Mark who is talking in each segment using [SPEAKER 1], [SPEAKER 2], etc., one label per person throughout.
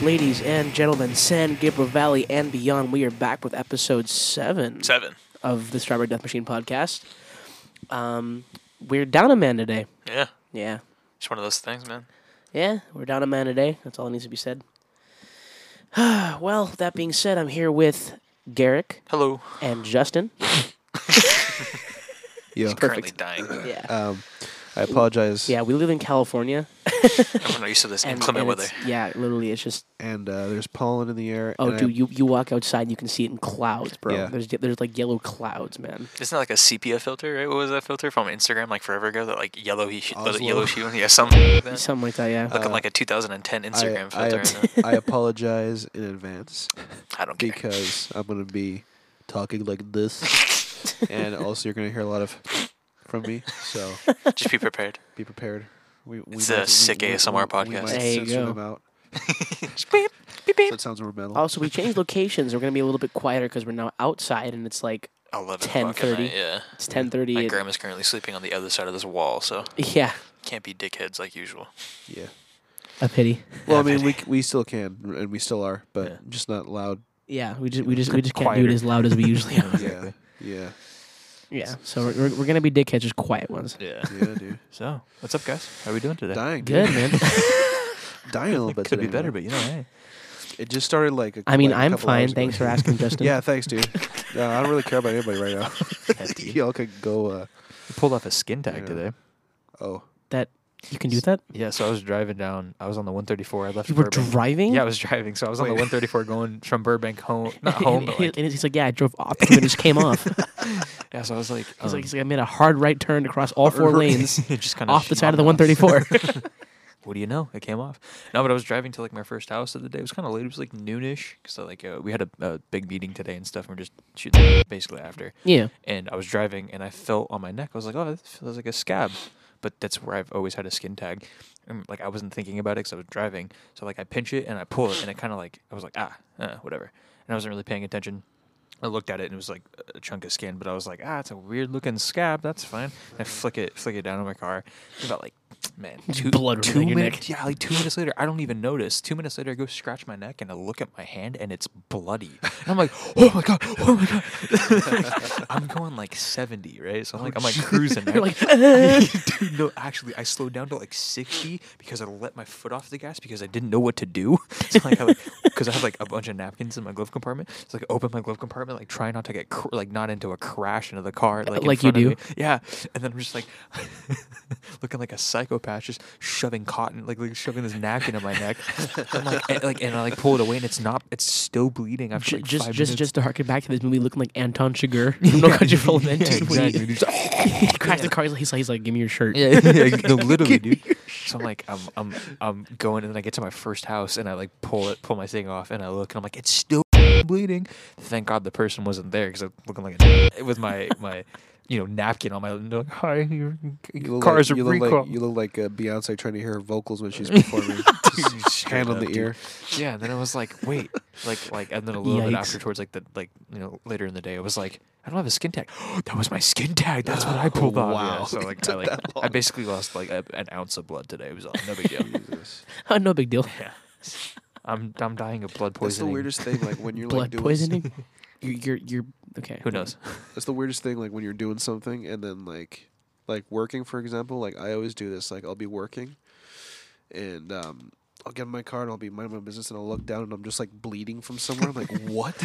[SPEAKER 1] Ladies and gentlemen, San Gabriel Valley and beyond, we are back with episode seven
[SPEAKER 2] Seven.
[SPEAKER 1] of the Strawberry Death Machine podcast. Um, we're down a man today.
[SPEAKER 2] Yeah.
[SPEAKER 1] Yeah.
[SPEAKER 2] It's one of those things, man.
[SPEAKER 1] Yeah, we're down a man today. That's all that needs to be said. well, that being said, I'm here with Garrick
[SPEAKER 2] Hello.
[SPEAKER 1] and Justin.
[SPEAKER 3] Yeah.
[SPEAKER 2] Currently dying.
[SPEAKER 1] Yeah.
[SPEAKER 3] Um, I apologize.
[SPEAKER 1] Uh, Yeah, we live in California.
[SPEAKER 2] I'm not used to this
[SPEAKER 1] And,
[SPEAKER 2] inclement
[SPEAKER 1] and
[SPEAKER 2] weather.
[SPEAKER 1] it's- Yeah, literally, it's just
[SPEAKER 3] And uh, there's pollen in the air.
[SPEAKER 1] Oh,
[SPEAKER 3] and I-
[SPEAKER 1] dude, you, you walk outside and you can see it in clouds, bro.
[SPEAKER 3] Yeah.
[SPEAKER 1] There's there's like yellow clouds, man.
[SPEAKER 2] Isn't that like a sepia filter, right? What was that filter from Instagram like forever ago? That like yellow he
[SPEAKER 3] Oslo.
[SPEAKER 2] yellow shoe. Yeah, something like that.
[SPEAKER 1] Something like that, yeah.
[SPEAKER 4] Uh,
[SPEAKER 2] Looking like a 2010
[SPEAKER 3] I-
[SPEAKER 2] Instagram
[SPEAKER 3] I,
[SPEAKER 2] filter.
[SPEAKER 3] ap-
[SPEAKER 2] I,
[SPEAKER 3] I, apologize in advance
[SPEAKER 2] I don't care.
[SPEAKER 3] because I'm gonna be talking like this, and also you're gonna hear a lot of from me. So
[SPEAKER 2] Just be prepared.
[SPEAKER 3] be prepared. We, we
[SPEAKER 2] It's a sick ASMR podcast.
[SPEAKER 3] might
[SPEAKER 1] There you
[SPEAKER 3] censor
[SPEAKER 1] go.
[SPEAKER 3] them out,
[SPEAKER 2] Just beep, beep,
[SPEAKER 3] so
[SPEAKER 2] beep.
[SPEAKER 3] it sounds more metal.
[SPEAKER 4] Oh.
[SPEAKER 1] also, we changed locations. We're gonna be a little bit quieter because we're now outside, and it's like
[SPEAKER 2] 11 o'clock at
[SPEAKER 1] 10:30.
[SPEAKER 2] night, Yeah.
[SPEAKER 1] it's ten thirty.
[SPEAKER 2] My grandma's currently sleeping on the other side of this wall, so
[SPEAKER 1] Yeah,
[SPEAKER 2] can't be dickheads like usual.
[SPEAKER 3] yeah.
[SPEAKER 1] a pity.
[SPEAKER 3] Well, I
[SPEAKER 2] Yeah,
[SPEAKER 3] mean, we c- we still can, and we still are, but
[SPEAKER 2] Yeah.
[SPEAKER 3] just not loud.
[SPEAKER 1] Yeah, we just we just we just can't do
[SPEAKER 2] Quieter.
[SPEAKER 1] it as loud as we usually are.
[SPEAKER 3] Yeah, yeah,
[SPEAKER 1] yeah. So we're, we're, we're gonna be dickheads, just quiet ones.
[SPEAKER 2] Yeah.
[SPEAKER 3] yeah, dude.
[SPEAKER 4] So, what's up, guys? How are we doing today?
[SPEAKER 3] Dying,
[SPEAKER 1] Good man.
[SPEAKER 3] dying a little bit.
[SPEAKER 4] Could be
[SPEAKER 3] today,
[SPEAKER 4] better,
[SPEAKER 3] man.
[SPEAKER 4] but you know, hey.
[SPEAKER 3] It just started like. A,
[SPEAKER 1] I mean,
[SPEAKER 3] like, a
[SPEAKER 1] I'm
[SPEAKER 3] couple
[SPEAKER 1] fine.
[SPEAKER 3] hours ago.
[SPEAKER 1] Thanks for asking, Justin.
[SPEAKER 3] Yeah, thanks, dude. No, I don't really care about anybody right now. Y'all could go. Uh,
[SPEAKER 4] You pulled off a skin tag
[SPEAKER 3] Yeah.
[SPEAKER 4] today.
[SPEAKER 3] oh,
[SPEAKER 1] that you can do that.
[SPEAKER 4] Yeah, so I was driving down. I was on the 134. I left
[SPEAKER 1] You were
[SPEAKER 4] Burbank.
[SPEAKER 1] driving.
[SPEAKER 4] Yeah, I was driving. So I was on the
[SPEAKER 3] Wait.
[SPEAKER 4] 134 going from Burbank home. Not home, but
[SPEAKER 1] and
[SPEAKER 4] like.
[SPEAKER 1] he's like, "Yeah, I drove off and it just came off." He's,
[SPEAKER 4] Yeah, so I was like. Um,
[SPEAKER 1] like, he's like, "I made a hard right turn across all four lanes,
[SPEAKER 4] just kind
[SPEAKER 1] off the side of the 134."
[SPEAKER 4] What do you know? It came off. No, but I was driving to like my first house of the day. It was kind of late. It was like noonish because like uh, we had a, a big meeting today and stuff. And we're just shooting basically after.
[SPEAKER 1] yeah.
[SPEAKER 4] and I was driving and I felt on my neck. I was like, oh, this feels like a scab. But that's where I've always had a skin tag. And like I wasn't thinking about it because I was driving. So like I pinch it and I pull it and it kind of like I was like ah uh, whatever. And I wasn't really paying attention. I looked at it and it was like a chunk of skin, but I was like, ah, it's a weird looking scab. That's fine. And I flick it, flick it down in my car. It's about like, man, two,
[SPEAKER 1] blood running
[SPEAKER 4] two
[SPEAKER 1] down your
[SPEAKER 4] minute-
[SPEAKER 1] neck.
[SPEAKER 4] Yeah, like two minutes later, I don't even notice. Two minutes later, I go scratch my neck and I look at my hand and it's bloody. And I'm like, oh my god, oh my god. I'm going like 70, right? So I'm like, I'm like cruising. Right?
[SPEAKER 1] Oh, like, "Uh."
[SPEAKER 4] dude, no, actually, I slowed down to like 60 because I let my foot off the gas because I didn't know what to do. So like, I like, because I have like a bunch of napkins in my glove compartment. So like, open my glove compartment, like, try not to get cr- like not into a crash into the car, like, in
[SPEAKER 1] Uh, Like you
[SPEAKER 4] front of
[SPEAKER 1] do.
[SPEAKER 4] me. Yeah, and then I'm just like looking like a psychopath, just shoving cotton, like, like shoving this napkin in my neck. I'm like, and, like, and I like pull it away, and it's not, it's still bleeding. After
[SPEAKER 1] J-
[SPEAKER 4] like,
[SPEAKER 1] just
[SPEAKER 4] five
[SPEAKER 1] just
[SPEAKER 4] minutes.
[SPEAKER 1] just to harken back to this movie, looking like Anton Chigurh from No Country for Old Men.
[SPEAKER 4] Yeah,
[SPEAKER 1] dude, when he-
[SPEAKER 4] exactly. Just-
[SPEAKER 1] he cracks the car. He's like, he's like, he's like, give me your shirt.
[SPEAKER 4] Yeah, yeah, no, literally, dude. So I'm like, I'm, I'm, I'm going, and then I get to my first house, and I like pull it, pull my thing off, and I look, and I'm like, it's still bleeding. Thank God the person wasn't there because I'm looking like a with my my, you know, napkin on my. and they're like, Hi, your
[SPEAKER 3] you look
[SPEAKER 4] cars
[SPEAKER 3] like,
[SPEAKER 4] are
[SPEAKER 3] you look
[SPEAKER 4] recall.
[SPEAKER 3] like you look like uh, Beyonce trying to hear her vocals when she's performing. Just hand on the ear.
[SPEAKER 4] yeah, and then I was like, wait, like, like, and then a little bit
[SPEAKER 1] Yikes.
[SPEAKER 4] after, towards like the, like, you know, later in the day, I was like, I don't have a skin tag. that was my skin tag. That's what I pulled off. Yeah,
[SPEAKER 3] Wow.
[SPEAKER 4] so
[SPEAKER 3] It
[SPEAKER 4] like, I
[SPEAKER 3] took
[SPEAKER 4] like,
[SPEAKER 3] that
[SPEAKER 4] I
[SPEAKER 3] long.
[SPEAKER 4] basically lost like a, an ounce of blood today. It was all no big deal.
[SPEAKER 3] Jesus.
[SPEAKER 1] Oh, no big deal.
[SPEAKER 4] Yeah. I'm I'm dying of blood
[SPEAKER 3] That's the
[SPEAKER 4] poisoning.
[SPEAKER 3] weirdest thing. Like when you're
[SPEAKER 1] Blood
[SPEAKER 3] like doing.
[SPEAKER 1] poisoning. you're, you're you're okay.
[SPEAKER 4] Who knows?
[SPEAKER 3] That's the weirdest thing. Like when you're doing something and then like, like working for example. Like I always do this. Like I'll be working, and um, I'll get in my car and I'll be minding my business and I'll look down and I'm just like bleeding from somewhere. I'm like, what?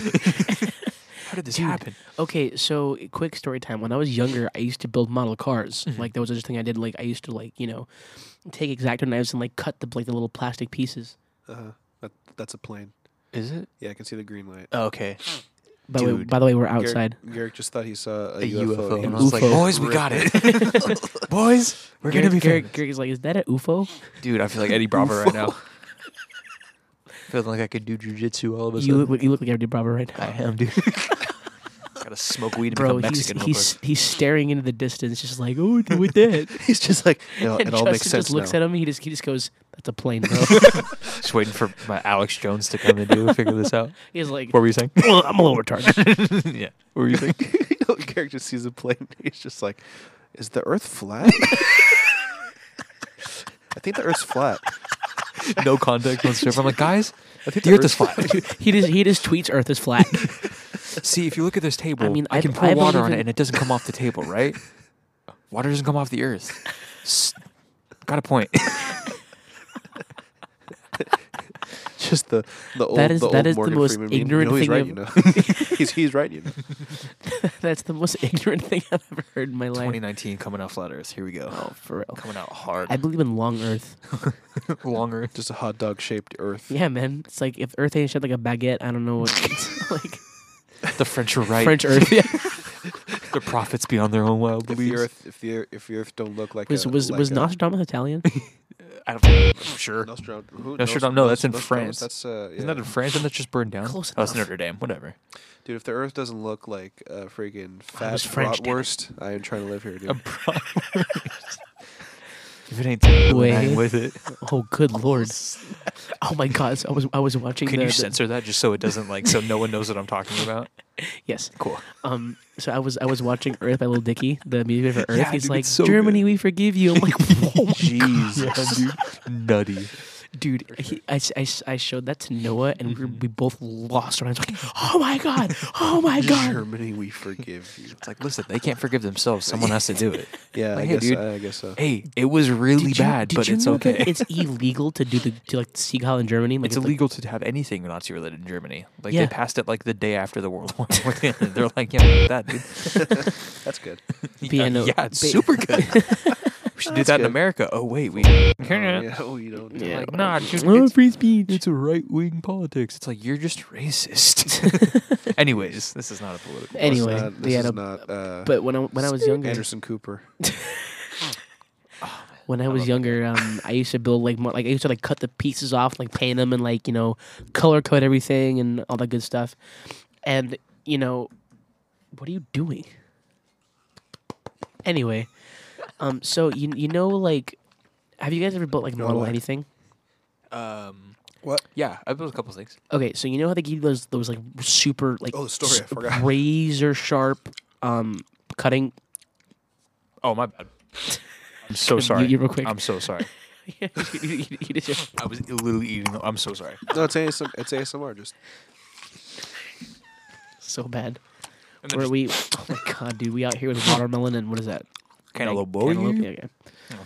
[SPEAKER 4] How did this
[SPEAKER 1] Dude.
[SPEAKER 4] happen?
[SPEAKER 1] Okay, so quick story time. When I was younger, I used to build model cars. Like that was just a thing I did. Like I used to like you know, take exacto knives and like cut the like the little plastic pieces.
[SPEAKER 3] uh, that, that's a plane.
[SPEAKER 4] Is it?
[SPEAKER 3] Yeah, I can see the green light.
[SPEAKER 4] Oh, Okay.
[SPEAKER 1] By, the way,
[SPEAKER 4] Dude.
[SPEAKER 1] by the way, we're
[SPEAKER 3] Garrick-
[SPEAKER 1] outside.
[SPEAKER 3] Garrick, just thought he saw a,
[SPEAKER 4] A UFO.
[SPEAKER 3] UFO.
[SPEAKER 4] And I
[SPEAKER 3] He
[SPEAKER 4] was like,
[SPEAKER 1] UFO.
[SPEAKER 4] boys, we got it. boys, we're gonna be
[SPEAKER 1] Garrick- Garrick,
[SPEAKER 4] famous.
[SPEAKER 1] Garrick is like, is that a UFO?
[SPEAKER 4] Dude, I feel like Eddie Bravo right now. Feeling like I could do jujitsu all of a
[SPEAKER 1] You
[SPEAKER 4] sudden.
[SPEAKER 1] look, you look like Eddie Bravo right
[SPEAKER 4] I
[SPEAKER 1] now,
[SPEAKER 4] am, dude. Gotta smoke weed and
[SPEAKER 1] bro.
[SPEAKER 4] become
[SPEAKER 1] He's
[SPEAKER 4] Mexican. real
[SPEAKER 1] he's
[SPEAKER 4] quick.
[SPEAKER 1] he's staring into the distance, just like, oh, with that.
[SPEAKER 3] He's just like, no, it
[SPEAKER 1] And
[SPEAKER 3] all makes
[SPEAKER 1] Justin
[SPEAKER 3] sense
[SPEAKER 1] just looks
[SPEAKER 3] now.
[SPEAKER 1] at him. He just he just goes, "That's a plane, bro."
[SPEAKER 4] just waiting for my Alex Jones to come and do figure this out.
[SPEAKER 1] He's like,
[SPEAKER 4] What were you saying?
[SPEAKER 1] well, "I'm a little retarded."
[SPEAKER 4] yeah. What were you saying?
[SPEAKER 3] Garrick just sees a plane. He's just like, is the Earth flat? I think the Earth's flat.
[SPEAKER 4] no context whatsoever. I'm like, guys, the earth is flat.
[SPEAKER 1] he just he just tweets Earth is flat.
[SPEAKER 4] See, if you look at this table, I
[SPEAKER 1] mean,
[SPEAKER 4] mean,
[SPEAKER 1] I-
[SPEAKER 4] I can
[SPEAKER 1] I
[SPEAKER 4] pour water
[SPEAKER 1] believe
[SPEAKER 4] on
[SPEAKER 1] in-
[SPEAKER 4] it and it doesn't come off the table, right? Water doesn't come off the earth. S- Got a point.
[SPEAKER 3] Just the the old
[SPEAKER 1] That is-
[SPEAKER 3] the
[SPEAKER 1] that
[SPEAKER 3] old
[SPEAKER 1] is the
[SPEAKER 3] Morgan
[SPEAKER 1] most
[SPEAKER 3] Freeman meme.
[SPEAKER 1] ignorant
[SPEAKER 3] you know, he's
[SPEAKER 1] thing
[SPEAKER 3] right,
[SPEAKER 1] I've-
[SPEAKER 3] you know. he's he's right, you know.
[SPEAKER 1] That's the most ignorant thing I've ever heard in my life.
[SPEAKER 4] 2019 coming out flat earth. Here we go.
[SPEAKER 1] Oh, for real.
[SPEAKER 4] Coming out hard.
[SPEAKER 1] I believe in long Earth.
[SPEAKER 4] Longer.
[SPEAKER 3] Just a hot dog shaped Earth.
[SPEAKER 1] Yeah, man. It's like if Earth ain't shaped like a baguette, I don't know what. It's like
[SPEAKER 4] The French are right.
[SPEAKER 1] French Earth. Yeah.
[SPEAKER 4] The prophets be on their own wild
[SPEAKER 3] If the
[SPEAKER 4] beliefs.
[SPEAKER 3] Earth, if the Earth- if the Earth don't look like
[SPEAKER 1] Was
[SPEAKER 3] a,
[SPEAKER 1] was
[SPEAKER 3] like
[SPEAKER 1] was
[SPEAKER 3] a,
[SPEAKER 1] Nostradamus Italian?
[SPEAKER 4] I don't, sure.
[SPEAKER 3] Nostradam-
[SPEAKER 4] Nostradam-
[SPEAKER 3] who- Nostradam-
[SPEAKER 4] no, that's in
[SPEAKER 3] Nostradamus,
[SPEAKER 4] France.
[SPEAKER 3] That's uh,
[SPEAKER 4] Isn't that
[SPEAKER 3] yeah.
[SPEAKER 4] in France and that's just burned down?
[SPEAKER 1] Close
[SPEAKER 4] Oh, it's
[SPEAKER 1] enough.
[SPEAKER 4] Notre Dame. Whatever.
[SPEAKER 3] dude? If the Earth doesn't look like a freaking fat
[SPEAKER 1] was French, damn it.
[SPEAKER 3] bratwurst, I am trying to live here, dude.
[SPEAKER 4] A If it ain't Wait.
[SPEAKER 1] Wait.
[SPEAKER 4] with it,
[SPEAKER 1] Oh, good lord! Oh my God! So I was I was watching.
[SPEAKER 4] can
[SPEAKER 1] the,
[SPEAKER 4] you
[SPEAKER 1] the-
[SPEAKER 4] censor that just so it doesn't like so no one knows what I'm talking about?
[SPEAKER 1] Yes.
[SPEAKER 4] Cool.
[SPEAKER 1] Um. So I was I was watching Earth by Lil Dicky, the music video for Earth.
[SPEAKER 4] Yeah,
[SPEAKER 1] He's
[SPEAKER 4] dude,
[SPEAKER 1] like,
[SPEAKER 4] it's so
[SPEAKER 1] Germany, we forgive you. I'm like, oh my
[SPEAKER 4] Jeez, dude, nutty.
[SPEAKER 1] dude, he, I, s- I s- I showed that to Noah, and we, were,
[SPEAKER 4] Mm-hmm.
[SPEAKER 1] we both lost our eyes. Like, oh my god, oh my god.
[SPEAKER 3] Germany, we forgive you.
[SPEAKER 4] It's like, listen, they can't forgive themselves. Someone has to do it.
[SPEAKER 3] Yeah,
[SPEAKER 4] Like,
[SPEAKER 3] I
[SPEAKER 4] hey,
[SPEAKER 3] guess
[SPEAKER 4] dude.
[SPEAKER 3] I guess so.
[SPEAKER 4] Hey, it was really
[SPEAKER 1] Did you-
[SPEAKER 4] bad,
[SPEAKER 1] did
[SPEAKER 4] but
[SPEAKER 1] you
[SPEAKER 4] it's
[SPEAKER 1] know that
[SPEAKER 4] okay.
[SPEAKER 1] It's illegal to do the to like Sieg Heil in Germany. Like,
[SPEAKER 4] It's illegal to have anything Nazi related in Germany. Like
[SPEAKER 1] Yeah.
[SPEAKER 4] they passed it like the day after the World War. One. They're like, yeah, fuck that dude.
[SPEAKER 3] That's good.
[SPEAKER 1] Like,
[SPEAKER 4] Yeah,
[SPEAKER 1] piano.
[SPEAKER 4] yeah, it's
[SPEAKER 1] ba-
[SPEAKER 4] super good. we should do that in
[SPEAKER 3] good.
[SPEAKER 4] America. Oh wait, we
[SPEAKER 3] yeah. Oh, you don't. know.
[SPEAKER 1] Yeah.
[SPEAKER 4] like nah, dude,
[SPEAKER 1] Oh,
[SPEAKER 4] it's,
[SPEAKER 1] free speech.
[SPEAKER 4] it's a right wing politics. It's like you're just racist. Anyways, this is not a political.
[SPEAKER 3] This is
[SPEAKER 1] anyway,
[SPEAKER 3] not- this
[SPEAKER 1] yeah,
[SPEAKER 3] is
[SPEAKER 1] no,
[SPEAKER 3] not, uh,
[SPEAKER 1] but when I when I was younger,
[SPEAKER 3] Anderson Cooper.
[SPEAKER 1] when I was younger, um, I used to build like more, like I used to like cut the pieces off, like paint them, and like you know, color code everything and all that good stuff. And you know, what are you doing? Anyway, um, so you you know like, have you guys ever built like model
[SPEAKER 3] what?
[SPEAKER 1] anything?
[SPEAKER 4] Um,
[SPEAKER 3] What?
[SPEAKER 4] yeah, I built a couple things.
[SPEAKER 1] Okay, so you know how they give you those those like super like
[SPEAKER 3] Oh, the story, I forgot.
[SPEAKER 1] razor sharp um cutting.
[SPEAKER 4] Oh my bad. I'm so
[SPEAKER 1] You-
[SPEAKER 4] Oh, sorry. Um,
[SPEAKER 1] you real quick.
[SPEAKER 4] I'm so sorry.
[SPEAKER 1] You just-
[SPEAKER 4] I was literally eating. I'm so sorry.
[SPEAKER 3] No, it's ASMR. It's ASMR. Just
[SPEAKER 1] so bad.
[SPEAKER 4] And then
[SPEAKER 1] Where
[SPEAKER 4] just
[SPEAKER 1] we? Oh my god, dude, we out here with watermelon and what is that?
[SPEAKER 4] cantaloupe.
[SPEAKER 1] Like, cantaloupe?
[SPEAKER 4] you?
[SPEAKER 1] Yeah, okay.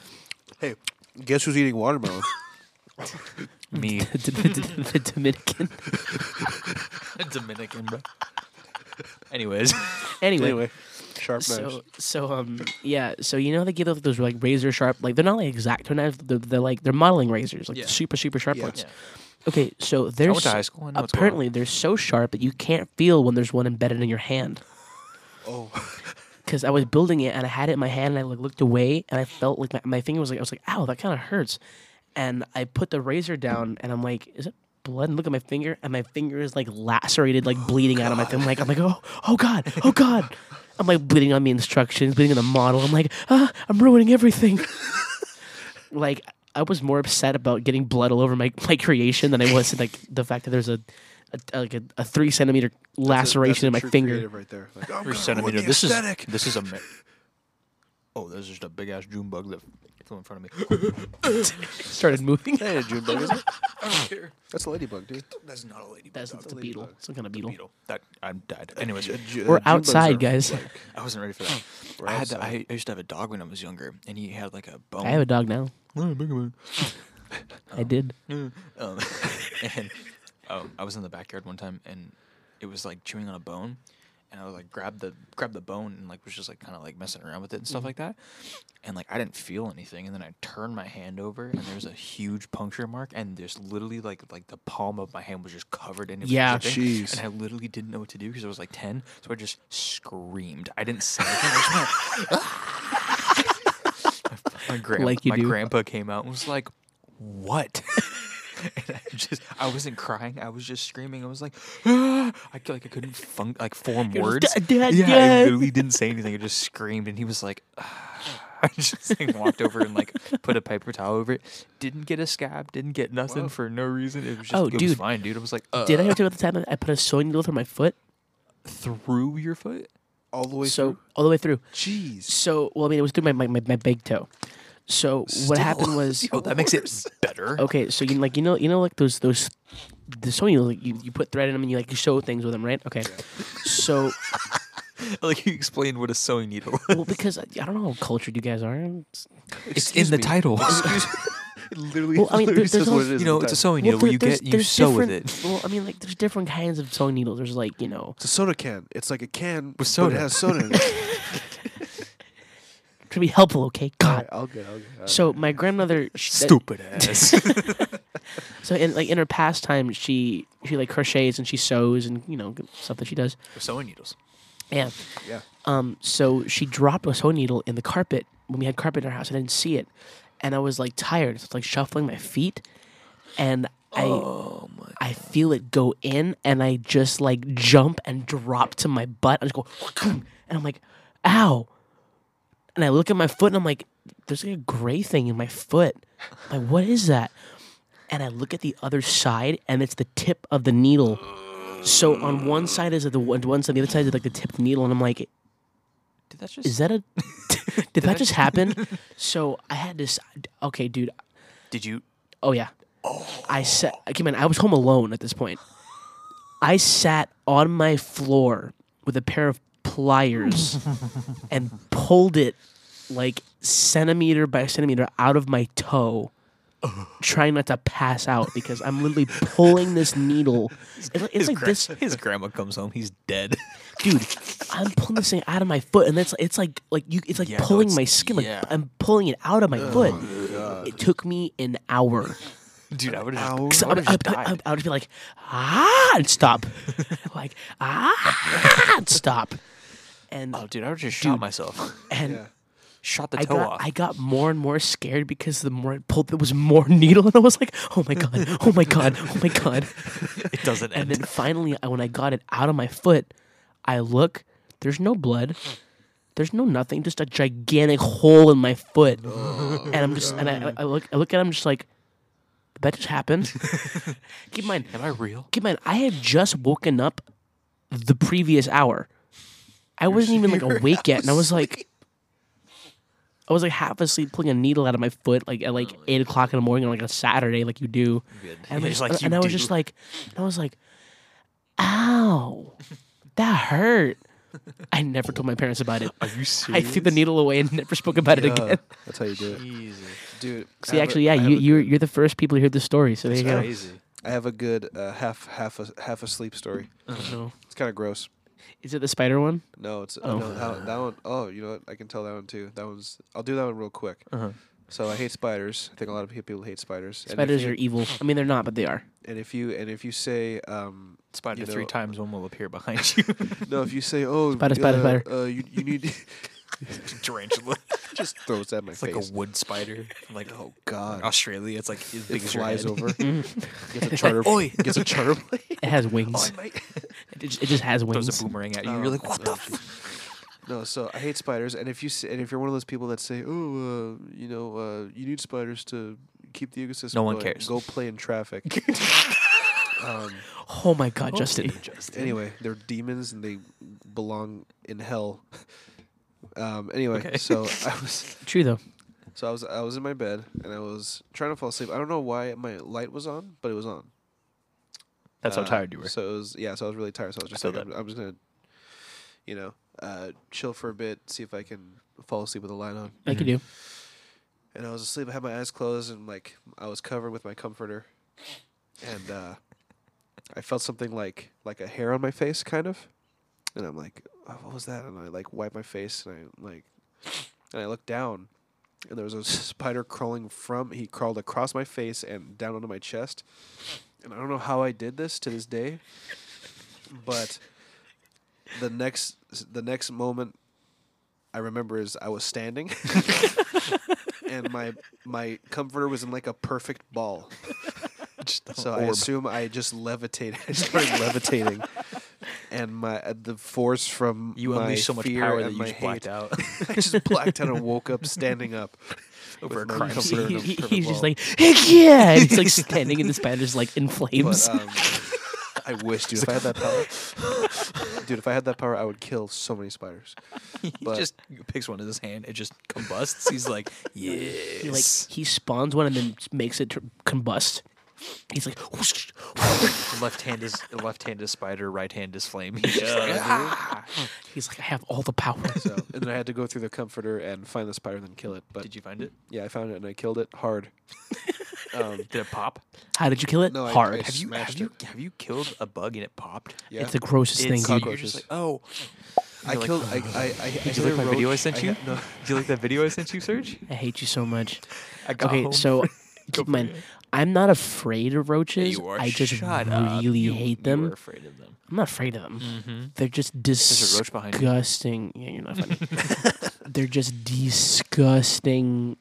[SPEAKER 3] hey, guess who's eating watermelon?
[SPEAKER 4] Me,
[SPEAKER 1] the, the- the- the Dominican.
[SPEAKER 4] Dominican, bro. Anyways,
[SPEAKER 1] Anyway,
[SPEAKER 3] anyway, sharp knives.
[SPEAKER 1] so so um yeah, so you know they give out those like razor sharp, like they're not like exacto knives. They're, they're like they're modeling razors, like
[SPEAKER 4] Yeah.
[SPEAKER 1] super super sharp
[SPEAKER 3] Yeah.
[SPEAKER 1] ones.
[SPEAKER 4] Yeah.
[SPEAKER 1] Okay, so they're
[SPEAKER 4] I went to
[SPEAKER 1] s-
[SPEAKER 4] high school. I know what's going on.
[SPEAKER 1] apparently they're so sharp that you can't feel when there's one embedded in your hand.
[SPEAKER 3] Oh,
[SPEAKER 1] Because I was building it and I had it in my hand and I like looked away and I felt like my, my finger was like I was like ow that kind of hurts, and I put the razor down and I'm like is it blood and look at my finger and my finger is like lacerated like bleeding out of my thumb like I'm like oh oh god oh god I'm like bleeding on the instructions bleeding on the model I'm like ah I'm ruining everything like I was more upset about getting blood all over my, my creation than I was like the fact that there's a, a like a, a three centimeter laceration in my
[SPEAKER 3] true
[SPEAKER 1] finger.
[SPEAKER 3] creative right there. Like, oh, I'm
[SPEAKER 4] Three
[SPEAKER 3] gonna
[SPEAKER 4] centimeter.
[SPEAKER 3] ruin the
[SPEAKER 4] This is
[SPEAKER 3] aesthetic.
[SPEAKER 4] this is a. oh, there's just a big ass June bug that flew in front of me.
[SPEAKER 1] Started moving.
[SPEAKER 3] That ain't a June bug, is it?
[SPEAKER 4] I don't care.
[SPEAKER 3] That's a ladybug, dude.
[SPEAKER 4] That's not a ladybug.
[SPEAKER 1] That's it's a
[SPEAKER 3] Totally
[SPEAKER 1] beetle.
[SPEAKER 3] bugged.
[SPEAKER 1] Some kind of beetle.
[SPEAKER 4] beetle. That I died. Anyways,
[SPEAKER 3] Ju- ju-
[SPEAKER 1] We're
[SPEAKER 3] June bugs
[SPEAKER 1] outside,
[SPEAKER 3] are,
[SPEAKER 1] guys.
[SPEAKER 3] like,
[SPEAKER 4] I wasn't ready for that.
[SPEAKER 3] we're
[SPEAKER 4] I had to, I,
[SPEAKER 3] outside.
[SPEAKER 4] I used to have a dog when I was younger, and he had like a bone.
[SPEAKER 1] I have a dog now.
[SPEAKER 4] Oh, big one.
[SPEAKER 1] I did.
[SPEAKER 4] Um, and oh, I was in the backyard one time, and it was like chewing on a bone, and I was like grabbed the grabbed the bone and like was just like kind of like messing around with it and
[SPEAKER 1] Mm.
[SPEAKER 4] stuff like that, and like I didn't feel anything, and then I turned my hand over, and there was a huge puncture mark, and there's literally like like the palm of my hand was just covered in it. was
[SPEAKER 1] Yeah.
[SPEAKER 4] dripping,
[SPEAKER 3] Jeez.
[SPEAKER 4] And I literally didn't know what to do because I was like ten, so I just screamed. I didn't say anything. I just went. My, grandpa,
[SPEAKER 1] Like you
[SPEAKER 4] my
[SPEAKER 1] do.
[SPEAKER 4] grandpa came out and was like, "What?" and I just, I wasn't crying. I was just screaming. I was like, "Ah!" I c- like I couldn't fun- like form
[SPEAKER 1] You're
[SPEAKER 4] words.
[SPEAKER 1] just, "Dad, dad,
[SPEAKER 4] yeah, I
[SPEAKER 1] dad."
[SPEAKER 4] literally didn't say anything. I just screamed, and he was like, "Ah." I just like, walked over and like put a paper towel over it. Didn't get a scab. Didn't get nothing for no reason. It was just
[SPEAKER 1] Oh,
[SPEAKER 4] it was
[SPEAKER 1] dude.
[SPEAKER 4] fine, dude. I was like, uh,
[SPEAKER 1] Did I ever tell you about the time that I put a sewing needle through my foot?
[SPEAKER 4] through your foot?
[SPEAKER 3] all the way
[SPEAKER 1] so
[SPEAKER 3] through.
[SPEAKER 1] all the way through.
[SPEAKER 3] Jeez.
[SPEAKER 1] So well, I mean, it was through my my, my, my big toe. So what happened was Oh.
[SPEAKER 4] Oh, that makes it better.
[SPEAKER 1] okay. So you like you know you know like those those the Sony like you, you put thread in them and you like show things with them right? Okay. So
[SPEAKER 4] like you explained what a sewing needle
[SPEAKER 1] well because I, I don't know how cultured you guys are. It's-
[SPEAKER 4] It's in the
[SPEAKER 3] me.
[SPEAKER 4] title.
[SPEAKER 3] It literally,
[SPEAKER 1] Well, I mean,
[SPEAKER 3] literally
[SPEAKER 1] there's
[SPEAKER 3] says
[SPEAKER 1] no-
[SPEAKER 3] what it is.
[SPEAKER 4] you
[SPEAKER 3] in
[SPEAKER 4] know,
[SPEAKER 3] the
[SPEAKER 4] it's a
[SPEAKER 3] title.
[SPEAKER 1] well,
[SPEAKER 4] sewing needle
[SPEAKER 1] there-
[SPEAKER 4] where you
[SPEAKER 1] there's-
[SPEAKER 4] get you
[SPEAKER 1] there's
[SPEAKER 4] sew with
[SPEAKER 1] different-
[SPEAKER 4] it.
[SPEAKER 1] Well, I mean like there's different kinds of sewing needles. There's like you know
[SPEAKER 3] It's a soda can. It's like a can
[SPEAKER 4] With
[SPEAKER 3] But
[SPEAKER 4] soda.
[SPEAKER 3] it has soda. in it.
[SPEAKER 1] to be helpful. Okay,
[SPEAKER 3] All
[SPEAKER 1] God.
[SPEAKER 3] right, I'll get. I'll get. all right.
[SPEAKER 1] So my grandmother she- that-
[SPEAKER 4] Stupid ass.
[SPEAKER 1] So in like in her pastime, she she like crochets and she sews and you know stuff that she does.
[SPEAKER 4] sewing needles.
[SPEAKER 1] Yeah.
[SPEAKER 3] Yeah.
[SPEAKER 1] Um. So she dropped a sewing needle in the carpet when we had carpet in our house. I didn't see it, and I was like tired, so it's like shuffling my feet, and I
[SPEAKER 4] Oh. Um,
[SPEAKER 1] I feel it go in, and I just like jump and drop to my butt. I just go, and I'm like, ow. And I look at my foot and I'm like, there's like a gray thing in my foot. I'm like, what is that? And I look at the other side and it's the tip of the needle. So on one side is the one one side, the other side is like the tip of the needle, and I'm like,
[SPEAKER 4] Did that just?
[SPEAKER 1] is that a did that just happen? So I had this okay, dude.
[SPEAKER 4] did you?
[SPEAKER 1] Oh yeah. I sat I came in, I was home alone at this point. I sat on my floor with a pair of pliers and pulled it like centimeter by centimeter out of my toe. Trying not to pass out because I'm literally pulling this needle. It's like, it's like this
[SPEAKER 4] His grandma comes home. He's dead.
[SPEAKER 1] dude, I'm pulling this thing out of my foot, and that's it's like like you, it's like
[SPEAKER 4] Yeah, no,
[SPEAKER 1] pulling
[SPEAKER 4] it's-
[SPEAKER 1] my skin. Like
[SPEAKER 4] yeah. Oh
[SPEAKER 1] I'm pulling it out of my foot. It took me an hour.
[SPEAKER 4] Dude, I would have.
[SPEAKER 3] Ow.
[SPEAKER 1] So I, would, I, would- I, would- I would be like, ah, and stop, like ah, and stop, and
[SPEAKER 4] Oh, dude, I would just shot myself.
[SPEAKER 1] and.
[SPEAKER 3] Yeah.
[SPEAKER 4] Shot the
[SPEAKER 1] I
[SPEAKER 4] toe
[SPEAKER 1] got,
[SPEAKER 4] off.
[SPEAKER 1] I got more and more scared because the more I pulled, there was more needle, and I was like, "Oh my god! Oh my god! Oh my god!"
[SPEAKER 4] it doesn't
[SPEAKER 1] And
[SPEAKER 4] end.
[SPEAKER 1] then finally, I- when I got it out of my foot, I look. There's no blood. There's no nothing. Just a gigantic hole in my foot. and I'm just and I, I look I look at him just like "Did that just happened. keep in mind,
[SPEAKER 4] Am I real?
[SPEAKER 1] keep in mind, I had just woken up the previous hour. I wasn't even like awake yet, and I was like. I was like half asleep, pulling a needle out of my foot, like at like eight o'clock in the morning on like a Saturday, like you do. And, I
[SPEAKER 4] Yeah,
[SPEAKER 1] was-
[SPEAKER 4] just like
[SPEAKER 1] and-
[SPEAKER 4] you
[SPEAKER 1] and I was
[SPEAKER 4] do.
[SPEAKER 1] just like, and I was like, ow, that hurt. I never told my parents about it.
[SPEAKER 4] Are you
[SPEAKER 1] I
[SPEAKER 4] serious?
[SPEAKER 1] threw the needle away and never spoke about it again.
[SPEAKER 3] Uh, That's how you do it, dude. I
[SPEAKER 1] See,
[SPEAKER 3] have a-
[SPEAKER 1] actually, yeah,
[SPEAKER 3] I have
[SPEAKER 1] you,
[SPEAKER 3] a-
[SPEAKER 1] you're you're the first people to hear this story, so there you go.
[SPEAKER 4] crazy.
[SPEAKER 3] I have a good uh, half half a, half asleep story.
[SPEAKER 1] No.
[SPEAKER 3] It's kind of gross.
[SPEAKER 1] Is it the spider one?
[SPEAKER 3] No, it's oh. no, that, that one oh you know what? I can tell that one too. That one's. I'll do that one real quick. So I hate spiders. I think a lot of people hate spiders.
[SPEAKER 1] Spiders
[SPEAKER 3] and
[SPEAKER 1] are
[SPEAKER 3] if you,
[SPEAKER 1] evil. I mean, they're not, but they are.
[SPEAKER 3] And if you and if you say um,
[SPEAKER 4] Spider
[SPEAKER 3] you
[SPEAKER 4] three
[SPEAKER 3] know-
[SPEAKER 4] times, one will appear behind you.
[SPEAKER 3] No, if you say oh
[SPEAKER 1] Spider,
[SPEAKER 3] uh,
[SPEAKER 1] spider, spider.
[SPEAKER 3] Uh, you you need
[SPEAKER 4] Tarantula.
[SPEAKER 3] just throws at my
[SPEAKER 4] It's
[SPEAKER 3] face.
[SPEAKER 4] like a wood spider. from, like oh,
[SPEAKER 3] God.
[SPEAKER 4] Australia. It's like as
[SPEAKER 3] it
[SPEAKER 4] big as your
[SPEAKER 3] flies
[SPEAKER 4] head.
[SPEAKER 3] over. gets a charter.
[SPEAKER 4] Oi.
[SPEAKER 3] Gets a charter plane.
[SPEAKER 1] Mm-hmm. It has wings. it, just, it just has wings.
[SPEAKER 4] Throws a boomerang at you.
[SPEAKER 3] Oh,
[SPEAKER 4] You're like, what the? F-?
[SPEAKER 3] No, so I hate spiders, and if you s- and if you're one of those people that say, "Oh, uh, you know, uh, you need spiders to keep the ecosystem,"
[SPEAKER 4] No one
[SPEAKER 3] going,
[SPEAKER 4] cares.
[SPEAKER 3] Go play in traffic. um,
[SPEAKER 1] Oh my god, Justin.
[SPEAKER 3] anyway, they're demons and they belong in hell. Um, anyway, so I was
[SPEAKER 1] True though.
[SPEAKER 3] so I was I was in my bed and I was trying to fall asleep. I don't know why my light was on, but it was on.
[SPEAKER 4] That's
[SPEAKER 3] Uh,
[SPEAKER 4] how tired you were.
[SPEAKER 3] So it was yeah. So I was really tired. So I was just
[SPEAKER 4] feel
[SPEAKER 3] like, I'm, I'm just gonna, you know, uh, chill for a bit, see if I can fall asleep with the light on.
[SPEAKER 1] Like
[SPEAKER 4] Mm-hmm.
[SPEAKER 1] you do.
[SPEAKER 3] and I was asleep. I had my eyes closed, and like I was covered with my comforter, and uh, I felt something like like a hair on my face, kind of. And I'm like, oh, what was that? And I like wipe my face, and I like, and I look down, and there was a spider crawling from. He crawled across my face and down onto my chest, and I don't know how I did this to this day, but the next the next moment I remember is I was standing and my my comforter was in like a perfect ball. So I assume I just levitated. I started levitating, and my uh, the force from
[SPEAKER 4] You
[SPEAKER 3] my
[SPEAKER 4] unleashed so much
[SPEAKER 3] fear
[SPEAKER 4] power
[SPEAKER 3] and
[SPEAKER 4] that you
[SPEAKER 3] my
[SPEAKER 4] just blacked
[SPEAKER 3] hate-
[SPEAKER 4] out
[SPEAKER 3] I just blacked out and woke up standing up
[SPEAKER 4] over a
[SPEAKER 3] with my
[SPEAKER 4] crime
[SPEAKER 3] comforter
[SPEAKER 4] scene.
[SPEAKER 3] and
[SPEAKER 1] He, he-
[SPEAKER 3] a perfect
[SPEAKER 1] he's
[SPEAKER 4] uh,
[SPEAKER 3] ball.
[SPEAKER 1] just like, heck yeah! And he's like standing in the spider's like in flames.
[SPEAKER 3] But, um, I I wish, dude. If I had that power, dude, if I had that power, I would kill so many spiders.
[SPEAKER 4] He
[SPEAKER 3] But-
[SPEAKER 4] just picks one in his hand. It just combusts. He's like, yes.
[SPEAKER 1] He like he spawns one and then makes it tr- combust. He's like, whoosh,
[SPEAKER 4] left hand is left hand is spider. Right hand is flame. He's just like, "Ah."
[SPEAKER 1] he's like, I have all the power.
[SPEAKER 3] So, and then I had to go through the comforter and find the spider, and then kill it. But
[SPEAKER 4] Did you find it?
[SPEAKER 3] yeah, I found it and I killed it hard. Um,
[SPEAKER 4] Did it pop?
[SPEAKER 1] How did you kill it?
[SPEAKER 3] No, I-
[SPEAKER 1] Hard.
[SPEAKER 3] I
[SPEAKER 4] Have you have
[SPEAKER 3] smashed
[SPEAKER 4] you have you killed a bug and it popped?
[SPEAKER 3] yeah,
[SPEAKER 1] It's the grossest thing.
[SPEAKER 4] It's-
[SPEAKER 1] dude.
[SPEAKER 4] You're just
[SPEAKER 3] cockroaches.
[SPEAKER 4] like, oh.
[SPEAKER 3] I
[SPEAKER 4] you're like,
[SPEAKER 3] killed. I, I, I, I
[SPEAKER 4] Did you like my video I sent you?
[SPEAKER 3] had- no,
[SPEAKER 4] Did you like that video I sent you, Serge?
[SPEAKER 1] I hate you so much.
[SPEAKER 4] I got
[SPEAKER 1] Okay,
[SPEAKER 4] home
[SPEAKER 1] so
[SPEAKER 4] from-
[SPEAKER 1] keep in mind, I'm not afraid of roaches.
[SPEAKER 4] You are.
[SPEAKER 1] I just
[SPEAKER 4] Shut up.
[SPEAKER 1] really
[SPEAKER 4] You-
[SPEAKER 1] hate
[SPEAKER 4] You
[SPEAKER 1] them.
[SPEAKER 4] are afraid of them.
[SPEAKER 1] I'm not afraid of them.
[SPEAKER 4] Mm-hmm.
[SPEAKER 1] They're just
[SPEAKER 4] There's a roach behind you.
[SPEAKER 1] disgusting. Yeah, you're not funny. They're just disgusting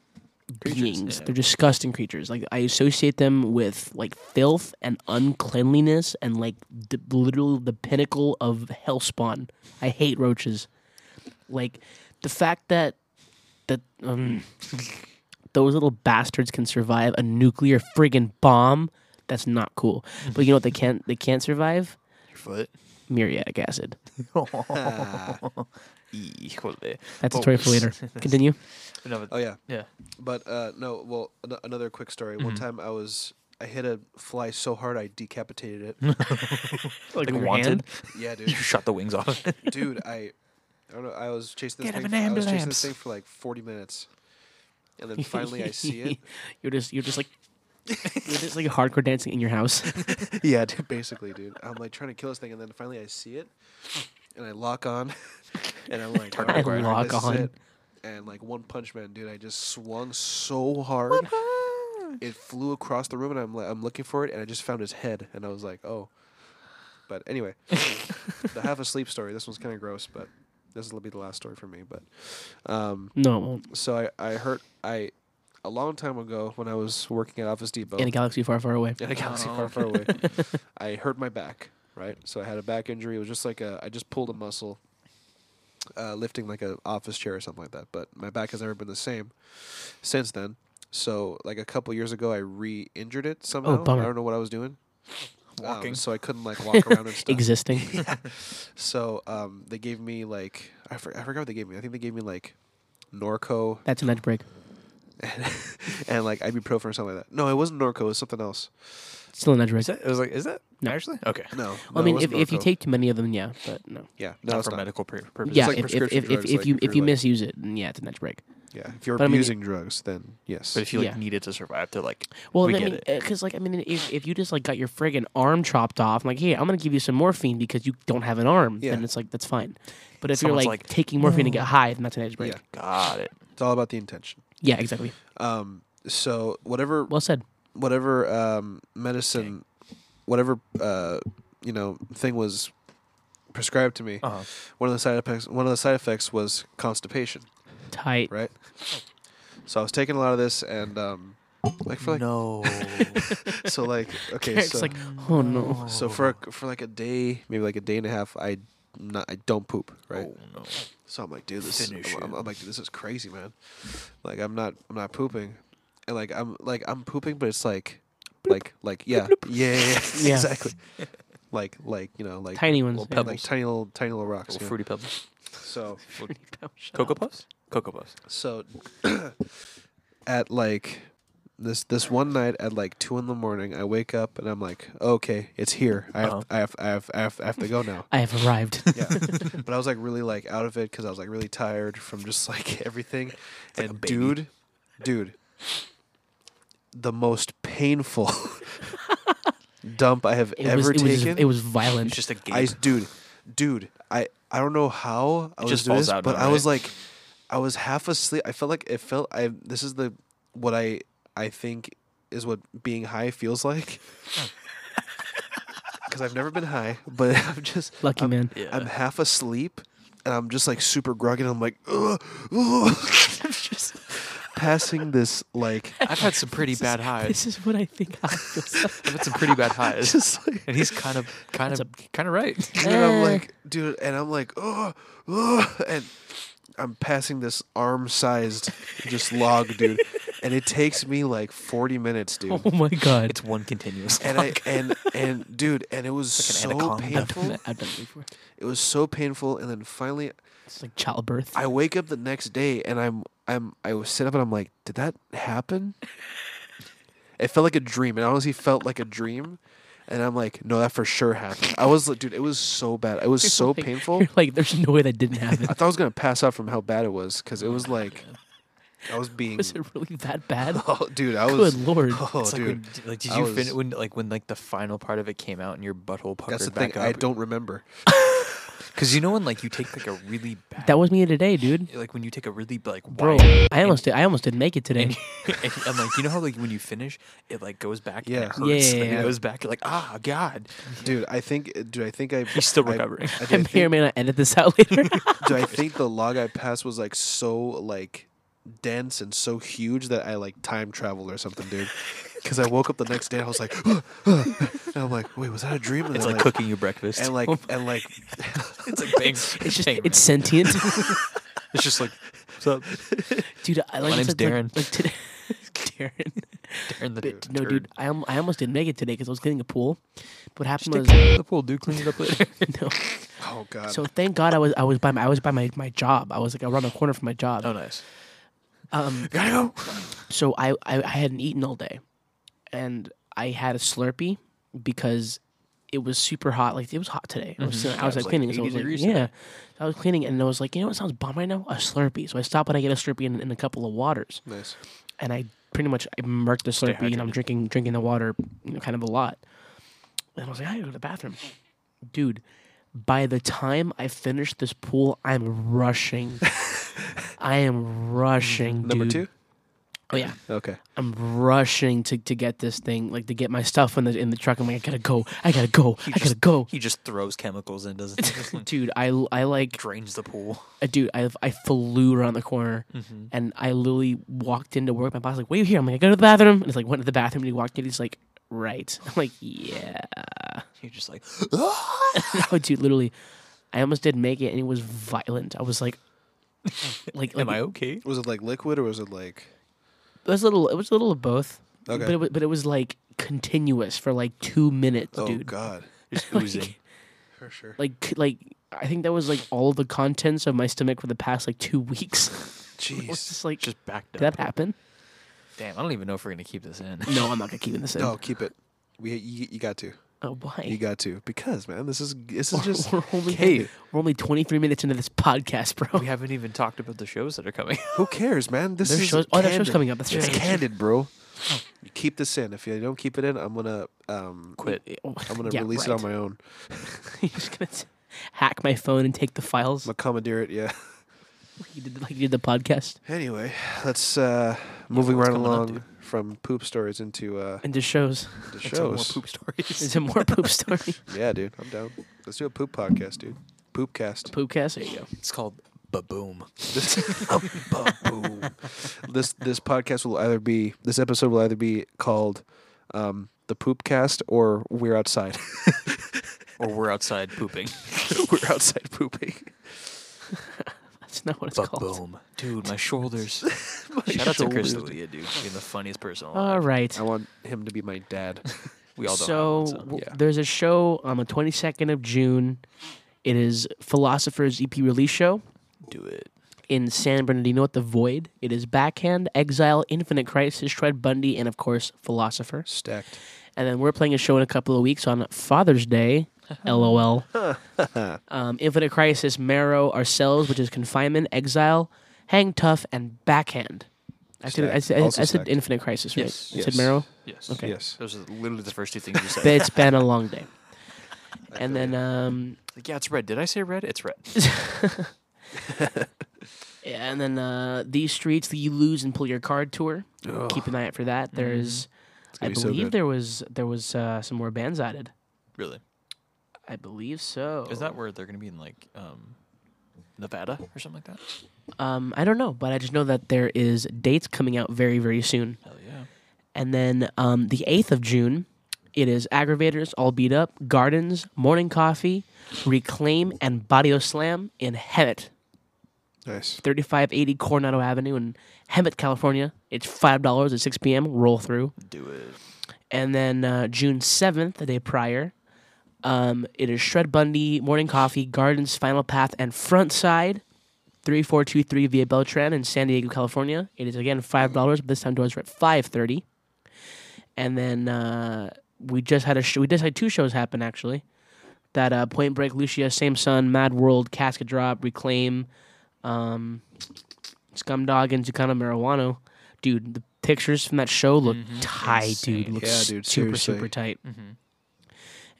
[SPEAKER 4] Creatures,
[SPEAKER 1] beings.
[SPEAKER 4] yeah.
[SPEAKER 1] They're disgusting creatures. Like I associate them with like filth and uncleanliness and like the, literally the pinnacle of hell spawn. I hate roaches. Like the fact that that um, those little bastards can survive a nuclear friggin' bomb. That's not cool. But you know what they can't they can't survive?
[SPEAKER 4] Your foot.
[SPEAKER 1] Muriatic acid.
[SPEAKER 4] Híjole.
[SPEAKER 1] That's a
[SPEAKER 4] But-
[SPEAKER 1] story for later. Continue.
[SPEAKER 4] No, but-
[SPEAKER 3] Oh yeah,
[SPEAKER 4] yeah. Mm-hmm.
[SPEAKER 3] but uh, no. Well, an- another quick story. One time I was. I hit a fly so hard I decapitated it.
[SPEAKER 1] Like,
[SPEAKER 4] Like wanted.
[SPEAKER 3] yeah, dude.
[SPEAKER 4] You shot the wings off.
[SPEAKER 3] dude, I, I don't know. I was chasing this
[SPEAKER 4] Get him
[SPEAKER 3] thing.
[SPEAKER 4] an
[SPEAKER 3] for- I was chasing
[SPEAKER 4] ambulance.
[SPEAKER 3] this thing for like forty minutes, and then finally I see it.
[SPEAKER 1] You're just you're just like you're just like hardcore dancing in your house.
[SPEAKER 3] yeah, dude, basically, dude. I'm like trying to kill this thing, and then finally I see it, and I lock on, and I'm like,
[SPEAKER 1] I
[SPEAKER 3] "Alright, Brian,
[SPEAKER 1] lock
[SPEAKER 3] this is
[SPEAKER 1] on.
[SPEAKER 3] it." And like one punch man, dude, I just swung so hard, it flew across the room, and I'm like, I'm looking for it, and I just found his head, and I was like, oh. But anyway, the half asleep story. This one's kind of gross, but this will be the last story for me. But um,
[SPEAKER 1] No, it won't.
[SPEAKER 3] so I, I heard I a long time ago when I was working at Office Depot
[SPEAKER 1] in a galaxy far, far away.
[SPEAKER 3] in a galaxy
[SPEAKER 4] Oh,
[SPEAKER 3] far, far away, I hurt my back. Right, so I had a back injury. It was just like a I just pulled a muscle, uh, lifting like a office chair or something like that. But my back has never been the same since then. So like a couple years ago, I re-injured it somehow.
[SPEAKER 1] Oh, bummer.
[SPEAKER 3] I don't know what I was doing. Um,
[SPEAKER 4] Walking.
[SPEAKER 3] so I couldn't like walk around and stuff.
[SPEAKER 1] Existing.
[SPEAKER 3] So um, they gave me like I, for- I forgot what they gave me. I think they gave me like Norco
[SPEAKER 1] That's an edge break.
[SPEAKER 3] and like ibuprofen or something like that. No, it wasn't Norco. It was something else.
[SPEAKER 1] Still an edge break.
[SPEAKER 4] Is that? It was like, is that?
[SPEAKER 1] No.
[SPEAKER 4] Actually? Okay.
[SPEAKER 3] No,
[SPEAKER 1] Well, I
[SPEAKER 3] no, it
[SPEAKER 1] mean, if,
[SPEAKER 3] wasn't
[SPEAKER 1] if you
[SPEAKER 3] Norco.
[SPEAKER 1] take too many of them, yeah, but no.
[SPEAKER 3] yeah, no,
[SPEAKER 4] Not
[SPEAKER 3] it's
[SPEAKER 4] for
[SPEAKER 3] not.
[SPEAKER 4] medical pur- purposes.
[SPEAKER 1] Yeah,
[SPEAKER 3] like
[SPEAKER 1] if, if,
[SPEAKER 3] prescription
[SPEAKER 1] if,
[SPEAKER 3] drugs,
[SPEAKER 1] if, if
[SPEAKER 3] like,
[SPEAKER 1] you if
[SPEAKER 3] if you're,
[SPEAKER 1] you
[SPEAKER 3] like-
[SPEAKER 1] misuse it, then yeah, it's an edge break.
[SPEAKER 3] yeah, if you're
[SPEAKER 1] But I mean,
[SPEAKER 3] abusing drugs, then yes.
[SPEAKER 4] But if you like
[SPEAKER 1] Yeah.
[SPEAKER 4] need it to survive, they're like,
[SPEAKER 1] Well,
[SPEAKER 4] we
[SPEAKER 1] I
[SPEAKER 4] get
[SPEAKER 1] mean,
[SPEAKER 4] it.
[SPEAKER 1] because like I mean, if, if you just like got your friggin' arm chopped off, like, hey, I'm gonna give you some morphine because you don't have an arm,
[SPEAKER 3] Yeah.
[SPEAKER 1] then it's like that's fine. But if
[SPEAKER 4] Someone's
[SPEAKER 1] you're like,
[SPEAKER 4] like,
[SPEAKER 1] taking morphine to get high, then that's an edge break.
[SPEAKER 3] Yeah.
[SPEAKER 4] Got it.
[SPEAKER 3] it's all about the intention.
[SPEAKER 1] yeah exactly.
[SPEAKER 3] Um, so whatever,
[SPEAKER 1] Well said.
[SPEAKER 3] whatever um, medicine, whatever uh, you know thing was prescribed to me,
[SPEAKER 4] Uh-huh.
[SPEAKER 3] one of the side effects, one of the side effects was constipation.
[SPEAKER 1] Tight.
[SPEAKER 3] Right. So I was taking a lot of this, and um, like for like,
[SPEAKER 4] no.
[SPEAKER 3] so like, okay,
[SPEAKER 1] Eric's
[SPEAKER 3] so
[SPEAKER 1] like,
[SPEAKER 4] Mm.
[SPEAKER 1] oh no.
[SPEAKER 3] So for a, for like a day, maybe like a day and a half, I not I don't poop, right?
[SPEAKER 4] Oh, no.
[SPEAKER 3] So I'm like, dude, this is,
[SPEAKER 4] Finish
[SPEAKER 3] I'm, I'm,
[SPEAKER 4] him.
[SPEAKER 3] I'm like, dude, this is crazy, man. Like I'm not I'm not pooping, and like I'm like I'm pooping, but it's like like like yeah yeah, yeah, yeah,
[SPEAKER 1] Yeah.
[SPEAKER 3] exactly. Like like you know like
[SPEAKER 1] Tiny ones.
[SPEAKER 3] little
[SPEAKER 1] yeah.
[SPEAKER 3] peb- like tiny little tiny little rocks.
[SPEAKER 4] Little
[SPEAKER 3] yeah.
[SPEAKER 4] Oh, fruity pebbles.
[SPEAKER 3] So
[SPEAKER 4] Cocoa Puffs? Cocoa Puffs.
[SPEAKER 3] so at like this this one night at like two in the morning, I wake up and I'm like, okay, it's here. I have,
[SPEAKER 4] Uh-huh.
[SPEAKER 3] I have I have I have I have to go now.
[SPEAKER 1] I have arrived.
[SPEAKER 3] Yeah, but I was like really like out of it because I was like really tired from just like everything.
[SPEAKER 4] like a
[SPEAKER 3] and
[SPEAKER 4] baby.
[SPEAKER 3] dude, dude, the most painful dump I have
[SPEAKER 1] It was,
[SPEAKER 3] ever
[SPEAKER 1] it, was,
[SPEAKER 3] taken.
[SPEAKER 1] it was
[SPEAKER 4] It's
[SPEAKER 1] violent.
[SPEAKER 4] just a game.
[SPEAKER 3] I dude, dude, I I don't know how I was
[SPEAKER 4] just
[SPEAKER 3] doing
[SPEAKER 4] falls
[SPEAKER 3] this,
[SPEAKER 4] out
[SPEAKER 3] but
[SPEAKER 4] now,
[SPEAKER 3] I was
[SPEAKER 4] right?
[SPEAKER 3] like, I was half asleep. I felt like it felt I. This is the what I I think is what being high feels like. Because I've never been high, but I'm just
[SPEAKER 1] Lucky
[SPEAKER 3] I'm-
[SPEAKER 1] man.
[SPEAKER 3] I'm half asleep and I'm just like super groggy and I'm like, ugh, ugh,"
[SPEAKER 4] just,
[SPEAKER 3] passing this like,
[SPEAKER 4] I've had some pretty bad highs.
[SPEAKER 1] This is what I think I feel.
[SPEAKER 4] I've had some pretty bad highs.
[SPEAKER 3] just like,
[SPEAKER 4] and he's kind of, kind of, kind of right.
[SPEAKER 3] and I'm
[SPEAKER 1] Eh.
[SPEAKER 3] like, dude, and I'm like, ugh, ugh," and I'm passing this arm-sized just log, dude, and it takes me like 40 minutes, dude.
[SPEAKER 1] Oh my god.
[SPEAKER 4] It's one continuous.
[SPEAKER 3] And I and and dude, and it was
[SPEAKER 4] It's like an
[SPEAKER 3] so
[SPEAKER 4] anaconda.
[SPEAKER 1] I've done,
[SPEAKER 3] painful.
[SPEAKER 1] that, I've done it before.
[SPEAKER 3] It was so painful, and then finally,
[SPEAKER 1] It's like childbirth.
[SPEAKER 3] I wake up the next day and I'm I'm I was sit up and I'm like, did that happen? It felt like a dream. It honestly felt like a dream. And I'm like, no, that for sure happened. I was like, dude, it was so bad. It was so
[SPEAKER 1] Like,
[SPEAKER 3] painful.
[SPEAKER 1] You're like, there's no way that didn't happen.
[SPEAKER 3] I thought I was gonna pass out from how bad it was because it was like, I was being,
[SPEAKER 1] was it really that bad?
[SPEAKER 3] oh, dude, I was,
[SPEAKER 1] Good lord.
[SPEAKER 3] oh,
[SPEAKER 4] it's like,
[SPEAKER 3] dude,
[SPEAKER 4] when, like did
[SPEAKER 3] I
[SPEAKER 4] you fin-
[SPEAKER 3] was-
[SPEAKER 4] when like when like the final part of it came out and your butthole puckered
[SPEAKER 3] that's the
[SPEAKER 4] back
[SPEAKER 3] thing. I
[SPEAKER 4] up?
[SPEAKER 3] don't remember.
[SPEAKER 4] Because you know when like you take like a really bad
[SPEAKER 1] That was me today, dude.
[SPEAKER 4] like when you take a really like
[SPEAKER 1] Bro,
[SPEAKER 4] wide
[SPEAKER 1] I almost did. I almost didn't make it today.
[SPEAKER 4] and I'm like, you know how like when you finish, it like goes back and
[SPEAKER 3] Yeah.
[SPEAKER 4] it hurts.
[SPEAKER 1] Yeah,
[SPEAKER 4] like,
[SPEAKER 1] yeah, yeah.
[SPEAKER 4] It goes back. You're like, ah, God.
[SPEAKER 3] Dude, I think, dude, I think I.
[SPEAKER 4] He's still
[SPEAKER 3] I-
[SPEAKER 4] recovering.
[SPEAKER 3] I, did, I
[SPEAKER 1] I may or
[SPEAKER 3] think,
[SPEAKER 1] may not edit this out later.
[SPEAKER 3] dude, I think the log I passed was like so like dense and so huge that I like time traveled or something, dude. Because I woke up the next day and I was like, and I'm like, wait, was that a dream? And
[SPEAKER 4] It's
[SPEAKER 3] then,
[SPEAKER 4] like cooking your breakfast.
[SPEAKER 3] and like and like,
[SPEAKER 4] it's like bang.
[SPEAKER 1] It's just
[SPEAKER 4] bang,
[SPEAKER 1] it's sentient,
[SPEAKER 4] bang. it's just like what's up?
[SPEAKER 1] dude. I like
[SPEAKER 4] name's
[SPEAKER 1] like,
[SPEAKER 4] Darren.
[SPEAKER 1] Like, like today, Darren.
[SPEAKER 4] Darn the
[SPEAKER 1] But no, dude.
[SPEAKER 4] turd.
[SPEAKER 1] I, al- I almost didn't make it today because I was getting a pool. But what happened
[SPEAKER 4] Just
[SPEAKER 1] was
[SPEAKER 4] take the pool, dude. Clean it up later.
[SPEAKER 1] no.
[SPEAKER 3] oh god,
[SPEAKER 1] So thank God I was I was by my, I was by my, my job. I was like around the corner from my job.
[SPEAKER 4] oh, nice.
[SPEAKER 1] Um,
[SPEAKER 3] gotta go.
[SPEAKER 1] so I, I I hadn't eaten all day, and I had a Slurpee because it was super hot. Like it was hot today. I was, sitting- I was,
[SPEAKER 4] Mm-hmm. it was
[SPEAKER 1] like
[SPEAKER 4] like
[SPEAKER 1] cleaning. so I
[SPEAKER 4] 80
[SPEAKER 1] was like,
[SPEAKER 4] degrees
[SPEAKER 1] yeah. So I was cleaning, and I was like, you know what sounds bomb right now? A Slurpee. So I stop and I get a Slurpee and, and a couple of waters,
[SPEAKER 3] Nice.
[SPEAKER 1] and I pretty much I murked the Slurpee, and I'm
[SPEAKER 4] hydrated.
[SPEAKER 1] drinking drinking the water, you know, kind of a lot. And I was like, I gotta go to the bathroom, dude. By the time I finish this pool, I'm rushing. I am rushing.
[SPEAKER 3] Number
[SPEAKER 1] dude.
[SPEAKER 3] two.
[SPEAKER 1] Oh yeah.
[SPEAKER 3] Okay.
[SPEAKER 1] I'm rushing to, to get this thing, like to get my stuff in the in the truck. I'm like, I gotta go, I gotta go, I gotta
[SPEAKER 4] just- Hmm.
[SPEAKER 1] go,
[SPEAKER 4] He just throws chemicals in, doesn't he? Just, like,
[SPEAKER 1] dude. I I like,
[SPEAKER 4] drains the pool.
[SPEAKER 1] uh, dude. I I flew around the corner,
[SPEAKER 3] Mm-hmm.
[SPEAKER 1] and I literally walked into work. My boss like, wait you here. I'm like, I go to the bathroom, and it's like went to the bathroom, and he walked in. He's like, right. I'm like, yeah.
[SPEAKER 4] You're just like,
[SPEAKER 1] no, dude, literally, I almost did make it, and it was violent. I was like, like, like
[SPEAKER 4] am I okay?
[SPEAKER 3] Was it like liquid or was it like?
[SPEAKER 1] it was a little, it was a little of both.
[SPEAKER 3] Okay.
[SPEAKER 1] But it, wa- but it was like continuous for like two minutes,
[SPEAKER 3] Oh
[SPEAKER 1] dude.
[SPEAKER 3] god,
[SPEAKER 4] Just oozing.
[SPEAKER 3] for sure.
[SPEAKER 1] like c- like I think that was like all the contents of my stomach for the past like two weeks. I was
[SPEAKER 3] Jeez.
[SPEAKER 1] just like,
[SPEAKER 4] just backed
[SPEAKER 1] did that
[SPEAKER 4] up.
[SPEAKER 1] happen?
[SPEAKER 4] Damn, I don't even know if we're gonna keep this in.
[SPEAKER 1] No, I'm not gonna keep it in the same.
[SPEAKER 3] No, keep it. We you, you got to.
[SPEAKER 1] Oh, why?
[SPEAKER 3] You got to because man, this is this is just
[SPEAKER 1] we're only
[SPEAKER 3] hey,
[SPEAKER 1] we're only 23 minutes into this podcast, bro.
[SPEAKER 4] We haven't even talked about the shows that are coming.
[SPEAKER 3] who cares, man? This
[SPEAKER 1] There's
[SPEAKER 3] is
[SPEAKER 1] shows- oh, that show's coming up. That's
[SPEAKER 3] It's
[SPEAKER 1] right.
[SPEAKER 3] candid, bro. You keep this in. If you don't keep it in, I'm gonna um
[SPEAKER 4] Quit.
[SPEAKER 1] Oh,
[SPEAKER 3] I'm gonna
[SPEAKER 1] yeah,
[SPEAKER 3] release it on
[SPEAKER 1] right.
[SPEAKER 3] my own.
[SPEAKER 1] You're just gonna s- hack my phone and take the files.
[SPEAKER 3] I'm gonna commandeer it. Yeah.
[SPEAKER 1] Like you did, like you did the podcast
[SPEAKER 3] Anyway, let's uh moving
[SPEAKER 4] what's
[SPEAKER 3] right
[SPEAKER 4] coming up,
[SPEAKER 3] along
[SPEAKER 4] dude?
[SPEAKER 3] from poop stories into uh
[SPEAKER 1] and just shows.
[SPEAKER 3] the
[SPEAKER 4] Into more
[SPEAKER 3] shows.
[SPEAKER 4] poop stories.
[SPEAKER 1] Is it more poop story?
[SPEAKER 3] Yeah, dude, I'm down. Let's do a poop podcast, dude. Poopcast.
[SPEAKER 1] Poopcast. There you go.
[SPEAKER 4] It's called Baboom.
[SPEAKER 3] Boom. this this podcast will either be this episode will either be called um, the Poopcast or We're Outside.
[SPEAKER 4] Or we're outside pooping.
[SPEAKER 3] We're outside pooping.
[SPEAKER 1] That's not what it's called.
[SPEAKER 4] Baboom. Dude, my shoulders. Shout out to Chris D'Elia, dude. for Being the funniest person
[SPEAKER 1] All
[SPEAKER 4] alive.
[SPEAKER 1] right.
[SPEAKER 3] I want him to be my dad.
[SPEAKER 4] We all don't
[SPEAKER 1] so,
[SPEAKER 4] have one, so.
[SPEAKER 1] w-
[SPEAKER 3] yeah.
[SPEAKER 1] there's a show on the 22nd of June. It is Philosopher's EP release show
[SPEAKER 4] do it.
[SPEAKER 1] in San Bernardino at the Void. It is Backhand, Exile, Infinite Crisis, Tread Bundy, and of course Philosopher.
[SPEAKER 3] Stacked.
[SPEAKER 1] And then we're playing a show in a couple of weeks on Father's Day. LOL. um, Infinite Crisis, Marrow, Ourselves, which is Confinement, Exile, Hang Tough, and Backhand. I said, I
[SPEAKER 3] Stacked.
[SPEAKER 1] said, I
[SPEAKER 3] Also
[SPEAKER 1] said
[SPEAKER 3] stacked.
[SPEAKER 1] Infinite Crisis, right?
[SPEAKER 4] Yes.
[SPEAKER 1] I said
[SPEAKER 3] Yes.
[SPEAKER 1] Marrow?
[SPEAKER 4] Yes.
[SPEAKER 1] Okay.
[SPEAKER 3] Yes.
[SPEAKER 4] Those are literally the first two things you said.
[SPEAKER 1] But it's been a long day. And then um,
[SPEAKER 4] Like, yeah, it's red. Did I say red? It's red.
[SPEAKER 1] Yeah, and then uh, these streets, the you lose and pull your card tour. Keep an eye out for that. There's, I
[SPEAKER 3] gonna be so
[SPEAKER 1] believe
[SPEAKER 3] good.
[SPEAKER 1] there was there was uh, some more bands added.
[SPEAKER 4] Really?
[SPEAKER 1] I believe so.
[SPEAKER 4] Is that where they're gonna be in like um, Nevada or something like that?
[SPEAKER 1] Um, I don't know, but I just know that there is dates coming out very very soon.
[SPEAKER 4] Hell yeah.
[SPEAKER 1] And then um, the eighth of June, it is aggravators all beat up, gardens, morning coffee, reclaim, and Barrio Slam in Hemet.
[SPEAKER 3] Nice.
[SPEAKER 1] 3580 Coronado Avenue in Hemet, California. It's $5 at 6 p.m. Roll through.
[SPEAKER 4] Do it.
[SPEAKER 1] And then uh, June 7th, the day prior, um, it is Shred Bundy, Morning Coffee, Gardens, Final Path, and Front Side, 3423 Via Beltran in San Diego, California. It is again $5, but this time doors are at 530 And then uh, we just had a sh- we just had two shows happen, actually. That uh, Point Break, Lucia, Same Sun, Mad World, Casket Drop, Reclaim, um, Scumdog, and Zucano Marijuano. Dude, the pictures from that show look
[SPEAKER 4] Mm-hmm.
[SPEAKER 1] tight, dude.
[SPEAKER 2] Insane.
[SPEAKER 1] Look
[SPEAKER 3] Yeah,
[SPEAKER 1] super,
[SPEAKER 3] dude,
[SPEAKER 1] super
[SPEAKER 3] seriously.
[SPEAKER 1] tight.
[SPEAKER 4] Mhm.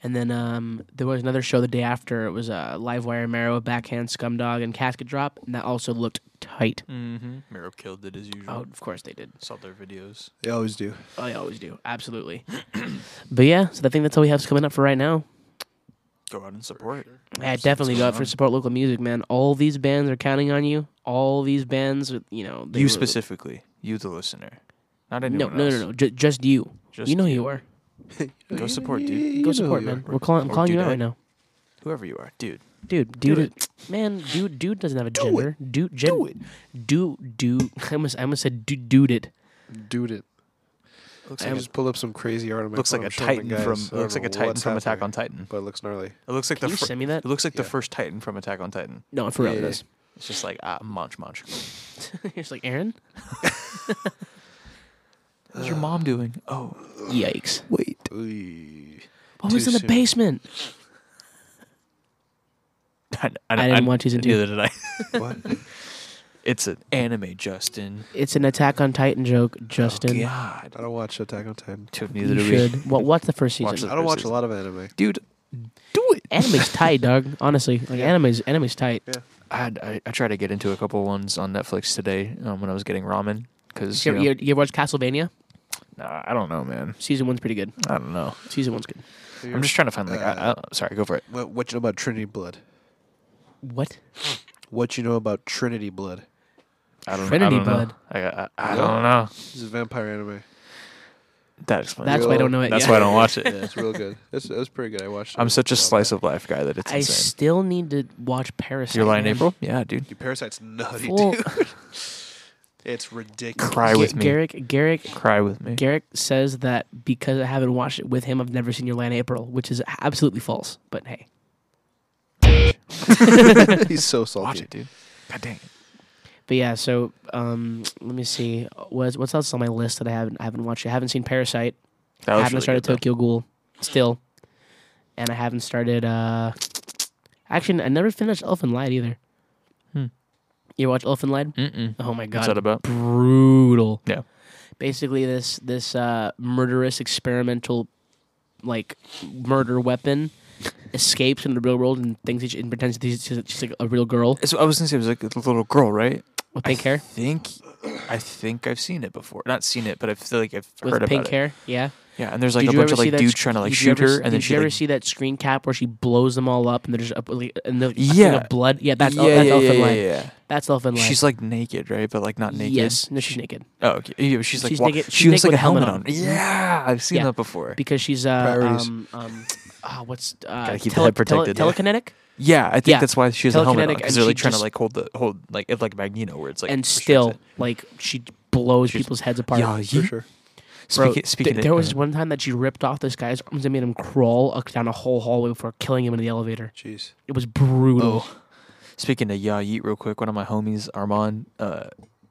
[SPEAKER 1] And then um, there was another show the day after. It was uh, Livewire, Marrow, Backhand, Scumdog, and Casket Drop, and that also looked tight.
[SPEAKER 4] Mm-hmm. Miro killed it as usual.
[SPEAKER 1] Oh, of course they did.
[SPEAKER 4] Saw their videos.
[SPEAKER 3] They always do.
[SPEAKER 1] I always do. Absolutely. but yeah, so I think that's all we have coming up for right now.
[SPEAKER 4] Go out and support.
[SPEAKER 1] I definitely go out for support local music, man. All these bands are counting on you. All these bands, are- you know, they
[SPEAKER 4] You
[SPEAKER 1] were-
[SPEAKER 4] specifically. You, the listener. Not
[SPEAKER 1] No,
[SPEAKER 4] anyone
[SPEAKER 1] no,
[SPEAKER 4] else.
[SPEAKER 1] no, no. Ju- just you.
[SPEAKER 4] Just
[SPEAKER 1] you know who
[SPEAKER 4] you.
[SPEAKER 1] you are.
[SPEAKER 4] Go support, dude.
[SPEAKER 1] Go support, man. We're calling. I'm
[SPEAKER 4] Or
[SPEAKER 1] calling you
[SPEAKER 4] do
[SPEAKER 1] out
[SPEAKER 4] that.
[SPEAKER 1] right now,
[SPEAKER 4] Whoever you are, dude.
[SPEAKER 1] dude. Dude, is- man, dude, dude doesn't have a gender. Dude, gen-
[SPEAKER 3] Do it.
[SPEAKER 1] do do. I almost, I almost said do, dude it.
[SPEAKER 3] Dude, it.
[SPEAKER 4] Looks
[SPEAKER 3] I
[SPEAKER 4] like,
[SPEAKER 3] just pulled up some crazy art on my
[SPEAKER 4] looks
[SPEAKER 3] phone.
[SPEAKER 4] like a
[SPEAKER 3] I'm showing the
[SPEAKER 4] titan
[SPEAKER 3] guys.
[SPEAKER 4] from.
[SPEAKER 3] I don't
[SPEAKER 4] Looks like
[SPEAKER 3] know
[SPEAKER 4] a titan
[SPEAKER 3] what's
[SPEAKER 4] from Attack
[SPEAKER 3] happening,
[SPEAKER 4] on Titan.
[SPEAKER 3] But it looks gnarly.
[SPEAKER 4] It looks like
[SPEAKER 1] Can
[SPEAKER 4] the.
[SPEAKER 1] you
[SPEAKER 4] fir-
[SPEAKER 1] send me that?
[SPEAKER 4] It looks like the
[SPEAKER 3] Yeah.
[SPEAKER 4] first titan from Attack on Titan.
[SPEAKER 1] No, for real,
[SPEAKER 3] Yeah,
[SPEAKER 1] it
[SPEAKER 3] yeah.
[SPEAKER 1] is.
[SPEAKER 4] It's just like ah, munch, munch.
[SPEAKER 1] It's like Aaron.
[SPEAKER 4] What's
[SPEAKER 3] Uh.
[SPEAKER 4] your mom doing? Oh,
[SPEAKER 1] Yikes!
[SPEAKER 4] wait.
[SPEAKER 3] Ooh.
[SPEAKER 1] What
[SPEAKER 3] Too
[SPEAKER 1] was in the
[SPEAKER 3] soon.
[SPEAKER 1] basement?
[SPEAKER 4] I,
[SPEAKER 1] I didn't watch season two.
[SPEAKER 4] Neither did I.
[SPEAKER 3] What?
[SPEAKER 4] It's an anime, Justin. Oh,
[SPEAKER 1] It's an Attack on Titan joke, Justin.
[SPEAKER 4] God.
[SPEAKER 3] I don't watch Attack on Titan.
[SPEAKER 4] Dude,
[SPEAKER 1] You
[SPEAKER 4] neither do we.
[SPEAKER 1] should. What? What's the first
[SPEAKER 4] Watch
[SPEAKER 1] season?
[SPEAKER 3] I
[SPEAKER 4] the-
[SPEAKER 3] don't
[SPEAKER 4] first
[SPEAKER 3] watch a
[SPEAKER 4] season.
[SPEAKER 3] lot of anime.
[SPEAKER 4] Dude, do it.
[SPEAKER 1] Anime's tight, dog. Honestly, like anime's anime's tight.
[SPEAKER 3] Yeah.
[SPEAKER 4] I, I I tried to get into a couple ones on Netflix today um, when I was getting ramen because
[SPEAKER 1] You, ever, you, ever- you ever watch Castlevania?
[SPEAKER 4] nah, I don't know, man.
[SPEAKER 1] Season one's pretty good.
[SPEAKER 4] I don't know.
[SPEAKER 1] Season one's good.
[SPEAKER 4] I'm just trying to find like. I, I, sorry, go for it.
[SPEAKER 3] What, what you know about Trinity Blood?
[SPEAKER 1] What?
[SPEAKER 3] What you know about Trinity Blood?
[SPEAKER 4] I don't. I
[SPEAKER 1] Trinity
[SPEAKER 4] don't know.
[SPEAKER 1] Blood.
[SPEAKER 4] I, I, I
[SPEAKER 3] Yeah.
[SPEAKER 4] don't know.
[SPEAKER 3] This is a vampire anime.
[SPEAKER 4] That explains.
[SPEAKER 1] That's
[SPEAKER 4] it.
[SPEAKER 1] why I don't know it.
[SPEAKER 4] That's
[SPEAKER 1] yet.
[SPEAKER 4] why I don't watch
[SPEAKER 3] Yeah,
[SPEAKER 4] it.
[SPEAKER 3] it's real good. It's, it was pretty good. I watched. it
[SPEAKER 4] I'm such a
[SPEAKER 3] while
[SPEAKER 4] slice
[SPEAKER 3] back.
[SPEAKER 4] of life guy that it's
[SPEAKER 1] I
[SPEAKER 4] insane.
[SPEAKER 1] still need to watch Parasite.
[SPEAKER 4] You're lying,
[SPEAKER 1] man.
[SPEAKER 4] April. Yeah, dude.
[SPEAKER 3] Dude, Parasite's nutty,
[SPEAKER 1] Well,
[SPEAKER 3] dude. It's ridiculous.
[SPEAKER 4] Cry with me.
[SPEAKER 1] Garrick, Garrick,
[SPEAKER 4] Cry with me.
[SPEAKER 1] Garrick says that because I haven't watched it with him, I've never seen Your Lie in April, which is absolutely false. But hey,
[SPEAKER 3] He's so salty.
[SPEAKER 4] Watch it, dude. God dang it.
[SPEAKER 1] but yeah. So um, let me see. What's what's else on my list that I haven't I haven't watched? I haven't seen Parasite.
[SPEAKER 4] That
[SPEAKER 1] I
[SPEAKER 4] was
[SPEAKER 1] haven't
[SPEAKER 4] really
[SPEAKER 1] started
[SPEAKER 4] good, though.
[SPEAKER 1] Tokyo Ghoul still, and I haven't started. uh Actually, I never finished Elfin Lied either.
[SPEAKER 4] Hmm.
[SPEAKER 1] You watch Elfin Lied?
[SPEAKER 4] Mm-mm.
[SPEAKER 1] Oh my
[SPEAKER 4] What's that
[SPEAKER 1] god,
[SPEAKER 4] about?
[SPEAKER 1] brutal.
[SPEAKER 4] Yeah.
[SPEAKER 1] Basically, this this uh, murderous experimental, like murder weapon, escapes into the real world and thinks she, and pretends that she's, she's, she's like a real girl
[SPEAKER 4] So I was gonna say it was like a little girl, right?
[SPEAKER 1] with pink
[SPEAKER 4] I
[SPEAKER 1] hair,
[SPEAKER 4] think, I think I've seen it before. Not seen it, but I feel like I've
[SPEAKER 1] with
[SPEAKER 4] heard
[SPEAKER 1] pink
[SPEAKER 4] about
[SPEAKER 1] hair. Yeah.
[SPEAKER 4] it. Yeah, and there's like
[SPEAKER 1] Did
[SPEAKER 4] a
[SPEAKER 1] you
[SPEAKER 4] bunch
[SPEAKER 1] ever
[SPEAKER 4] of
[SPEAKER 1] see
[SPEAKER 4] like
[SPEAKER 1] that
[SPEAKER 4] dude
[SPEAKER 1] sc-
[SPEAKER 4] trying to like
[SPEAKER 1] did you
[SPEAKER 4] shoot
[SPEAKER 1] ever s-
[SPEAKER 4] her, and then
[SPEAKER 1] did
[SPEAKER 4] she
[SPEAKER 1] you ever
[SPEAKER 4] like,
[SPEAKER 1] see that screen cap where she blows them all up and there's up like, and the
[SPEAKER 4] Yeah.
[SPEAKER 1] of blood? Yeah, that's
[SPEAKER 4] yeah,
[SPEAKER 1] El- that's
[SPEAKER 4] yeah,
[SPEAKER 1] Elfin
[SPEAKER 4] yeah,
[SPEAKER 1] Lied.
[SPEAKER 4] yeah,
[SPEAKER 1] That's Elfin
[SPEAKER 4] yeah.
[SPEAKER 1] Lied.
[SPEAKER 4] She's like naked, right? But like not naked.
[SPEAKER 1] Yes, no, she's naked
[SPEAKER 4] Oh, okay. Yeah, but she's like
[SPEAKER 1] She's
[SPEAKER 4] wa-
[SPEAKER 1] naked- she's
[SPEAKER 4] she
[SPEAKER 1] naked
[SPEAKER 4] looks like
[SPEAKER 1] with
[SPEAKER 4] a
[SPEAKER 1] a helmet
[SPEAKER 4] helmet on.
[SPEAKER 1] on.
[SPEAKER 4] Yeah, I've seen
[SPEAKER 1] Yeah.
[SPEAKER 4] that before.
[SPEAKER 1] because she's uh
[SPEAKER 3] Priorities.
[SPEAKER 1] um um ah what's uh
[SPEAKER 4] Gotta keep the head protected, yeah.
[SPEAKER 1] telekinetic
[SPEAKER 4] yeah, I think
[SPEAKER 1] yeah.
[SPEAKER 4] that's why she has a helmet on
[SPEAKER 1] Telekinetic, and
[SPEAKER 4] because they're
[SPEAKER 1] she
[SPEAKER 4] like trying
[SPEAKER 1] just-
[SPEAKER 4] to like hold the hold like it's like Magneto where it's like
[SPEAKER 1] and
[SPEAKER 4] restricts
[SPEAKER 1] still
[SPEAKER 4] it.
[SPEAKER 1] like she blows people's heads apart.
[SPEAKER 4] Yeah,
[SPEAKER 3] for
[SPEAKER 4] you,
[SPEAKER 1] Bro,
[SPEAKER 3] sure.
[SPEAKER 4] speaking,
[SPEAKER 1] th-
[SPEAKER 4] speaking of-
[SPEAKER 1] there was
[SPEAKER 4] uh,
[SPEAKER 1] one time that she ripped off this guy's arms and made him crawl up down a whole hallway before killing him in the elevator.
[SPEAKER 3] Jeez.
[SPEAKER 1] It was brutal.
[SPEAKER 4] Oh. Speaking of yeah, yeet real quick, one of my homies, Armand, uh,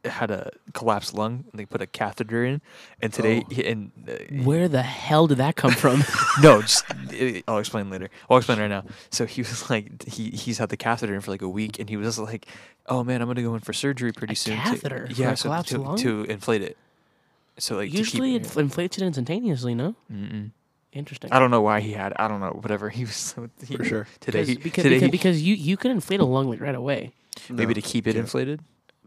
[SPEAKER 4] had a collapsed lung. And they put a catheter in, and today
[SPEAKER 3] Oh.
[SPEAKER 4] he, and uh,
[SPEAKER 1] Where the hell did that come from?
[SPEAKER 4] no, just uh, I'll explain later. I'll explain right now. So he was like, he he's had the catheter in for like a week, and he was like, oh man, I'm gonna go in for surgery pretty soon. to-"
[SPEAKER 1] catheter for
[SPEAKER 4] yeah,
[SPEAKER 1] a
[SPEAKER 4] so
[SPEAKER 1] collapsed
[SPEAKER 4] to,
[SPEAKER 1] lung?
[SPEAKER 4] to inflate it. So like
[SPEAKER 1] Usually
[SPEAKER 4] to
[SPEAKER 1] it
[SPEAKER 4] keep,
[SPEAKER 1] f- inflates it instantaneously, no?
[SPEAKER 4] Mm-mm.
[SPEAKER 1] Interesting.
[SPEAKER 4] I don't know why he had. I don't know. Whatever he was so- he,
[SPEAKER 3] For sure.
[SPEAKER 4] today. he-
[SPEAKER 1] because, because,
[SPEAKER 4] today
[SPEAKER 1] because,
[SPEAKER 4] he-
[SPEAKER 1] because you you can inflate a lung like right away,
[SPEAKER 4] maybe
[SPEAKER 3] No,
[SPEAKER 4] to keep it
[SPEAKER 3] can't.
[SPEAKER 4] inflated.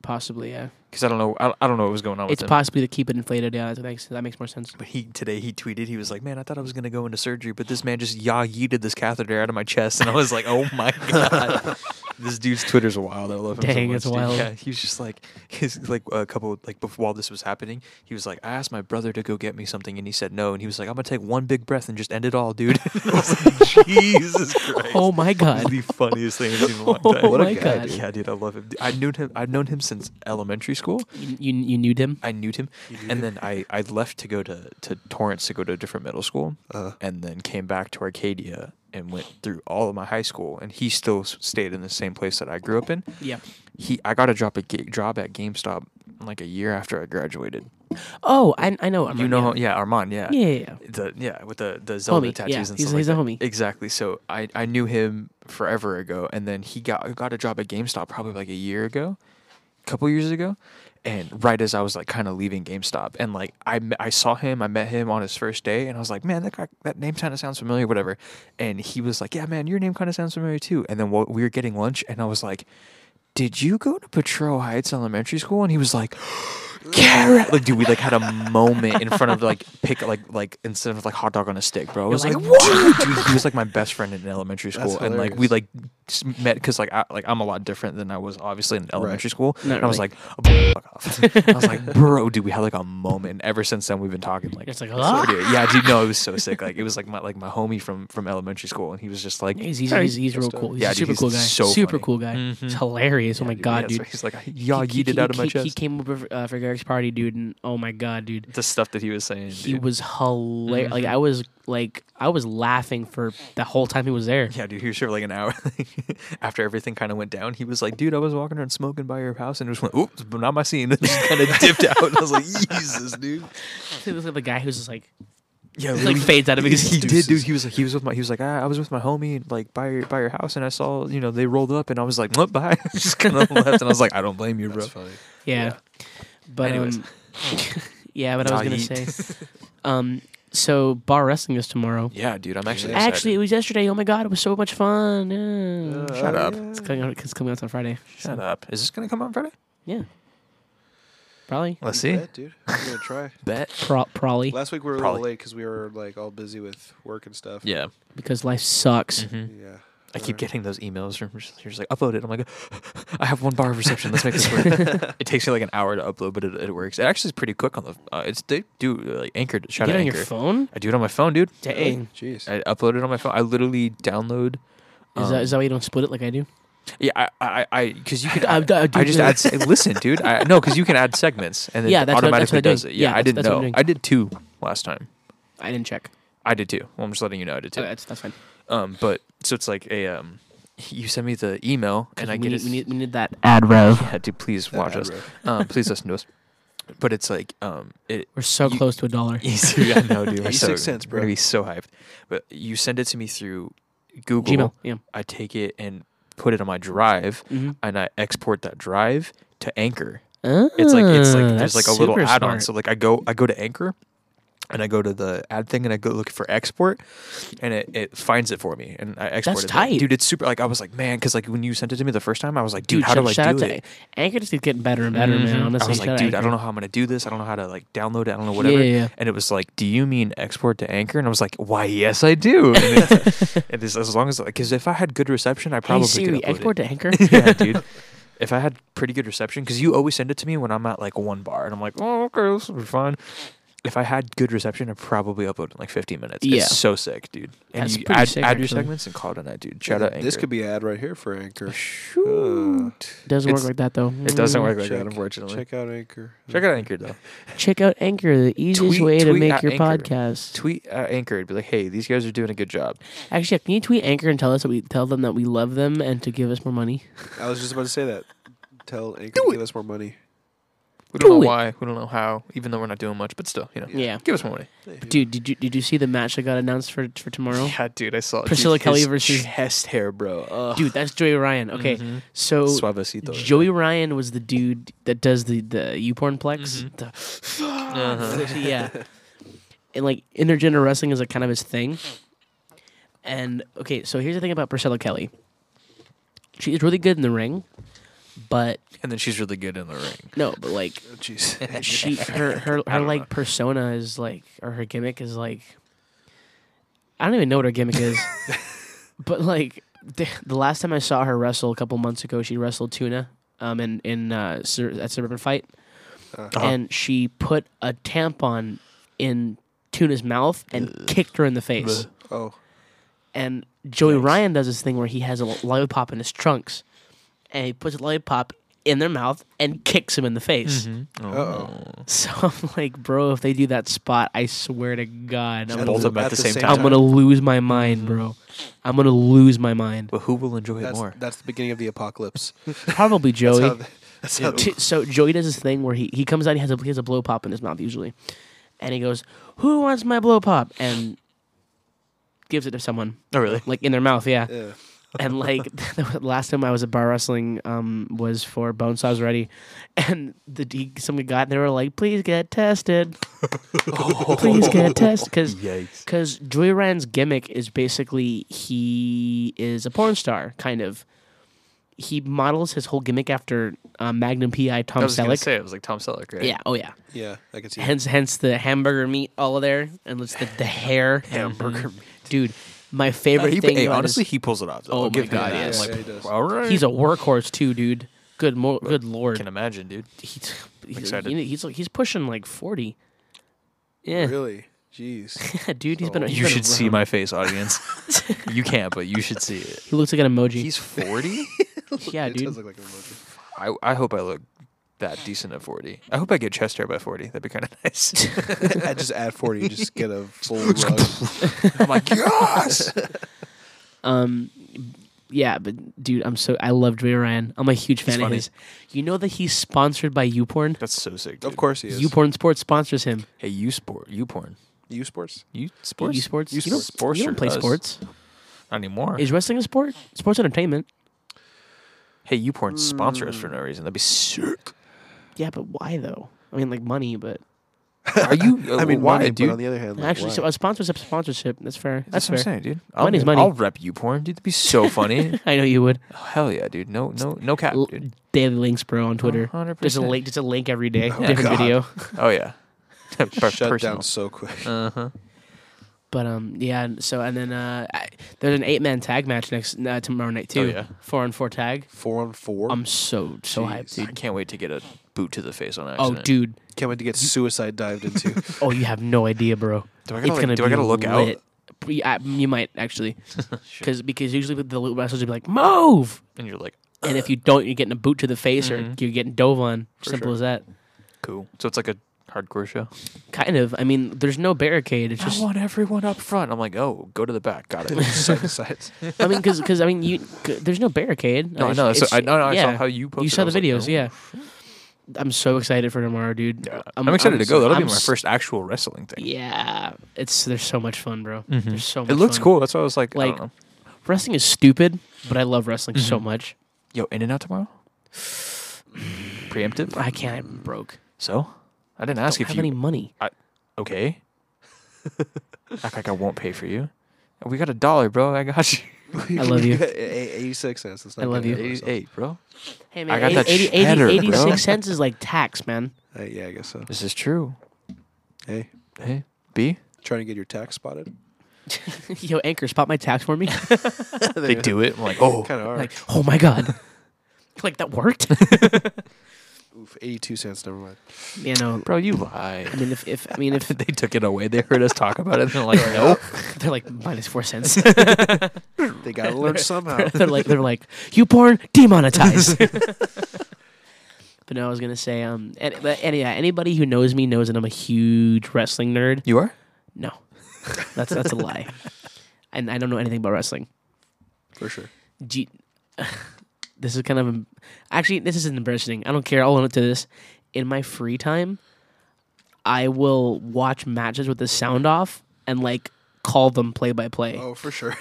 [SPEAKER 1] possibly. Yeah,
[SPEAKER 4] Because I don't know. I, I don't know what was going on
[SPEAKER 1] it's
[SPEAKER 4] with him.
[SPEAKER 1] possibly to keep it inflated. Yeah, that makes that makes more sense.
[SPEAKER 4] But he today he tweeted he was like, "Man, I thought I was gonna go into surgery, but this man just yah yeeted this catheter out of my chest," and I was like, "Oh my god!" this dude's Twitter's wild. I love him. so
[SPEAKER 1] Dang,
[SPEAKER 4] much,
[SPEAKER 1] it's
[SPEAKER 4] dude.
[SPEAKER 1] wild.
[SPEAKER 4] Yeah, he was just like his like a couple like before while this was happening, he was like, I asked my brother to go get me something, and he said no, and he was like, I'm gonna take one big breath and just end it all, dude. I was like, Jesus Christ.
[SPEAKER 1] Oh my
[SPEAKER 4] This is
[SPEAKER 1] god.
[SPEAKER 4] the funniest thing I've seen in a long
[SPEAKER 1] Oh
[SPEAKER 4] time.
[SPEAKER 3] What a
[SPEAKER 1] my
[SPEAKER 3] guy,
[SPEAKER 1] god.
[SPEAKER 3] dude.
[SPEAKER 4] Yeah, dude, I love him. I knew him. I've known him since elementary school.
[SPEAKER 1] You, you you knew him?
[SPEAKER 4] I knew him, and then I, I left to go to, to Torrance to go to a different middle school,
[SPEAKER 3] Uh.
[SPEAKER 4] and then came back to Arcadia and went through all of my high school. And he still s- stayed in the same place that I grew up in.
[SPEAKER 1] Yeah.
[SPEAKER 4] He I got a job at Ga- job at GameStop like a year after I graduated.
[SPEAKER 1] Oh, I I know.
[SPEAKER 4] you
[SPEAKER 1] Armand,
[SPEAKER 4] know,
[SPEAKER 1] yeah.
[SPEAKER 4] how- yeah, Armand, yeah,
[SPEAKER 1] Yeah, yeah, yeah.
[SPEAKER 4] the yeah with the the Zelda
[SPEAKER 1] Homie,
[SPEAKER 4] tattoos
[SPEAKER 1] yeah,
[SPEAKER 4] and stuff
[SPEAKER 1] he's-
[SPEAKER 4] like
[SPEAKER 1] he's a
[SPEAKER 4] that.
[SPEAKER 1] homie.
[SPEAKER 4] Exactly. So I, I knew him forever ago, and then he got got a job at GameStop probably like a year ago, couple years ago, and right as I was like kind of leaving GameStop, and like I me- I saw him, I met him on his first day, and I was like, man, that guy, that name kind of sounds familiar, whatever, and he was like, yeah, man, your name kind of sounds familiar too, and then wh- we were getting lunch, and I was like. Did you go to Petro Heights Elementary School? And he was like, carrot. Like, dude, we like had a moment in front of like pick like like instead of like hot dog on a stick, bro. I was like, what? Dude, he was like my best friend in elementary
[SPEAKER 3] That's
[SPEAKER 4] school, and like we
[SPEAKER 3] hilarious.
[SPEAKER 4] like s- met because like I like I'm a lot different than I was obviously in elementary school,
[SPEAKER 1] Not
[SPEAKER 4] and I was
[SPEAKER 1] really.
[SPEAKER 4] like, "Oh, fuck off. I was like, bro, dude, we had like a moment. And ever since then, we've been talking like.
[SPEAKER 1] It's like,
[SPEAKER 4] so
[SPEAKER 1] "Ah."
[SPEAKER 4] pretty- yeah, dude. No, it was so sick. Like it was like my like my homie from from elementary school, and he was just like,
[SPEAKER 1] He's he's,
[SPEAKER 4] "Hey."
[SPEAKER 1] he's, he's real cool. He's
[SPEAKER 4] Yeah,
[SPEAKER 1] a
[SPEAKER 4] dude,
[SPEAKER 1] super
[SPEAKER 4] he's
[SPEAKER 1] cool guy.
[SPEAKER 4] so
[SPEAKER 1] super
[SPEAKER 4] funny. Mm-hmm.
[SPEAKER 1] cool guy. It's hilarious. oh my
[SPEAKER 4] Yeah,
[SPEAKER 1] god,
[SPEAKER 4] that's
[SPEAKER 1] dude.
[SPEAKER 4] right. He's like, y'all
[SPEAKER 1] He- he-
[SPEAKER 4] yeeted out of my
[SPEAKER 1] he- He
[SPEAKER 4] chest.
[SPEAKER 1] came over for- uh, for Greg's party, dude, and oh my god, dude.
[SPEAKER 4] The stuff that he Mm-hmm. was saying.
[SPEAKER 1] He
[SPEAKER 4] dude.
[SPEAKER 1] was hilarious. Like I was like I was laughing for the whole time he was there.
[SPEAKER 4] Yeah, dude, he was here for like an hour after everything kind of went down. He was like, "Dude, I was walking around smoking by your house and just went, oops, but not my scene." And just kind of dipped out. And I was like, "Jesus, dude."
[SPEAKER 1] It was like the guy who's just like
[SPEAKER 4] Yeah,
[SPEAKER 1] It's
[SPEAKER 4] literally.
[SPEAKER 1] like fades out of
[SPEAKER 4] he,
[SPEAKER 1] his
[SPEAKER 4] he did,
[SPEAKER 1] deuces.
[SPEAKER 4] dude. He was like, he was with my, he was like, ah, I was with my homie like by your by your house, and I saw you know they rolled up, and I was like, "What?" Bye. just kind of left, and I was like, "I don't blame you, bro."
[SPEAKER 3] That's funny.
[SPEAKER 1] yeah. But
[SPEAKER 4] Anyways.
[SPEAKER 1] um, yeah, but I was gonna
[SPEAKER 4] Tahit.
[SPEAKER 1] say, um, so bar wrestling is tomorrow.
[SPEAKER 4] Yeah, dude, I'm actually excited.
[SPEAKER 1] Actually, it was yesterday. Oh my god, it was so much fun. Mm, Yeah.
[SPEAKER 4] Shut up.
[SPEAKER 1] It's coming out. It's coming out on Friday.
[SPEAKER 4] shut up. Is this gonna come on Friday?
[SPEAKER 1] Yeah. Probably.
[SPEAKER 4] Let's see.
[SPEAKER 3] Bet, dude. I'm gonna try.
[SPEAKER 4] Bet.
[SPEAKER 1] Pro- probably
[SPEAKER 3] Last week we were a
[SPEAKER 4] Probably.
[SPEAKER 3] little late because we were like all busy with work and stuff.
[SPEAKER 4] Yeah.
[SPEAKER 1] because life sucks.
[SPEAKER 4] hmm
[SPEAKER 3] Yeah. Uh,
[SPEAKER 4] I keep
[SPEAKER 3] Alright.
[SPEAKER 4] getting those emails from you're just like upload it. I'm like, I have one bar of reception. Let's make this work. it takes me like an hour to upload, but it, it works. It actually is pretty quick on the. Uh, it's they do like anchored. Shout
[SPEAKER 1] Get
[SPEAKER 4] out
[SPEAKER 1] on
[SPEAKER 4] Anchor.
[SPEAKER 1] your phone.
[SPEAKER 4] I do it on my phone, dude.
[SPEAKER 1] Dang.
[SPEAKER 3] Jeez.
[SPEAKER 4] I upload it on my phone. I literally download.
[SPEAKER 1] Is
[SPEAKER 4] um,
[SPEAKER 1] that is that why you don't split it like I do?
[SPEAKER 4] yeah, I I I because you can.
[SPEAKER 1] I-
[SPEAKER 4] I,
[SPEAKER 1] I do
[SPEAKER 4] just
[SPEAKER 1] that.
[SPEAKER 4] add. se- Listen, dude. I, no, because you can add segments and then
[SPEAKER 1] Yeah,
[SPEAKER 4] it
[SPEAKER 1] that's what- that's
[SPEAKER 4] automatically
[SPEAKER 1] what I'm
[SPEAKER 4] does
[SPEAKER 1] doing.
[SPEAKER 4] it. Yeah,
[SPEAKER 1] Yeah,
[SPEAKER 4] I
[SPEAKER 1] that's-
[SPEAKER 4] didn't
[SPEAKER 1] that's what I'm
[SPEAKER 4] know.
[SPEAKER 1] doing.
[SPEAKER 4] I did two last time.
[SPEAKER 1] I didn't check.
[SPEAKER 4] I did two. Well, I'm just letting you know I did two.
[SPEAKER 1] Okay, that's that's fine.
[SPEAKER 4] Um, but so it's like a um, you send me the email and I
[SPEAKER 1] we
[SPEAKER 4] get
[SPEAKER 1] need,
[SPEAKER 4] it.
[SPEAKER 1] we need we need that ad rev.
[SPEAKER 4] Yeah, dude, please watch
[SPEAKER 3] ad
[SPEAKER 4] us.
[SPEAKER 3] rev.
[SPEAKER 4] Um, please listen to us. But it's like um, it.
[SPEAKER 1] We're so
[SPEAKER 4] You-
[SPEAKER 1] close to a dollar.
[SPEAKER 4] I know, dude. We're
[SPEAKER 3] 86
[SPEAKER 4] so,
[SPEAKER 3] cents,
[SPEAKER 4] We're
[SPEAKER 3] bro.
[SPEAKER 4] gonna be so hyped. But you send it to me through Google.
[SPEAKER 1] Gmail. Yeah.
[SPEAKER 4] I take it and put it on my drive,
[SPEAKER 1] Mm-hmm.
[SPEAKER 4] and I export that drive to Anchor. It's like it's
[SPEAKER 1] Ah, Hmm,
[SPEAKER 4] like there's like a little add-on. So like I go I go to Anchor. And I go to the ad thing and I go look for export, and it, it finds it for me. And I export it.
[SPEAKER 1] tight.
[SPEAKER 4] dude. It's super. Like I was like, man, because like when you sent it to me the first time, I was like, dude,
[SPEAKER 1] dude,
[SPEAKER 4] how
[SPEAKER 1] shout,
[SPEAKER 4] do I
[SPEAKER 1] shout out
[SPEAKER 4] do
[SPEAKER 1] to
[SPEAKER 4] it?
[SPEAKER 1] Anchor just keeps getting better and better, man.
[SPEAKER 4] Mhm.
[SPEAKER 1] Honestly,
[SPEAKER 4] I was
[SPEAKER 1] shout
[SPEAKER 4] like,
[SPEAKER 1] out
[SPEAKER 4] dude, I
[SPEAKER 1] Anchor.
[SPEAKER 4] don't know how I'm gonna do this. I don't know how to like download it. I don't know whatever.
[SPEAKER 1] Yeah, yeah, yeah.
[SPEAKER 4] And it was like, do you mean export to Anchor? And I was like, why? Yes, I do. And it's, it is as long as because if I had good reception, I
[SPEAKER 1] hey
[SPEAKER 4] probably
[SPEAKER 1] Siri,
[SPEAKER 4] could upload
[SPEAKER 1] export
[SPEAKER 4] it.
[SPEAKER 1] to Anchor.
[SPEAKER 4] yeah, dude. If I had pretty good reception, because you always send it to me when I'm at like one bar, and I'm like, oh, okay, this will be fine. If I had good reception, I'd probably upload in like 15 minutes.
[SPEAKER 1] Yeah.
[SPEAKER 4] It's so sick, dude. And
[SPEAKER 1] That's
[SPEAKER 4] you
[SPEAKER 1] pretty
[SPEAKER 4] add,
[SPEAKER 1] sick,
[SPEAKER 4] add your
[SPEAKER 1] actually.
[SPEAKER 4] segments and call it a night, dude. Shout out Anchor.
[SPEAKER 3] This could be ad right here for Anchor.
[SPEAKER 4] Shoot.
[SPEAKER 1] Doesn't
[SPEAKER 4] It's-
[SPEAKER 1] work like that though.
[SPEAKER 4] It doesn't work like
[SPEAKER 3] Check-
[SPEAKER 4] that, unfortunately. Check,
[SPEAKER 3] Check out Anchor.
[SPEAKER 4] out Anchor though.
[SPEAKER 1] Mm-hmm. Check out Anchor, the easiest
[SPEAKER 4] Tweet-
[SPEAKER 1] way to
[SPEAKER 4] tweet
[SPEAKER 1] make
[SPEAKER 4] at
[SPEAKER 1] your
[SPEAKER 4] Anchor.
[SPEAKER 1] podcast.
[SPEAKER 4] tweet uh, Anchor and be like, "Hey, these guys are doing a good job."
[SPEAKER 1] Actually, can you tweet Anchor and tell us that we tell them that we love them and to give us more money?
[SPEAKER 3] I was just about to say that. Tell Anchor to give us more money.
[SPEAKER 4] We don't
[SPEAKER 1] Do
[SPEAKER 4] know
[SPEAKER 1] it.
[SPEAKER 4] why, we don't know how, even though we're not doing much, but still, you know,
[SPEAKER 1] Yeah.
[SPEAKER 4] give us more money.
[SPEAKER 1] Dude, did you did you see the match that got announced for for tomorrow?
[SPEAKER 4] Yeah, dude, I saw it.
[SPEAKER 1] Priscilla
[SPEAKER 4] Dude,
[SPEAKER 1] Kelly
[SPEAKER 4] his
[SPEAKER 1] versus-
[SPEAKER 4] chest hair, bro. Ugh.
[SPEAKER 1] Dude, that's Joey Ryan. Okay,
[SPEAKER 4] Mhm.
[SPEAKER 1] so
[SPEAKER 4] Suavecito.
[SPEAKER 1] Joey Ryan was the dude that does the the U pornplex.
[SPEAKER 4] Mhm.
[SPEAKER 1] The-
[SPEAKER 4] Uh-huh.
[SPEAKER 1] yeah, and like intergender wrestling is like kind of his thing. And okay, so here's the thing about Priscilla Kelly. She is really good in the ring, but
[SPEAKER 4] And then she's really good in the ring.
[SPEAKER 1] no, but like
[SPEAKER 3] Oh, jeez.
[SPEAKER 1] she her her, her like persona is like or her gimmick is like I don't even know what her gimmick is. but like the the last time I saw her wrestle a couple months ago, she wrestled Tuna um, in in uh, Sur- at Suburban Fight,
[SPEAKER 3] Uh-huh.
[SPEAKER 4] Uh-huh.
[SPEAKER 1] and she put a tampon in Tuna's mouth and kicked her in the face.
[SPEAKER 3] Oh,
[SPEAKER 1] And Joey Ryan does this thing where he has a lollipop in his trunks, and he puts a lollipop in their mouth and kicks him in the
[SPEAKER 3] Mm-hmm.
[SPEAKER 1] face.
[SPEAKER 4] Mm-hmm.
[SPEAKER 3] uh-oh.
[SPEAKER 4] Oh.
[SPEAKER 1] So I'm like, bro, if they do that spot, I swear to God, I'm gonna,
[SPEAKER 3] At
[SPEAKER 4] Both
[SPEAKER 3] the-
[SPEAKER 4] of them at the same
[SPEAKER 1] I'm gonna lose my mind, bro. I'm gonna lose my mind.
[SPEAKER 4] But who will enjoy it
[SPEAKER 3] That's,
[SPEAKER 4] more?
[SPEAKER 3] that's the beginning of the apocalypse.
[SPEAKER 1] Probably
[SPEAKER 3] That's
[SPEAKER 1] Joey.
[SPEAKER 3] how the- that's how the-
[SPEAKER 1] T- so Joey does this thing where he, he comes out, he has a he has a blow pop in his mouth usually, and he goes, "Who wants my blow pop?" and gives it to someone
[SPEAKER 4] Oh, really?
[SPEAKER 1] like in their mouth, yeah.
[SPEAKER 3] yeah.
[SPEAKER 1] And like the last time I was at bar wrestling um, was for Bone Saws Ready, and the he, some guy and they were like, "Please get tested, please get tested," because
[SPEAKER 4] Yikes.
[SPEAKER 1] because Joey Ryan's gimmick is basically he is a porn star, kind of. He models his whole gimmick after um, Magnum PI Tom
[SPEAKER 4] I was gonna
[SPEAKER 1] Selleck.
[SPEAKER 4] say it was like Tom Selleck, right?
[SPEAKER 1] Yeah. Oh yeah.
[SPEAKER 3] yeah, I can see. that.
[SPEAKER 1] Hence, hence the hamburger meat all of there, and it's the, the hair hamburger meat. Dude, my
[SPEAKER 4] But
[SPEAKER 1] favorite
[SPEAKER 4] he,
[SPEAKER 1] thing.
[SPEAKER 4] hey,
[SPEAKER 1] about
[SPEAKER 4] honestly,
[SPEAKER 1] his-
[SPEAKER 4] he pulls it off.
[SPEAKER 1] Oh
[SPEAKER 4] I'll
[SPEAKER 1] my
[SPEAKER 4] give him
[SPEAKER 1] God,
[SPEAKER 4] that.
[SPEAKER 1] yes.
[SPEAKER 4] I'm
[SPEAKER 3] Yeah,
[SPEAKER 4] like,
[SPEAKER 3] he does.
[SPEAKER 4] all right.
[SPEAKER 1] he's a workhorse too, dude. Good, mo- good lord.
[SPEAKER 4] can imagine, dude.
[SPEAKER 1] he's, he's,
[SPEAKER 4] excited.
[SPEAKER 1] he- he's like- he's pushing like forty. Yeah,
[SPEAKER 3] Really? Jeez.
[SPEAKER 1] yeah dude, he's been.
[SPEAKER 3] Oh.
[SPEAKER 1] he's
[SPEAKER 4] You
[SPEAKER 1] been
[SPEAKER 4] should see
[SPEAKER 1] around.
[SPEAKER 4] my face, audience. you can't, but you should see it.
[SPEAKER 1] He looks like an emoji.
[SPEAKER 4] He's 40.
[SPEAKER 1] yeah,
[SPEAKER 3] it does
[SPEAKER 1] dude.
[SPEAKER 3] look like a emoji.
[SPEAKER 4] I, I hope I look that decent at 40. I hope I get chest hair by 40. That'd be kind of nice.
[SPEAKER 3] I just add 40, you just get a full rug.
[SPEAKER 4] I'm like, yes.
[SPEAKER 1] Um, yeah, but dude, I'm so I love Dre Ryan. I'm a huge fan of
[SPEAKER 4] funny.
[SPEAKER 1] his. You know that he's sponsored by YouPorn.
[SPEAKER 4] That's so sick. Dude.
[SPEAKER 3] Of course he is.
[SPEAKER 1] YouPorn Sports sponsors him.
[SPEAKER 4] Hey, you sport, you porn,
[SPEAKER 3] U Sports?
[SPEAKER 4] you sports,
[SPEAKER 1] You sports. You don't,
[SPEAKER 4] sports
[SPEAKER 1] you don't play
[SPEAKER 4] us.
[SPEAKER 1] sports.
[SPEAKER 4] Not anymore.
[SPEAKER 1] Is wrestling a sport? Sports entertainment.
[SPEAKER 4] hey, you porn sponsor us for no reason. That'd be sick.
[SPEAKER 1] Yeah, but why though? I mean, like money, but
[SPEAKER 4] Are you?
[SPEAKER 3] I mean,
[SPEAKER 4] why,
[SPEAKER 3] money,
[SPEAKER 4] dude?
[SPEAKER 3] but on the other hand, like,
[SPEAKER 1] actually,
[SPEAKER 3] why?
[SPEAKER 1] so uh, a sponsorship, sponsorship. That's fair. That's,
[SPEAKER 4] That's what I'm
[SPEAKER 1] fair.
[SPEAKER 4] saying, dude.
[SPEAKER 1] Money's
[SPEAKER 4] I'll,
[SPEAKER 1] money.
[SPEAKER 4] I'll rep you porn, dude. That'd be so funny.
[SPEAKER 1] i know you would.
[SPEAKER 4] Oh, hell yeah, dude. No, no, no cap,
[SPEAKER 1] L-
[SPEAKER 4] dude.
[SPEAKER 1] Daily links, bro, on Twitter.
[SPEAKER 4] 100%.
[SPEAKER 1] There's a link. Just a link every day.
[SPEAKER 4] my
[SPEAKER 1] different
[SPEAKER 4] God.
[SPEAKER 1] video.
[SPEAKER 4] Oh yeah. Per-
[SPEAKER 3] shut
[SPEAKER 4] personal.
[SPEAKER 3] down so quick.
[SPEAKER 4] Uh-huh.
[SPEAKER 1] But um, yeah. and So and then uh, I, there's an eight man tag match next uh, tomorrow night too.
[SPEAKER 4] Oh, yeah.
[SPEAKER 1] Four on four tag.
[SPEAKER 3] Four on four.
[SPEAKER 1] I'm so so hyped,
[SPEAKER 3] Jeez.
[SPEAKER 4] I
[SPEAKER 1] dude.
[SPEAKER 4] can't wait to get a boot to the face on
[SPEAKER 1] Oh,
[SPEAKER 4] accident.
[SPEAKER 1] dude.
[SPEAKER 3] Can't wait to get suicide dived into.
[SPEAKER 1] Oh, you have no idea, bro.
[SPEAKER 4] Do I
[SPEAKER 1] it's
[SPEAKER 4] gotta, like,
[SPEAKER 1] gonna
[SPEAKER 4] do
[SPEAKER 1] be
[SPEAKER 4] I gotta look
[SPEAKER 1] lit.
[SPEAKER 4] out?
[SPEAKER 1] P- I- You might actually, because because usually with the loot wrestlers would be like move,
[SPEAKER 4] And you're like,
[SPEAKER 1] and if you don't, you're getting a boot to the face or you're getting dove on. Simple
[SPEAKER 4] Mm-hmm. sure.
[SPEAKER 1] as that.
[SPEAKER 4] cool. So it's like a hardcore show.
[SPEAKER 1] Kind of. I mean, there's no barricade. It's just.
[SPEAKER 4] I want everyone up front. I'm like, oh, go to the back. Got it.
[SPEAKER 3] Suicide sides.
[SPEAKER 1] I mean, because I mean, you c- there's no barricade.
[SPEAKER 4] No, I
[SPEAKER 1] It's-
[SPEAKER 4] know. So
[SPEAKER 1] it's-
[SPEAKER 4] I, no, no, I
[SPEAKER 1] yeah.
[SPEAKER 4] saw how you posted.
[SPEAKER 1] You saw
[SPEAKER 4] I
[SPEAKER 1] the
[SPEAKER 4] was like,
[SPEAKER 1] videos,
[SPEAKER 4] oh,
[SPEAKER 1] yeah. I'm so excited for tomorrow, dude.
[SPEAKER 4] I'm, excited to go. That'll
[SPEAKER 1] I'm
[SPEAKER 4] be my
[SPEAKER 1] s-
[SPEAKER 4] first actual wrestling thing.
[SPEAKER 1] Yeah, it's there's so much fun, bro. There's so much.
[SPEAKER 4] It looks
[SPEAKER 1] fun.
[SPEAKER 4] cool. That's why I was like, I
[SPEAKER 1] Like-
[SPEAKER 4] don't know.
[SPEAKER 1] Wrestling is stupid, but I love wrestling so much.
[SPEAKER 4] Yo, In and Out tomorrow? Preemptive?
[SPEAKER 1] I can't. I'm broke.
[SPEAKER 4] So? I didn't ask
[SPEAKER 1] Don't
[SPEAKER 4] if
[SPEAKER 1] have
[SPEAKER 4] you.
[SPEAKER 1] any money.
[SPEAKER 4] okay. Act like I won't pay for you. We got a dollar, bro. I got you.
[SPEAKER 1] I love you.
[SPEAKER 3] Eight- Eighty-six cents. Let's not
[SPEAKER 1] I love
[SPEAKER 3] get
[SPEAKER 1] you.
[SPEAKER 3] ahead of
[SPEAKER 4] Eight,
[SPEAKER 3] ourselves.
[SPEAKER 4] eight, bro.
[SPEAKER 1] Hey
[SPEAKER 4] I got that
[SPEAKER 1] 80
[SPEAKER 4] cheddar, bro.
[SPEAKER 1] 86 cents is like tax, man.
[SPEAKER 3] Hey, yeah, I guess so.
[SPEAKER 4] This is true.
[SPEAKER 3] Hey,
[SPEAKER 4] Hey, B.
[SPEAKER 3] trying to get your tax spotted.
[SPEAKER 1] Yo, anchor, spot my tax for me.
[SPEAKER 4] They do it. I'm like, oh,
[SPEAKER 3] Kind of hard.
[SPEAKER 1] like, oh my god. like that worked.
[SPEAKER 3] Oof, Eighty-two cents. Never mind.
[SPEAKER 1] you know,
[SPEAKER 4] bro, you lie.
[SPEAKER 1] I mean, if, if I mean, if
[SPEAKER 4] they took it away. They heard us talk about it. and They're like, nope.
[SPEAKER 1] they're like minus four cents,
[SPEAKER 3] They gotta learn somehow.
[SPEAKER 1] they're like they're like you porn demonetized. but no, I was gonna say um, and, but any, yeah, anybody who knows me knows that I'm a huge wrestling nerd.
[SPEAKER 4] You are?
[SPEAKER 1] No, that's that's a lie, and I don't know anything about wrestling.
[SPEAKER 3] For sure.
[SPEAKER 1] Do you- this is kind of em- actually this is embarrassing. I don't care. I'll own it to this. In my free time, I will watch matches with the sound off and like call them play by play.
[SPEAKER 3] Oh, for sure.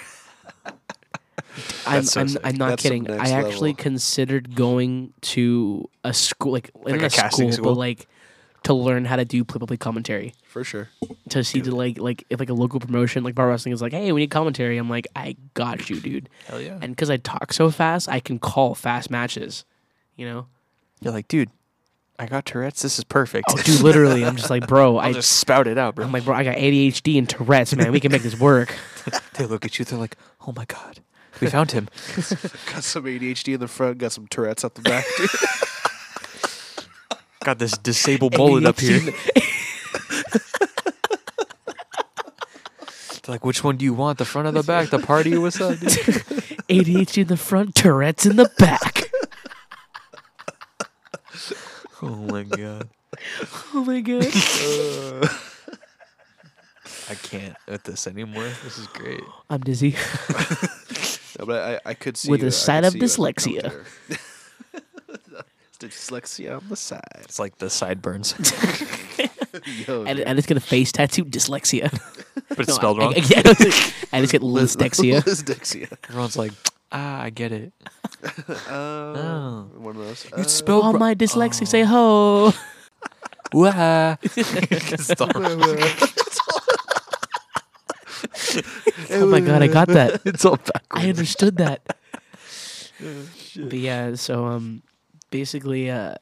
[SPEAKER 1] I'm,
[SPEAKER 4] so
[SPEAKER 1] I'm,
[SPEAKER 4] sick.
[SPEAKER 1] I'm not
[SPEAKER 3] That's some
[SPEAKER 1] kidding.
[SPEAKER 3] next
[SPEAKER 1] I actually
[SPEAKER 3] level.
[SPEAKER 1] considered going to a school, like, like
[SPEAKER 4] a
[SPEAKER 1] a school,
[SPEAKER 4] casting school?
[SPEAKER 1] but like to learn how to do play by play commentary.
[SPEAKER 3] For sure.
[SPEAKER 1] To see the like like if like a local promotion like bar wrestling is like, hey, we need commentary. I'm like, I got you, dude.
[SPEAKER 4] Hell yeah.
[SPEAKER 1] And because I talk so fast, I can call fast matches. You know,
[SPEAKER 4] You're like, dude, I got Tourette's. This is perfect.
[SPEAKER 1] oh, dude, literally, I'm just like, bro,
[SPEAKER 4] I'll
[SPEAKER 1] I,
[SPEAKER 4] just spout it out, bro.
[SPEAKER 1] I'm like, bro, I got ADHD and Tourette's, man. We can make this work.
[SPEAKER 4] they look at you. They're like, oh my god, We found him.
[SPEAKER 3] Got some ADHD in the front, got some Tourette's up the back. dude.
[SPEAKER 4] Got this disabled bullet up here. They're like, which one do you want? The front or the back? The party or what's up? dude?"
[SPEAKER 1] ADHD in the front, Tourette's in the back.
[SPEAKER 4] oh my god.
[SPEAKER 1] oh my god.
[SPEAKER 4] I can't with this anymore. This is great.
[SPEAKER 1] I'm dizzy.
[SPEAKER 3] No, but I, I could see
[SPEAKER 1] With
[SPEAKER 3] you-
[SPEAKER 1] a
[SPEAKER 3] I could
[SPEAKER 1] side of
[SPEAKER 3] see you as a
[SPEAKER 1] dyslexia.
[SPEAKER 3] commentator. dyslexia on the side.
[SPEAKER 4] It's like the sideburns,
[SPEAKER 3] Yo,
[SPEAKER 1] I,
[SPEAKER 3] dude.
[SPEAKER 1] I just get a face tattoo, dyslexia.
[SPEAKER 4] but it's
[SPEAKER 1] No,
[SPEAKER 4] spelled
[SPEAKER 1] I-
[SPEAKER 4] wrong.
[SPEAKER 1] I, yeah, I just- I just get dyslexia.
[SPEAKER 3] Dyslexia.
[SPEAKER 4] Everyone's like, ah, I get it.
[SPEAKER 3] Oh, one of those.
[SPEAKER 4] You
[SPEAKER 3] Uh,
[SPEAKER 4] spelled
[SPEAKER 1] All
[SPEAKER 4] wrong.
[SPEAKER 1] my dyslexia say ho.
[SPEAKER 4] Wah.
[SPEAKER 1] Oh my god, I got that.
[SPEAKER 4] it's all backwards.
[SPEAKER 1] I understood that. but yeah, so um, basically, uh,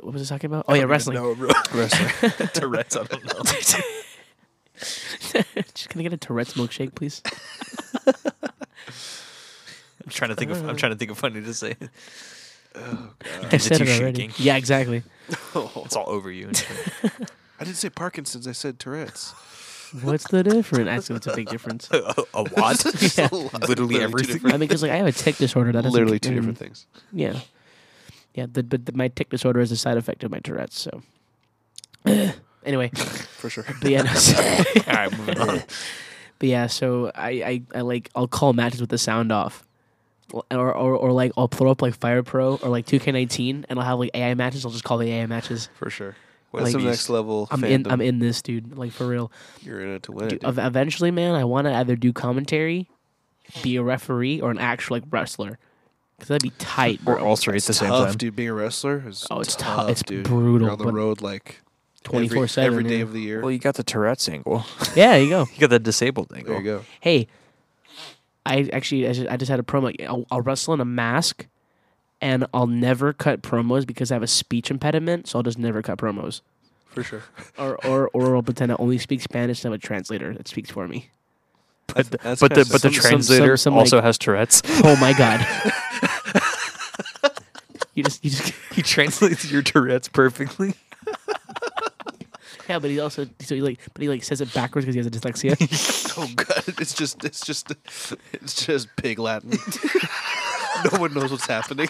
[SPEAKER 1] what was I talking about? Oh yeah, wrestling.
[SPEAKER 3] No, bro. Wrestling.
[SPEAKER 4] Tourette's. I don't know.
[SPEAKER 1] Just gonna get a Tourette's milkshake, please.
[SPEAKER 4] I'm trying to think of. I'm trying to think of funny to say.
[SPEAKER 1] I said
[SPEAKER 4] you
[SPEAKER 1] it already.
[SPEAKER 4] Oh, shaking?
[SPEAKER 1] Yeah, exactly.
[SPEAKER 4] It's all over you.
[SPEAKER 3] I didn't say Parkinson's. I said Tourette's.
[SPEAKER 1] What's the difference? That's it's a big difference.
[SPEAKER 4] a, a lot.
[SPEAKER 1] Yeah.
[SPEAKER 4] Literally everything.
[SPEAKER 1] I mean, because like I have a tic disorder. That doesn't
[SPEAKER 3] Literally
[SPEAKER 1] kick
[SPEAKER 3] two
[SPEAKER 1] in.
[SPEAKER 3] different things.
[SPEAKER 1] Yeah, yeah. The, but the, my tic disorder is a side effect of my Tourette's. So anyway,
[SPEAKER 3] For sure.
[SPEAKER 1] but yeah, no, so-
[SPEAKER 4] All right, moving on.
[SPEAKER 1] but yeah. So I, I, I like I'll call matches with the sound off. Or, or, or like I'll throw up like Fire Pro or like 2K19 and I'll have like AI matches. I'll just call the AI matches.
[SPEAKER 3] For sure.
[SPEAKER 1] Like-
[SPEAKER 3] What's the next level?
[SPEAKER 1] I'm in.
[SPEAKER 3] fandom?
[SPEAKER 1] I'm in this, dude. Like for real.
[SPEAKER 3] You're in it to win it.
[SPEAKER 1] Dude, ev- eventually, man, I want to either do commentary, be a referee, or an actual like wrestler, because that'd be tight,
[SPEAKER 4] We're
[SPEAKER 1] bro.
[SPEAKER 4] all straight at the same
[SPEAKER 3] tough,
[SPEAKER 4] time.
[SPEAKER 3] dude. Being a wrestler is
[SPEAKER 1] Oh, it's tou-
[SPEAKER 3] tough.
[SPEAKER 1] it's
[SPEAKER 3] dude.
[SPEAKER 1] brutal,
[SPEAKER 3] You're on the
[SPEAKER 1] but
[SPEAKER 3] road like every-
[SPEAKER 1] 24/7,
[SPEAKER 3] every day
[SPEAKER 1] yeah.
[SPEAKER 3] of the year.
[SPEAKER 4] Well, you got the Tourette's angle.
[SPEAKER 1] Yeah, there you go.
[SPEAKER 4] You got the disabled angle.
[SPEAKER 3] There you go.
[SPEAKER 1] Hey, I actually I just, I just had a promo. I'll, I'll wrestle in a mask, and I'll never cut promos because I have a speech impediment, so I'll just never cut promos.
[SPEAKER 3] For sure.
[SPEAKER 1] Or or or I'll pretend I only speak Spanish and have a translator that speaks for me.
[SPEAKER 4] But, the-
[SPEAKER 3] That's
[SPEAKER 4] but the
[SPEAKER 3] kinda
[SPEAKER 4] but the
[SPEAKER 1] some- some-
[SPEAKER 4] translator
[SPEAKER 1] some,
[SPEAKER 4] also
[SPEAKER 1] like-
[SPEAKER 4] has Tourette's.
[SPEAKER 1] Oh my god. You just, you just,
[SPEAKER 4] he translates your Tourette's perfectly.
[SPEAKER 1] yeah, but he also, so he like, but he like says it backwards because he has a dyslexia.
[SPEAKER 3] Oh god, it's just it's just it's just pig Latin. no one knows what's happening.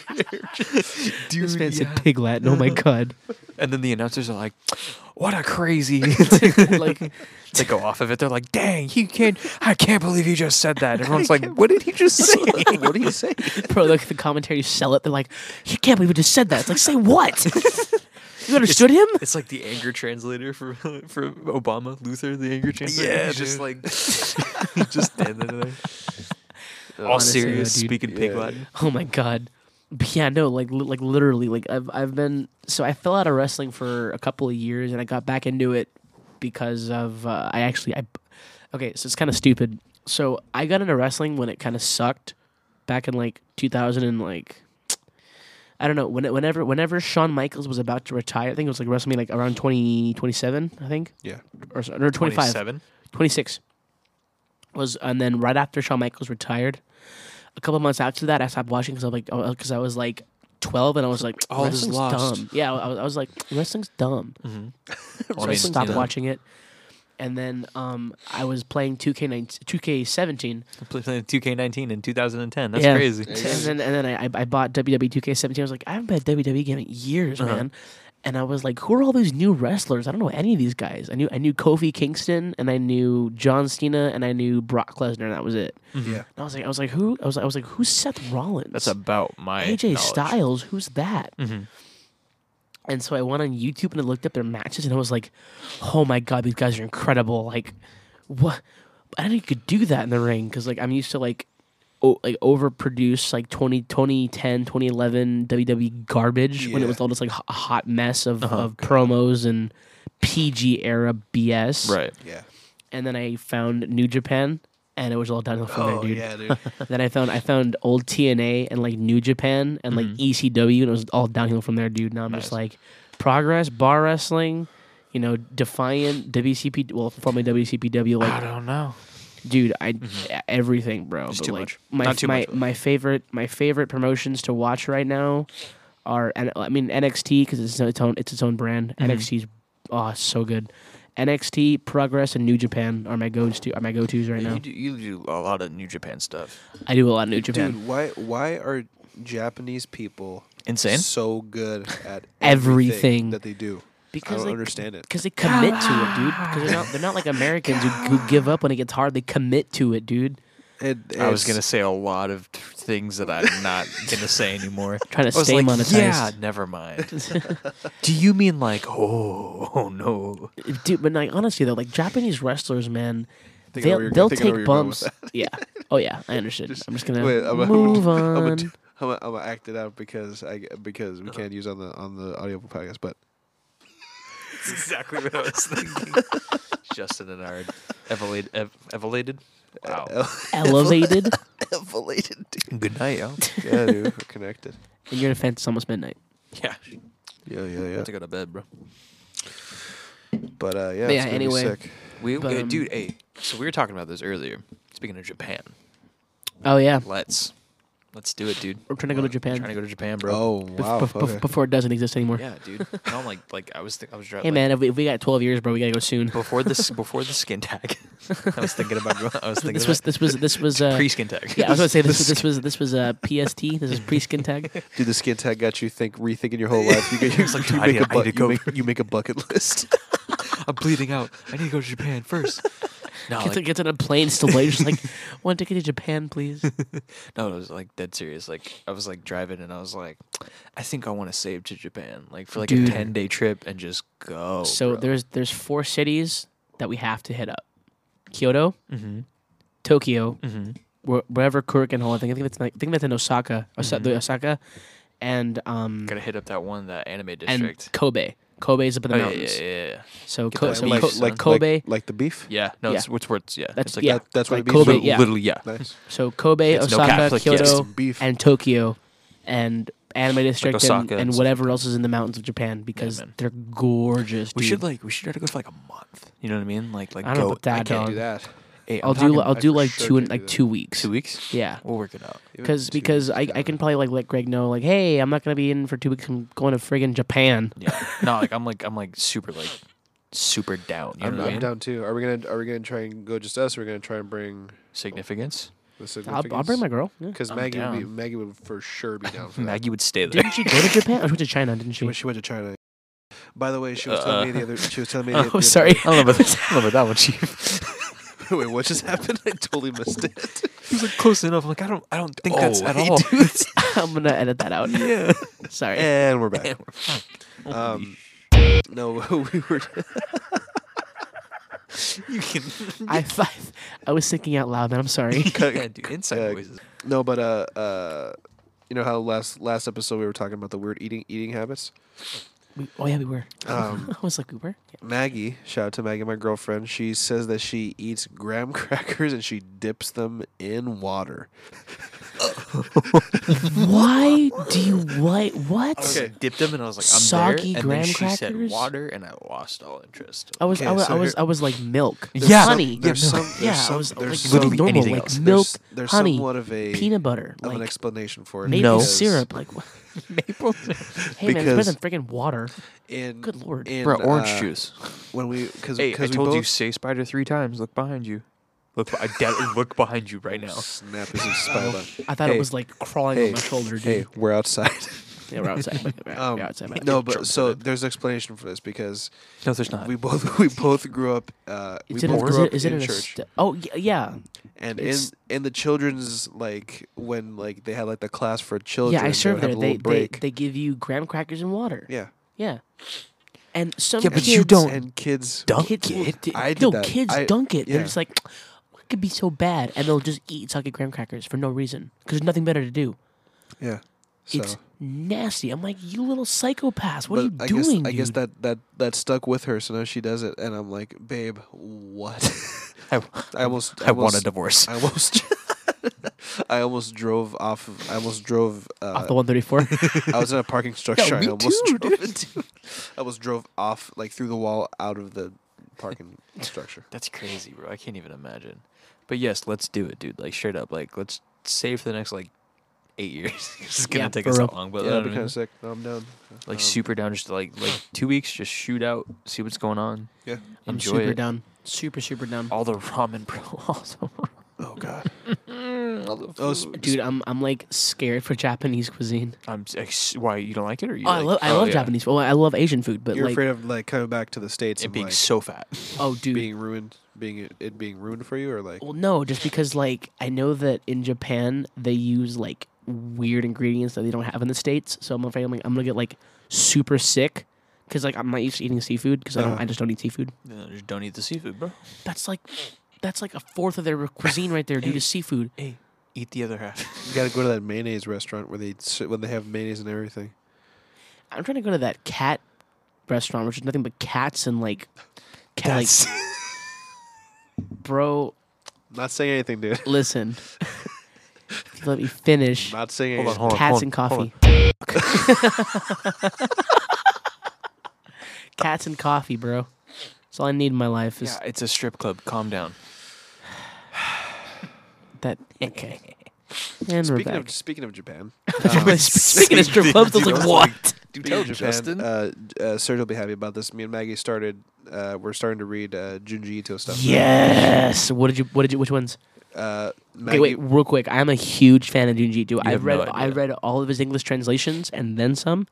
[SPEAKER 4] Dude,
[SPEAKER 1] this man said pig Latin. Oh my god!
[SPEAKER 4] And then the announcers are like, "What a crazy!"
[SPEAKER 1] like,
[SPEAKER 4] they go off of it. They're like, "Dang, he can't! I can't believe he just said that." Everyone's like, "What did he just say?"
[SPEAKER 3] what do you say?
[SPEAKER 1] bro, like the commentators sell it. They're like, "You can't believe we just said that." It's like, say what? you understood him?
[SPEAKER 4] It's like the anger translator for for Obama, Luther, the anger translator.
[SPEAKER 3] Yeah,
[SPEAKER 4] He's just
[SPEAKER 3] dude.
[SPEAKER 4] like just standing there, all
[SPEAKER 1] Honestly, though,
[SPEAKER 4] serious,
[SPEAKER 1] dude.
[SPEAKER 4] speaking pig
[SPEAKER 3] Yeah.
[SPEAKER 4] Latin.
[SPEAKER 1] Oh my god. But yeah, no, like li- like literally, like I've I've been so I fell out of wrestling for a couple of years, and I got back into it because of uh, I actually I okay, so it's kind of stupid. So I got into wrestling when it kind of sucked back in like 2000 and like I don't know when it, whenever whenever Shawn Michaels was about to retire, I think it was like WrestleMania like around 20 27, I think
[SPEAKER 3] Yeah.
[SPEAKER 1] or, so- or 25
[SPEAKER 4] Twenty-seven.
[SPEAKER 1] 26 was and then right after Shawn Michaels retired a couple months after that I stopped watching because I was like oh, 'cause I was like 12 and I was like
[SPEAKER 4] All Oh, is
[SPEAKER 1] wrestling's
[SPEAKER 4] lost."
[SPEAKER 1] dumb yeah I was, I was like wrestling's dumb
[SPEAKER 4] Mm-hmm.
[SPEAKER 1] so I,
[SPEAKER 4] mean,
[SPEAKER 1] stopped
[SPEAKER 4] you know.
[SPEAKER 1] watching it and then um, I was playing 2K19 2K17
[SPEAKER 4] Playing 2K19 in 2010. That's
[SPEAKER 1] Yeah.
[SPEAKER 4] crazy.
[SPEAKER 1] and then and then I, I- I bought E WWE 2K17 I was like I haven't played WWE game E in years
[SPEAKER 4] Uh-huh.
[SPEAKER 1] man and I was like who are all these new wrestlers I don't know any of these guys I knew I knew Kofi Kingston and I knew John Cena and I knew Brock Lesnar and that was it
[SPEAKER 3] Yeah.
[SPEAKER 1] and I was like, I was like, who? I was, I was like, who's Seth Rollins?
[SPEAKER 4] Mm-hmm. That's about my
[SPEAKER 1] AJ
[SPEAKER 4] knowledge.
[SPEAKER 1] Styles. Who's that?
[SPEAKER 3] Mm-hmm.
[SPEAKER 1] And so I went on YouTube and I looked up their matches and I was like, oh my god, these guys are incredible. Like, what? I didn't know you could do that in the ring because like I'm used to like, o- like overproduce like 20, 2010, 2011 WWE E garbage when it
[SPEAKER 3] Yeah. Uh-huh.
[SPEAKER 1] was all just like h- a hot mess of, of promos and PG era BS.
[SPEAKER 4] Right.
[SPEAKER 3] Yeah.
[SPEAKER 1] And then I found New Japan and it was all downhill from there,
[SPEAKER 3] Oh
[SPEAKER 1] dude.
[SPEAKER 3] yeah, dude.
[SPEAKER 1] Then I found I found old TNA and like New Japan and
[SPEAKER 4] Mm-hmm.
[SPEAKER 1] like ECW and it was all downhill from there, dude. Now I'm just like Progress, Bar Wrestling, you know, Defiant, WCP, well, formerly WCPW, like
[SPEAKER 4] I don't know.
[SPEAKER 1] dude, I e, everything, bro.
[SPEAKER 4] It's
[SPEAKER 1] but
[SPEAKER 4] too
[SPEAKER 1] like
[SPEAKER 4] much.
[SPEAKER 1] my
[SPEAKER 4] Not too
[SPEAKER 1] my
[SPEAKER 4] much, but-
[SPEAKER 1] my favorite my favorite promotions to watch right now are and I mean NXT because it's its own it's its own brand.
[SPEAKER 4] Mm-hmm.
[SPEAKER 1] NXT's oh it's so good. NXT, Progress, and New Japan are my goes to are my go tos right now.
[SPEAKER 4] You do you do a lot of New Japan stuff.
[SPEAKER 1] I do a lot of New Japan.
[SPEAKER 3] Dude, why why are Japanese people
[SPEAKER 4] Insane.
[SPEAKER 3] so good at
[SPEAKER 1] Everything.
[SPEAKER 3] everything that they do?
[SPEAKER 1] because
[SPEAKER 3] I don't
[SPEAKER 1] like,
[SPEAKER 3] understand it.
[SPEAKER 1] Because they commit to it, dude. Because they're not, they're not like Americans who, who give up when it gets hard. They commit to it, dude.
[SPEAKER 3] It-
[SPEAKER 4] I was
[SPEAKER 3] it's-
[SPEAKER 4] gonna say a lot of t- things that I'm not gonna say anymore.
[SPEAKER 1] Trying to
[SPEAKER 4] I was
[SPEAKER 1] stay
[SPEAKER 4] like,
[SPEAKER 1] monetized.
[SPEAKER 4] Yeah, never mind. do you mean like oh, oh no?
[SPEAKER 1] dude. But like honestly though, like Japanese wrestlers, man,
[SPEAKER 3] Think I know
[SPEAKER 1] they'll
[SPEAKER 3] where you're-
[SPEAKER 1] they'll
[SPEAKER 3] think I know
[SPEAKER 1] take
[SPEAKER 3] where you're going with
[SPEAKER 1] bumps. Yeah. Oh yeah, I understand. I'm just gonna
[SPEAKER 3] Wait, I'm gonna-
[SPEAKER 1] move
[SPEAKER 3] I'm gonna-
[SPEAKER 1] on.
[SPEAKER 3] I'm gonna, I'm gonna act it out because I because we can't use on the on the audio podcast. But
[SPEAKER 4] That's exactly what I was thinking. Justin and Ard, evolated, ev- evolated. Wow.
[SPEAKER 1] Elevated,
[SPEAKER 3] Velated, dude.
[SPEAKER 4] Good night, yo.
[SPEAKER 3] Yeah, dude, we're connected.
[SPEAKER 1] and you're gonna fence it's almost midnight.
[SPEAKER 4] Yeah,
[SPEAKER 3] Yeah, yeah, yeah.
[SPEAKER 4] have to go to bed, bro.
[SPEAKER 3] But uh, yeah,
[SPEAKER 1] But
[SPEAKER 3] it's
[SPEAKER 1] yeah,
[SPEAKER 3] gonna
[SPEAKER 1] anyway.
[SPEAKER 3] be sick.
[SPEAKER 4] We,
[SPEAKER 1] But,
[SPEAKER 4] uh,
[SPEAKER 1] um,
[SPEAKER 4] dude, hey. So we were talking about this earlier. Speaking of Japan,
[SPEAKER 1] Oh yeah,
[SPEAKER 4] let's let's do it, dude.
[SPEAKER 1] we're trying to go to Japan
[SPEAKER 4] Trying to go to Japan, bro.
[SPEAKER 3] Oh
[SPEAKER 1] bef-
[SPEAKER 3] wow,
[SPEAKER 1] bef- bef-
[SPEAKER 3] okay.
[SPEAKER 1] before it doesn't exist anymore.
[SPEAKER 4] Yeah, dude. And I'm like, like I was, th- I was driving.
[SPEAKER 1] Hey man, if we, if we got 12 years, bro, we gotta go soon.
[SPEAKER 4] before this, before the skin tag, I was thinking about. going- I was thinking
[SPEAKER 1] This was
[SPEAKER 4] about
[SPEAKER 1] this was this was uh,
[SPEAKER 4] pre skin tag.
[SPEAKER 1] yeah. I was gonna say this was this was this was uh, PST. This is pre skin tag.
[SPEAKER 3] Dude, the skin tag got you think rethinking your whole life. You, get, you,
[SPEAKER 4] It's like,
[SPEAKER 3] you
[SPEAKER 4] "No, I
[SPEAKER 3] make
[SPEAKER 4] need-
[SPEAKER 3] a
[SPEAKER 4] I
[SPEAKER 3] bu-
[SPEAKER 4] need to
[SPEAKER 3] you,
[SPEAKER 4] go
[SPEAKER 3] make, you make a bucket list.
[SPEAKER 4] I'm bleeding out. I need to go to Japan first. No,
[SPEAKER 1] Gets,
[SPEAKER 4] like,
[SPEAKER 1] gets on a plane still late. Just like, one ticket to Japan, please.
[SPEAKER 4] Oh, no, it was like dead serious. Like I was like driving, and I was like, I think I want to save to Japan, like for like
[SPEAKER 1] Dude.
[SPEAKER 4] a ten day trip, and just go.
[SPEAKER 1] so
[SPEAKER 4] bro.
[SPEAKER 1] there's there's four cities that we have to hit up: Kyoto,
[SPEAKER 4] Mm-hmm,
[SPEAKER 1] Tokyo, where- wherever Kurikan Hall. I think I think that's like, I think that's in Osaka, Osa- the Osaka, and um
[SPEAKER 4] Mm-hmm. gotta hit up that one, that anime
[SPEAKER 1] and
[SPEAKER 4] district.
[SPEAKER 1] Kobe. Kobe's up in the
[SPEAKER 4] oh, yeah, yeah,
[SPEAKER 1] mountains.
[SPEAKER 4] yeah, yeah.
[SPEAKER 1] So
[SPEAKER 4] Get
[SPEAKER 1] Ko-
[SPEAKER 4] those
[SPEAKER 1] so
[SPEAKER 4] beefs,
[SPEAKER 1] Ko-
[SPEAKER 4] son.
[SPEAKER 1] like Kobe.
[SPEAKER 3] like, like the beef.
[SPEAKER 4] Yeah, no,
[SPEAKER 1] Yeah.
[SPEAKER 4] it's what's words. Yeah,
[SPEAKER 1] That's-
[SPEAKER 4] it's like
[SPEAKER 1] yeah.
[SPEAKER 4] that.
[SPEAKER 3] that's what
[SPEAKER 1] like
[SPEAKER 3] it means.
[SPEAKER 1] Kobe,
[SPEAKER 4] Little,
[SPEAKER 1] yeah.
[SPEAKER 4] literally, yeah.
[SPEAKER 3] Nice.
[SPEAKER 1] So Kobe,
[SPEAKER 4] It's no
[SPEAKER 1] Osaka,
[SPEAKER 4] cap, like, yes.
[SPEAKER 1] Kyoto,
[SPEAKER 3] Some beef.
[SPEAKER 1] and Tokyo, and anime district and,
[SPEAKER 4] Osaka and
[SPEAKER 1] and
[SPEAKER 4] stuff
[SPEAKER 1] whatever else is in the mountains of Japan because
[SPEAKER 4] man.
[SPEAKER 1] they're gorgeous.
[SPEAKER 4] We
[SPEAKER 1] dude.
[SPEAKER 4] should like we should try to go for like a month. You know what I mean? Like like
[SPEAKER 1] I don't
[SPEAKER 4] go.
[SPEAKER 1] know about that,
[SPEAKER 4] I can't
[SPEAKER 1] dog.
[SPEAKER 4] do
[SPEAKER 3] Do that.
[SPEAKER 4] Hey,
[SPEAKER 1] I'll
[SPEAKER 4] I'm
[SPEAKER 1] do
[SPEAKER 4] talking
[SPEAKER 1] I'll do like
[SPEAKER 3] sure
[SPEAKER 1] two in
[SPEAKER 3] can't do
[SPEAKER 1] like
[SPEAKER 3] that.
[SPEAKER 1] two weeks.
[SPEAKER 4] two weeks.
[SPEAKER 1] Yeah.
[SPEAKER 4] We'll work it out.
[SPEAKER 1] Cause because I, I can probably like let Greg know like hey I'm not gonna be in for two weeks I'm going to friggin' Japan
[SPEAKER 4] Yeah. no, like I'm like I'm like super like super down. You know
[SPEAKER 3] I'm,
[SPEAKER 4] what I
[SPEAKER 3] I'm
[SPEAKER 4] mean?
[SPEAKER 3] down too. Are we gonna Are we gonna try and go just us? Or are we gonna try and bring
[SPEAKER 4] Significance.
[SPEAKER 3] the
[SPEAKER 1] I'll,
[SPEAKER 3] significance?
[SPEAKER 1] I'll bring my girl Yeah.
[SPEAKER 3] Because
[SPEAKER 4] I'm
[SPEAKER 3] Maggie would be,
[SPEAKER 4] down.
[SPEAKER 3] Maggie would for sure be down for that.
[SPEAKER 4] Maggie would stay there.
[SPEAKER 1] didn't she go to Japan or she went to China didn't
[SPEAKER 3] She
[SPEAKER 1] she
[SPEAKER 3] went, she went to China. By the way, she was telling me the other. She was telling me. the,
[SPEAKER 1] oh
[SPEAKER 3] the-
[SPEAKER 1] sorry
[SPEAKER 4] I don't know about that. I don't know about that one, Chief.
[SPEAKER 3] Wait, what just happened? I totally missed it.
[SPEAKER 4] he was like close enough. I'm like I don't I don't think that's
[SPEAKER 3] Oh,
[SPEAKER 4] at
[SPEAKER 3] hey,
[SPEAKER 4] all.
[SPEAKER 1] I'm gonna edit that out
[SPEAKER 4] yeah.
[SPEAKER 1] sorry
[SPEAKER 3] And we're back. Um, no, we were.
[SPEAKER 4] You can
[SPEAKER 1] I fi- I was thinking out loud man I'm sorry
[SPEAKER 4] yeah, do inside
[SPEAKER 3] uh,
[SPEAKER 4] voices.
[SPEAKER 3] No, but uh, uh, you know how last last episode we were talking about the weird eating eating habits.
[SPEAKER 1] we, oh yeah we were
[SPEAKER 3] Um,
[SPEAKER 1] I was like we were Yeah.
[SPEAKER 3] Maggie, shout out to Maggie, my girlfriend. She says that she eats graham crackers and she dips them in water.
[SPEAKER 1] why do you what what
[SPEAKER 3] Okay.
[SPEAKER 4] Dipped them and I was like, I'm
[SPEAKER 1] Soggy
[SPEAKER 4] there. And
[SPEAKER 1] graham
[SPEAKER 4] then she said
[SPEAKER 1] crackers?
[SPEAKER 4] water, and I lost all interest.
[SPEAKER 1] I was I
[SPEAKER 3] Okay,
[SPEAKER 1] was
[SPEAKER 3] so
[SPEAKER 1] I was
[SPEAKER 3] here-
[SPEAKER 1] I was like milk
[SPEAKER 4] Yeah.
[SPEAKER 1] honey
[SPEAKER 3] There's
[SPEAKER 4] Yeah,
[SPEAKER 3] some.
[SPEAKER 4] no.
[SPEAKER 3] There's
[SPEAKER 1] yeah
[SPEAKER 3] some,
[SPEAKER 1] I was
[SPEAKER 3] there's
[SPEAKER 1] like
[SPEAKER 3] some,
[SPEAKER 1] literally normal
[SPEAKER 4] anything
[SPEAKER 1] like
[SPEAKER 4] else.
[SPEAKER 1] milk
[SPEAKER 3] There's, there's
[SPEAKER 1] honey
[SPEAKER 3] somewhat of a
[SPEAKER 1] peanut butter
[SPEAKER 3] of an
[SPEAKER 1] like
[SPEAKER 3] explanation for it.
[SPEAKER 1] maple
[SPEAKER 4] No.
[SPEAKER 3] because
[SPEAKER 1] syrup like what
[SPEAKER 4] Maple
[SPEAKER 1] Hey man, it's
[SPEAKER 3] Because-
[SPEAKER 1] better than freaking water.
[SPEAKER 3] In,
[SPEAKER 1] Good lord.
[SPEAKER 3] in,
[SPEAKER 4] Bro, orange
[SPEAKER 3] uh,
[SPEAKER 4] juice.
[SPEAKER 3] When we, because
[SPEAKER 4] Hey, I
[SPEAKER 3] we
[SPEAKER 4] told
[SPEAKER 3] both,
[SPEAKER 4] you say spider three times. Look behind you. Look, I doubt- look behind you right now.
[SPEAKER 3] Snap is his spider.
[SPEAKER 1] I thought it
[SPEAKER 3] Hey.
[SPEAKER 1] was like crawling on
[SPEAKER 3] Hey,
[SPEAKER 1] my shoulder, dude.
[SPEAKER 3] hey, we're outside.
[SPEAKER 1] Yeah, we're outside. We're,
[SPEAKER 3] Um,
[SPEAKER 1] outside.
[SPEAKER 3] no, but so there's an explanation for this because
[SPEAKER 4] No, there's not.
[SPEAKER 3] we both we both grew up. Uh, we
[SPEAKER 1] is it,
[SPEAKER 3] both
[SPEAKER 1] is
[SPEAKER 3] grew
[SPEAKER 1] it,
[SPEAKER 3] up
[SPEAKER 1] is it
[SPEAKER 3] in
[SPEAKER 1] Uh, in a
[SPEAKER 3] church.
[SPEAKER 1] st- Oh y- yeah,
[SPEAKER 3] and
[SPEAKER 1] It's-
[SPEAKER 3] in in the children's like when like they had like the class for children.
[SPEAKER 1] yeah. I
[SPEAKER 3] would
[SPEAKER 1] served
[SPEAKER 3] have
[SPEAKER 1] there.
[SPEAKER 3] a
[SPEAKER 1] They,
[SPEAKER 3] little
[SPEAKER 1] they
[SPEAKER 3] break.
[SPEAKER 1] they give you graham crackers and water.
[SPEAKER 3] yeah,
[SPEAKER 1] Yeah. And some
[SPEAKER 4] Yeah, but
[SPEAKER 1] kids,
[SPEAKER 4] you don't
[SPEAKER 3] and kids.
[SPEAKER 4] dunk
[SPEAKER 1] Kids will
[SPEAKER 4] it.
[SPEAKER 1] di-
[SPEAKER 3] I did
[SPEAKER 1] no,
[SPEAKER 3] that.
[SPEAKER 1] kids
[SPEAKER 3] I-
[SPEAKER 1] dunk it. They're
[SPEAKER 3] yeah.
[SPEAKER 1] just like, what could be so bad? And they'll just eat soggy graham crackers for no reason because there's nothing better to do.
[SPEAKER 3] Yeah, so.
[SPEAKER 1] It's nasty. I'm like, you little psychopaths. What
[SPEAKER 3] but
[SPEAKER 1] are you
[SPEAKER 3] I guess
[SPEAKER 1] doing?
[SPEAKER 3] I guess
[SPEAKER 1] dude?"
[SPEAKER 3] that that that stuck with her, so now she does it, and I'm like, babe, what?
[SPEAKER 4] I,
[SPEAKER 3] I almost
[SPEAKER 4] I want a
[SPEAKER 3] almost-
[SPEAKER 4] divorce.
[SPEAKER 3] I almost I almost drove off. Of, I almost drove. Uh,
[SPEAKER 1] off the 134.
[SPEAKER 3] I was in a parking structure.
[SPEAKER 1] me
[SPEAKER 3] I almost
[SPEAKER 1] too,
[SPEAKER 3] drove into. I almost drove off like through the wall out of the parking structure.
[SPEAKER 4] That's crazy, bro. I can't even imagine. But yes, let's do it, dude. Like straight up, like let's save for the next like eight years. it's gonna
[SPEAKER 1] Yeah,
[SPEAKER 4] take
[SPEAKER 1] for
[SPEAKER 4] us
[SPEAKER 1] real.
[SPEAKER 4] that long, but
[SPEAKER 3] yeah,
[SPEAKER 4] I
[SPEAKER 3] that'd
[SPEAKER 4] don't
[SPEAKER 3] be kind
[SPEAKER 4] know.
[SPEAKER 3] of sick. No, I'm down.
[SPEAKER 4] like
[SPEAKER 3] Um,
[SPEAKER 4] super down, just like like two weeks, just shoot out, see what's going on.
[SPEAKER 3] Yeah.
[SPEAKER 1] I'm
[SPEAKER 4] Enjoy
[SPEAKER 1] super
[SPEAKER 4] it.
[SPEAKER 1] down. Super, super down.
[SPEAKER 4] All the ramen, bro. All the
[SPEAKER 3] Oh god.
[SPEAKER 4] ramen. All the
[SPEAKER 3] Oh, s-
[SPEAKER 4] food.
[SPEAKER 1] Dude, I'm I'm like scared for Japanese cuisine.
[SPEAKER 4] I'm s- ex- why you don't like it or you?
[SPEAKER 1] Oh, I
[SPEAKER 4] like-
[SPEAKER 1] love I
[SPEAKER 4] Oh,
[SPEAKER 1] love
[SPEAKER 4] yeah.
[SPEAKER 1] Japanese food. Well, I love Asian food, but
[SPEAKER 3] You're
[SPEAKER 1] like
[SPEAKER 3] afraid of like coming back to the states
[SPEAKER 4] It
[SPEAKER 3] and
[SPEAKER 4] being
[SPEAKER 3] like,
[SPEAKER 4] so fat.
[SPEAKER 1] oh dude.
[SPEAKER 3] being ruined, being it being ruined for you, or like
[SPEAKER 1] well, no, just because like I know that in Japan they use like weird ingredients that they don't have in the states, so I'm afraid I'm, like, I'm gonna get like super sick because like I'm not used to eating seafood because I don't
[SPEAKER 3] Uh-huh.
[SPEAKER 1] I just don't eat seafood.
[SPEAKER 4] No, just don't eat the seafood, bro.
[SPEAKER 1] That's like that's like a fourth of their cuisine right there due
[SPEAKER 4] Hey.
[SPEAKER 1] to seafood.
[SPEAKER 4] Hey, eat the other half.
[SPEAKER 3] you gotta go to that mayonnaise restaurant where they s- when they have mayonnaise and everything.
[SPEAKER 1] I'm trying to go to that cat restaurant, which is nothing but cats and like cat. Like,
[SPEAKER 4] That's
[SPEAKER 1] bro,
[SPEAKER 3] Not saying anything, dude.
[SPEAKER 1] listen. Let me finish.
[SPEAKER 3] Not saying
[SPEAKER 4] hold on,
[SPEAKER 3] anything.
[SPEAKER 4] hold on,
[SPEAKER 1] Cats
[SPEAKER 4] hold
[SPEAKER 1] and
[SPEAKER 4] on,
[SPEAKER 1] coffee.
[SPEAKER 4] hold
[SPEAKER 1] Cats and coffee, bro. That's all I need in my life
[SPEAKER 4] on.
[SPEAKER 1] is
[SPEAKER 4] Yeah, it's a strip club. Calm down.
[SPEAKER 1] that. Okay. And we're
[SPEAKER 3] Speaking
[SPEAKER 1] back.
[SPEAKER 3] of speaking of Japan,
[SPEAKER 1] Speaking, of strip clubs, I was like, what?
[SPEAKER 4] Do
[SPEAKER 3] Speaking of Japan, Uh, d- uh, Sergio will be happy about this. Me and Maggie started. Uh, we're starting to read uh, Junji Ito stuff.
[SPEAKER 1] Yes. What did you? What did you? Which ones?
[SPEAKER 3] Uh, Maggie,
[SPEAKER 1] Okay, wait, real quick. I'm a huge fan of Junji Ito. I
[SPEAKER 4] have
[SPEAKER 1] read
[SPEAKER 4] no
[SPEAKER 1] I
[SPEAKER 4] idea.
[SPEAKER 1] read all of his English translations and then some.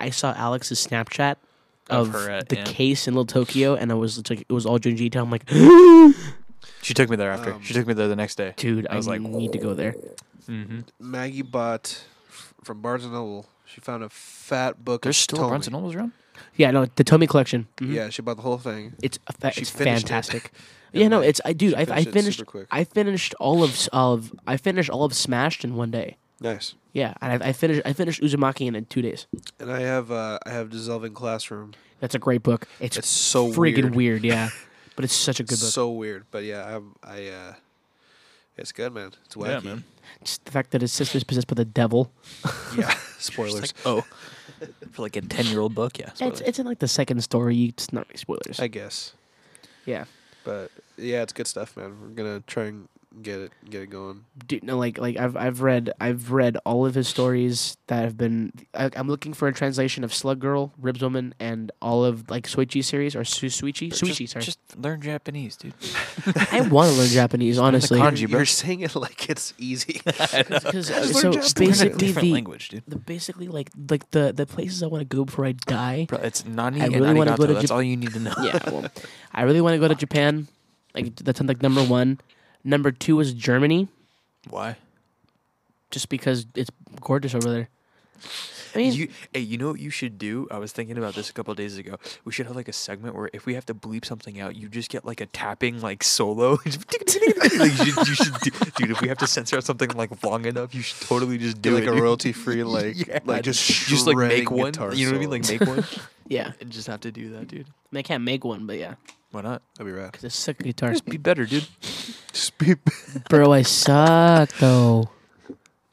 [SPEAKER 1] I saw Alex's Snapchat
[SPEAKER 4] Of
[SPEAKER 1] of,
[SPEAKER 4] her, uh,
[SPEAKER 1] the
[SPEAKER 4] yeah.
[SPEAKER 1] case in Little Tokyo, and I was it's like, it was all Junji Ito. I'm like,
[SPEAKER 4] She took me there after.
[SPEAKER 3] Um,
[SPEAKER 4] she took me there the next day.
[SPEAKER 1] dude, I,
[SPEAKER 4] I was like,
[SPEAKER 1] need to go there.
[SPEAKER 4] Mm-hmm.
[SPEAKER 3] Maggie bought f- from Barnes and Noble. She found a fat book.
[SPEAKER 4] There's
[SPEAKER 3] of
[SPEAKER 4] still
[SPEAKER 3] Tomy.
[SPEAKER 4] Barnes and Mm-hmm. Nobles around.
[SPEAKER 1] Yeah, no, the Tomy collection. Mhm.
[SPEAKER 3] Yeah, she bought the whole thing.
[SPEAKER 1] it's a fa-
[SPEAKER 3] She
[SPEAKER 1] it's
[SPEAKER 3] finished it.
[SPEAKER 1] fantastic.
[SPEAKER 3] And,
[SPEAKER 1] yeah, no,
[SPEAKER 3] like,
[SPEAKER 1] it's I dude,
[SPEAKER 3] she
[SPEAKER 1] I, I
[SPEAKER 3] finished it
[SPEAKER 1] finished
[SPEAKER 3] super quick.
[SPEAKER 1] I finished all of s- of I finished all of Smashed in one day.
[SPEAKER 3] Nice.
[SPEAKER 1] Yeah, and I, I finished I finished Uzumaki in, in two days.
[SPEAKER 3] And I have uh, I have dissolving classroom.
[SPEAKER 1] That's a great book. It's,
[SPEAKER 3] It's so
[SPEAKER 1] freaking
[SPEAKER 3] weird.
[SPEAKER 1] weird. yeah, but it's such a good book.
[SPEAKER 3] So weird, but yeah, I, I uh, it's good, man. It's wacky.
[SPEAKER 4] man.
[SPEAKER 1] Just the fact that his sister's possessed by the devil.
[SPEAKER 3] Yeah, spoilers.
[SPEAKER 4] oh, for like a ten-year-old book, yeah.
[SPEAKER 1] It's it's in like the second story. You- It's not really spoilers.
[SPEAKER 3] I guess,
[SPEAKER 1] yeah,
[SPEAKER 3] but yeah, it's good stuff, man. We're gonna try and get it get it going.
[SPEAKER 1] dude, no, like like I've I've read I've read all of his stories that have been. I, I'm looking for a translation of Slug Girl, Ribs Woman, and all of like Suichi series or Su Suichi Suichi.
[SPEAKER 4] just,
[SPEAKER 1] Sorry,
[SPEAKER 4] just learn Japanese, dude.
[SPEAKER 1] I want to learn Japanese honestly.
[SPEAKER 4] kanji,
[SPEAKER 3] you're,
[SPEAKER 4] bro.
[SPEAKER 3] you're saying it like it's easy.
[SPEAKER 1] 'Cause,
[SPEAKER 3] Just
[SPEAKER 1] so
[SPEAKER 3] learn Japanese.
[SPEAKER 1] basically
[SPEAKER 4] different
[SPEAKER 1] the,
[SPEAKER 4] language, dude.
[SPEAKER 1] the basically like like the the places I want to go before I die.
[SPEAKER 4] Bro, it's nani
[SPEAKER 1] I
[SPEAKER 4] and
[SPEAKER 1] really wanna
[SPEAKER 4] arigato.
[SPEAKER 1] go to
[SPEAKER 4] That's
[SPEAKER 1] Jap-
[SPEAKER 4] all you need to know.
[SPEAKER 1] yeah, well, I really want to go to Japan. Like that's like number one. Number two is Germany,
[SPEAKER 4] Why?
[SPEAKER 1] just because it's gorgeous over there. I mean,
[SPEAKER 4] You, hey, you know what you should do? I was thinking about this a couple days ago. We should have like a segment where if we have to bleep something out, you just get like a tapping like solo. like you should, you should do, dude. If we have to censor out something like long enough, you should totally just do
[SPEAKER 3] like
[SPEAKER 4] it,
[SPEAKER 3] a
[SPEAKER 4] dude.
[SPEAKER 3] royalty free, like
[SPEAKER 4] Yeah,
[SPEAKER 3] like just
[SPEAKER 4] just like make
[SPEAKER 3] shredding
[SPEAKER 4] one.
[SPEAKER 3] guitar
[SPEAKER 4] You know what I mean? Like
[SPEAKER 3] solos.
[SPEAKER 4] make one
[SPEAKER 1] yeah,
[SPEAKER 4] and just have to do that, dude.
[SPEAKER 1] I, mean, I can't make one, but yeah,
[SPEAKER 4] Why not?
[SPEAKER 3] that'd be rad.
[SPEAKER 1] because I suck at guitar.
[SPEAKER 4] Just be better, dude.
[SPEAKER 3] Speep.
[SPEAKER 1] Bro, I suck though.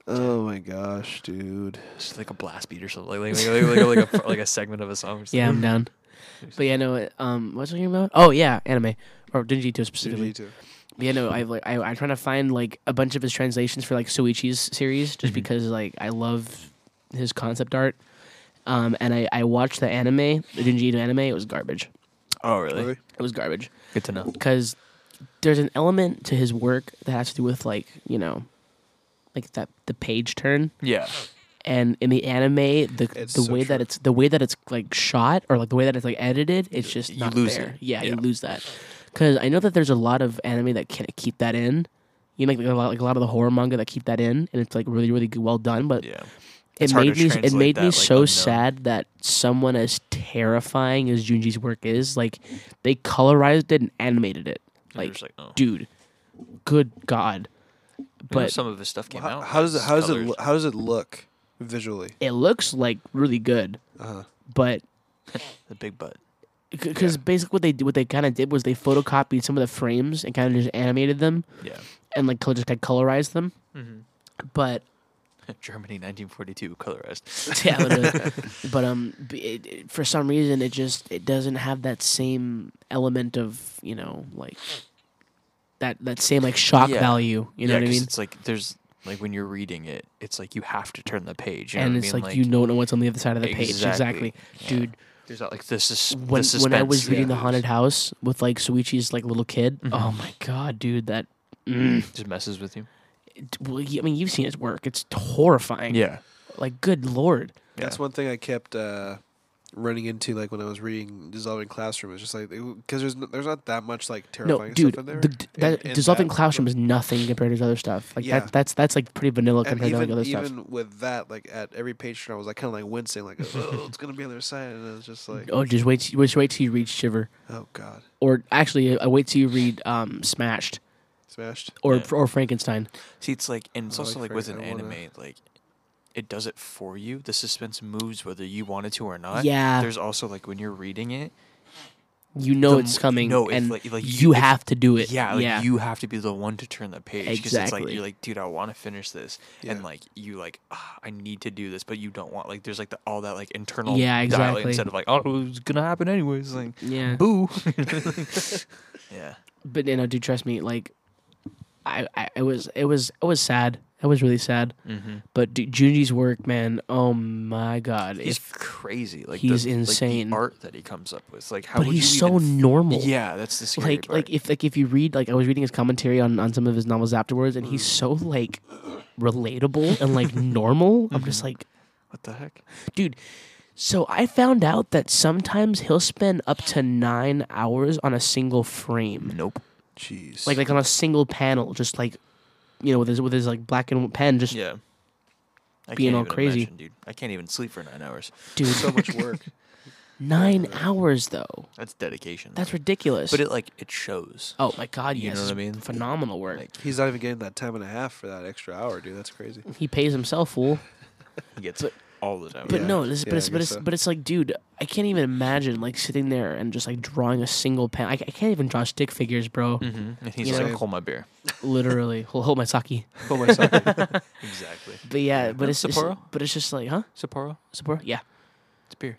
[SPEAKER 3] Oh my gosh, dude.
[SPEAKER 4] Just like a blast beat or something, like like like like, like, a, like a segment of a song. Or
[SPEAKER 1] Yeah, I'm
[SPEAKER 4] something.
[SPEAKER 1] down. But yeah, no. Um, what's talking about? Oh yeah, anime or Dingy Two specifically.
[SPEAKER 3] Dude,
[SPEAKER 1] Yeah, no, I like I I'm trying to find like a bunch of his translations for like Soichi's series just because like I love his concept art. Um, and I, I watched the anime, the Junji Ito anime. It was garbage.
[SPEAKER 4] Oh, really?
[SPEAKER 3] Really?
[SPEAKER 1] It was garbage
[SPEAKER 4] Good to know.
[SPEAKER 1] because there's an element to his work that has to do with like you know, like that the page turn.
[SPEAKER 4] Yeah.
[SPEAKER 1] And in the anime, the
[SPEAKER 3] It's
[SPEAKER 1] the
[SPEAKER 3] so
[SPEAKER 1] way that
[SPEAKER 3] true.
[SPEAKER 1] it's the way that it's like shot or like the way that it's like edited, it's just
[SPEAKER 4] You
[SPEAKER 1] not
[SPEAKER 4] lose
[SPEAKER 1] there.
[SPEAKER 4] it.
[SPEAKER 1] Yeah, you
[SPEAKER 4] Yeah.
[SPEAKER 1] lose that because I know that there's a lot of anime that can't keep that in. You know, like a lot like a lot of the horror manga that keep that in, and it's like really really good, well done. But
[SPEAKER 4] Yeah. It's
[SPEAKER 1] it
[SPEAKER 4] hard
[SPEAKER 1] made
[SPEAKER 4] to
[SPEAKER 1] me it
[SPEAKER 4] translate
[SPEAKER 1] made
[SPEAKER 4] that,
[SPEAKER 1] me
[SPEAKER 4] like,
[SPEAKER 1] so
[SPEAKER 4] unknown.
[SPEAKER 1] sad that someone as terrifying as Junji's work is, like they colorized it and animated it.
[SPEAKER 4] Like,
[SPEAKER 1] Like,
[SPEAKER 4] just like oh.
[SPEAKER 1] dude, good god!
[SPEAKER 4] You know
[SPEAKER 1] But
[SPEAKER 4] some of his stuff came
[SPEAKER 3] How,
[SPEAKER 4] out.
[SPEAKER 3] how does it
[SPEAKER 4] it's
[SPEAKER 3] how does it
[SPEAKER 4] colored.
[SPEAKER 3] lo- how does it look visually?
[SPEAKER 1] it looks like really good,
[SPEAKER 3] Uh-huh.
[SPEAKER 1] but
[SPEAKER 4] the big butt?
[SPEAKER 1] because basically what they did- what they kind of did was they photocopied some of the frames and kind of just animated them
[SPEAKER 4] Yeah.
[SPEAKER 1] and like col- just like colorized them.
[SPEAKER 4] Mm-hmm.
[SPEAKER 1] But
[SPEAKER 4] Germany 1942 colorized.
[SPEAKER 1] yeah, I would've- but um, b- it, it- for some reason, it just it doesn't have that same element of you know like that that same like shock
[SPEAKER 4] Yeah.
[SPEAKER 1] value. You know
[SPEAKER 4] Yeah,
[SPEAKER 1] what I
[SPEAKER 4] 'cause
[SPEAKER 1] mean?
[SPEAKER 4] It's like there's like when you're reading it, it's like you have to turn the page. You know
[SPEAKER 1] and
[SPEAKER 4] what
[SPEAKER 1] it's
[SPEAKER 4] I mean?
[SPEAKER 1] like, you don't know what's on the other side of the page. Exactly,
[SPEAKER 4] Exactly.
[SPEAKER 1] dude.
[SPEAKER 4] there's that like this is
[SPEAKER 1] When
[SPEAKER 4] the
[SPEAKER 1] when I was
[SPEAKER 4] suspense.
[SPEAKER 1] reading
[SPEAKER 3] yeah.
[SPEAKER 1] the haunted house with like Suichi's like little kid,
[SPEAKER 4] Mhm.
[SPEAKER 1] oh my god, dude, that. Mm,
[SPEAKER 4] just messes with you.
[SPEAKER 1] it- well, y- I mean, you've seen his work; it's horrifying.
[SPEAKER 4] Yeah,
[SPEAKER 1] Like, good lord.
[SPEAKER 3] That's one thing I kept uh, running into, like when I was reading Dissolving Classroom. It's just like because there's n- there's not that much like
[SPEAKER 1] No,
[SPEAKER 3] terrifying
[SPEAKER 1] dude,
[SPEAKER 3] stuff in there.
[SPEAKER 1] the, d-
[SPEAKER 3] in-
[SPEAKER 1] that
[SPEAKER 3] in
[SPEAKER 1] dissolving
[SPEAKER 3] that,
[SPEAKER 1] classroom
[SPEAKER 3] but-
[SPEAKER 1] is nothing compared to his other stuff. Like
[SPEAKER 3] Yeah.
[SPEAKER 1] that, that's that's like pretty vanilla
[SPEAKER 3] and
[SPEAKER 1] compared
[SPEAKER 3] even,
[SPEAKER 1] to like other
[SPEAKER 3] even
[SPEAKER 1] stuff.
[SPEAKER 3] with that, like at every page turn, I was like kind of like wincing, like oh, it's gonna be on the other side, and it's just like
[SPEAKER 1] Oh, just wait, t- just wait till you read Shiver,
[SPEAKER 3] oh god,
[SPEAKER 1] or actually, I wait till you read um, Smashed
[SPEAKER 3] smashed.
[SPEAKER 1] or
[SPEAKER 4] Yeah.
[SPEAKER 1] or Frankenstein.
[SPEAKER 4] see, it's like and it's
[SPEAKER 3] Oh,
[SPEAKER 4] also
[SPEAKER 3] I
[SPEAKER 4] like with an
[SPEAKER 3] forget- I wanna-
[SPEAKER 4] anime, like it does it for you. The suspense moves whether you want it to or not.
[SPEAKER 1] Yeah.
[SPEAKER 4] There's also like when you're reading it,
[SPEAKER 1] You know
[SPEAKER 4] The
[SPEAKER 1] it's
[SPEAKER 4] m-
[SPEAKER 1] coming,
[SPEAKER 4] no, if,
[SPEAKER 1] and
[SPEAKER 4] like- like,
[SPEAKER 1] you
[SPEAKER 4] if-
[SPEAKER 1] have to do it.
[SPEAKER 4] Yeah, like
[SPEAKER 1] yeah.
[SPEAKER 4] you have to be the one to turn the page because it's
[SPEAKER 1] Exactly.
[SPEAKER 4] like you're like, dude, I want to finish this,
[SPEAKER 3] Yeah.
[SPEAKER 4] and like you like, ah, I need to do this, but you don't want like there's like the, all that like internal
[SPEAKER 1] Yeah,
[SPEAKER 4] dialogue
[SPEAKER 1] exactly.
[SPEAKER 4] instead of like, oh, it's gonna happen anyways, like
[SPEAKER 1] yeah.
[SPEAKER 4] boo, yeah,
[SPEAKER 1] But you know, dude, trust me. Like, I, I, it was, it was, it was sad. It was really sad.
[SPEAKER 4] mm-hmm.
[SPEAKER 1] But dude, Junji's work, man. Oh my god,
[SPEAKER 4] he's
[SPEAKER 1] If-
[SPEAKER 4] crazy, like
[SPEAKER 1] he's
[SPEAKER 4] the, like, the
[SPEAKER 1] insane.
[SPEAKER 4] art that he comes up with, like how
[SPEAKER 1] but
[SPEAKER 4] would
[SPEAKER 1] he's
[SPEAKER 4] you
[SPEAKER 1] so
[SPEAKER 4] even-
[SPEAKER 1] normal.
[SPEAKER 4] yeah, that's the scary
[SPEAKER 1] like
[SPEAKER 4] part.
[SPEAKER 1] like if like if you read like I was reading his commentary on on some of his novels afterwards, and
[SPEAKER 4] Mm.
[SPEAKER 1] he's so like relatable and like normal.
[SPEAKER 4] Mm-hmm.
[SPEAKER 1] I'm just like,
[SPEAKER 4] what the heck?
[SPEAKER 1] dude. So I found out that sometimes he'll spend up to nine hours on a single frame,
[SPEAKER 4] Nope.
[SPEAKER 3] Jeez,
[SPEAKER 1] like like on a single panel, just like you know with his with his like black and white pen, just
[SPEAKER 4] Yeah. I
[SPEAKER 1] Being
[SPEAKER 4] can't
[SPEAKER 1] all
[SPEAKER 4] even
[SPEAKER 1] crazy.
[SPEAKER 4] imagine, dude. I can't even sleep for nine hours.
[SPEAKER 1] dude
[SPEAKER 3] so much work.
[SPEAKER 1] nine hours though.
[SPEAKER 4] That's dedication.
[SPEAKER 1] That's ridiculous.
[SPEAKER 4] but it like it shows.
[SPEAKER 1] oh my god, yes,
[SPEAKER 4] You know what I
[SPEAKER 1] it's
[SPEAKER 4] mean?
[SPEAKER 1] Phenomenal work.
[SPEAKER 4] Like-
[SPEAKER 3] He's not even getting that time and a half for that extra hour, dude. That's crazy.
[SPEAKER 1] he pays himself, fool.
[SPEAKER 4] He gets it all the time.
[SPEAKER 1] But
[SPEAKER 3] Yeah.
[SPEAKER 1] no, this,
[SPEAKER 3] Yeah,
[SPEAKER 1] but it's
[SPEAKER 3] I
[SPEAKER 1] but
[SPEAKER 3] guess
[SPEAKER 1] it's
[SPEAKER 3] so.
[SPEAKER 1] but it's like, dude, I can't even imagine like sitting there and just like drawing a single pen. I, I can't even draw stick figures, bro.
[SPEAKER 4] Mhm. And he's
[SPEAKER 1] You
[SPEAKER 4] like,
[SPEAKER 1] know?
[SPEAKER 4] hold my beer.
[SPEAKER 1] Literally, hold, hold my sake.
[SPEAKER 3] Pull my sock in.
[SPEAKER 4] Exactly.
[SPEAKER 1] But yeah, but
[SPEAKER 4] No,
[SPEAKER 1] it's, it's
[SPEAKER 4] Sapporo?
[SPEAKER 1] but it's just like, huh?
[SPEAKER 4] Sapporo.
[SPEAKER 1] Sapporo, yeah,
[SPEAKER 4] It's beer.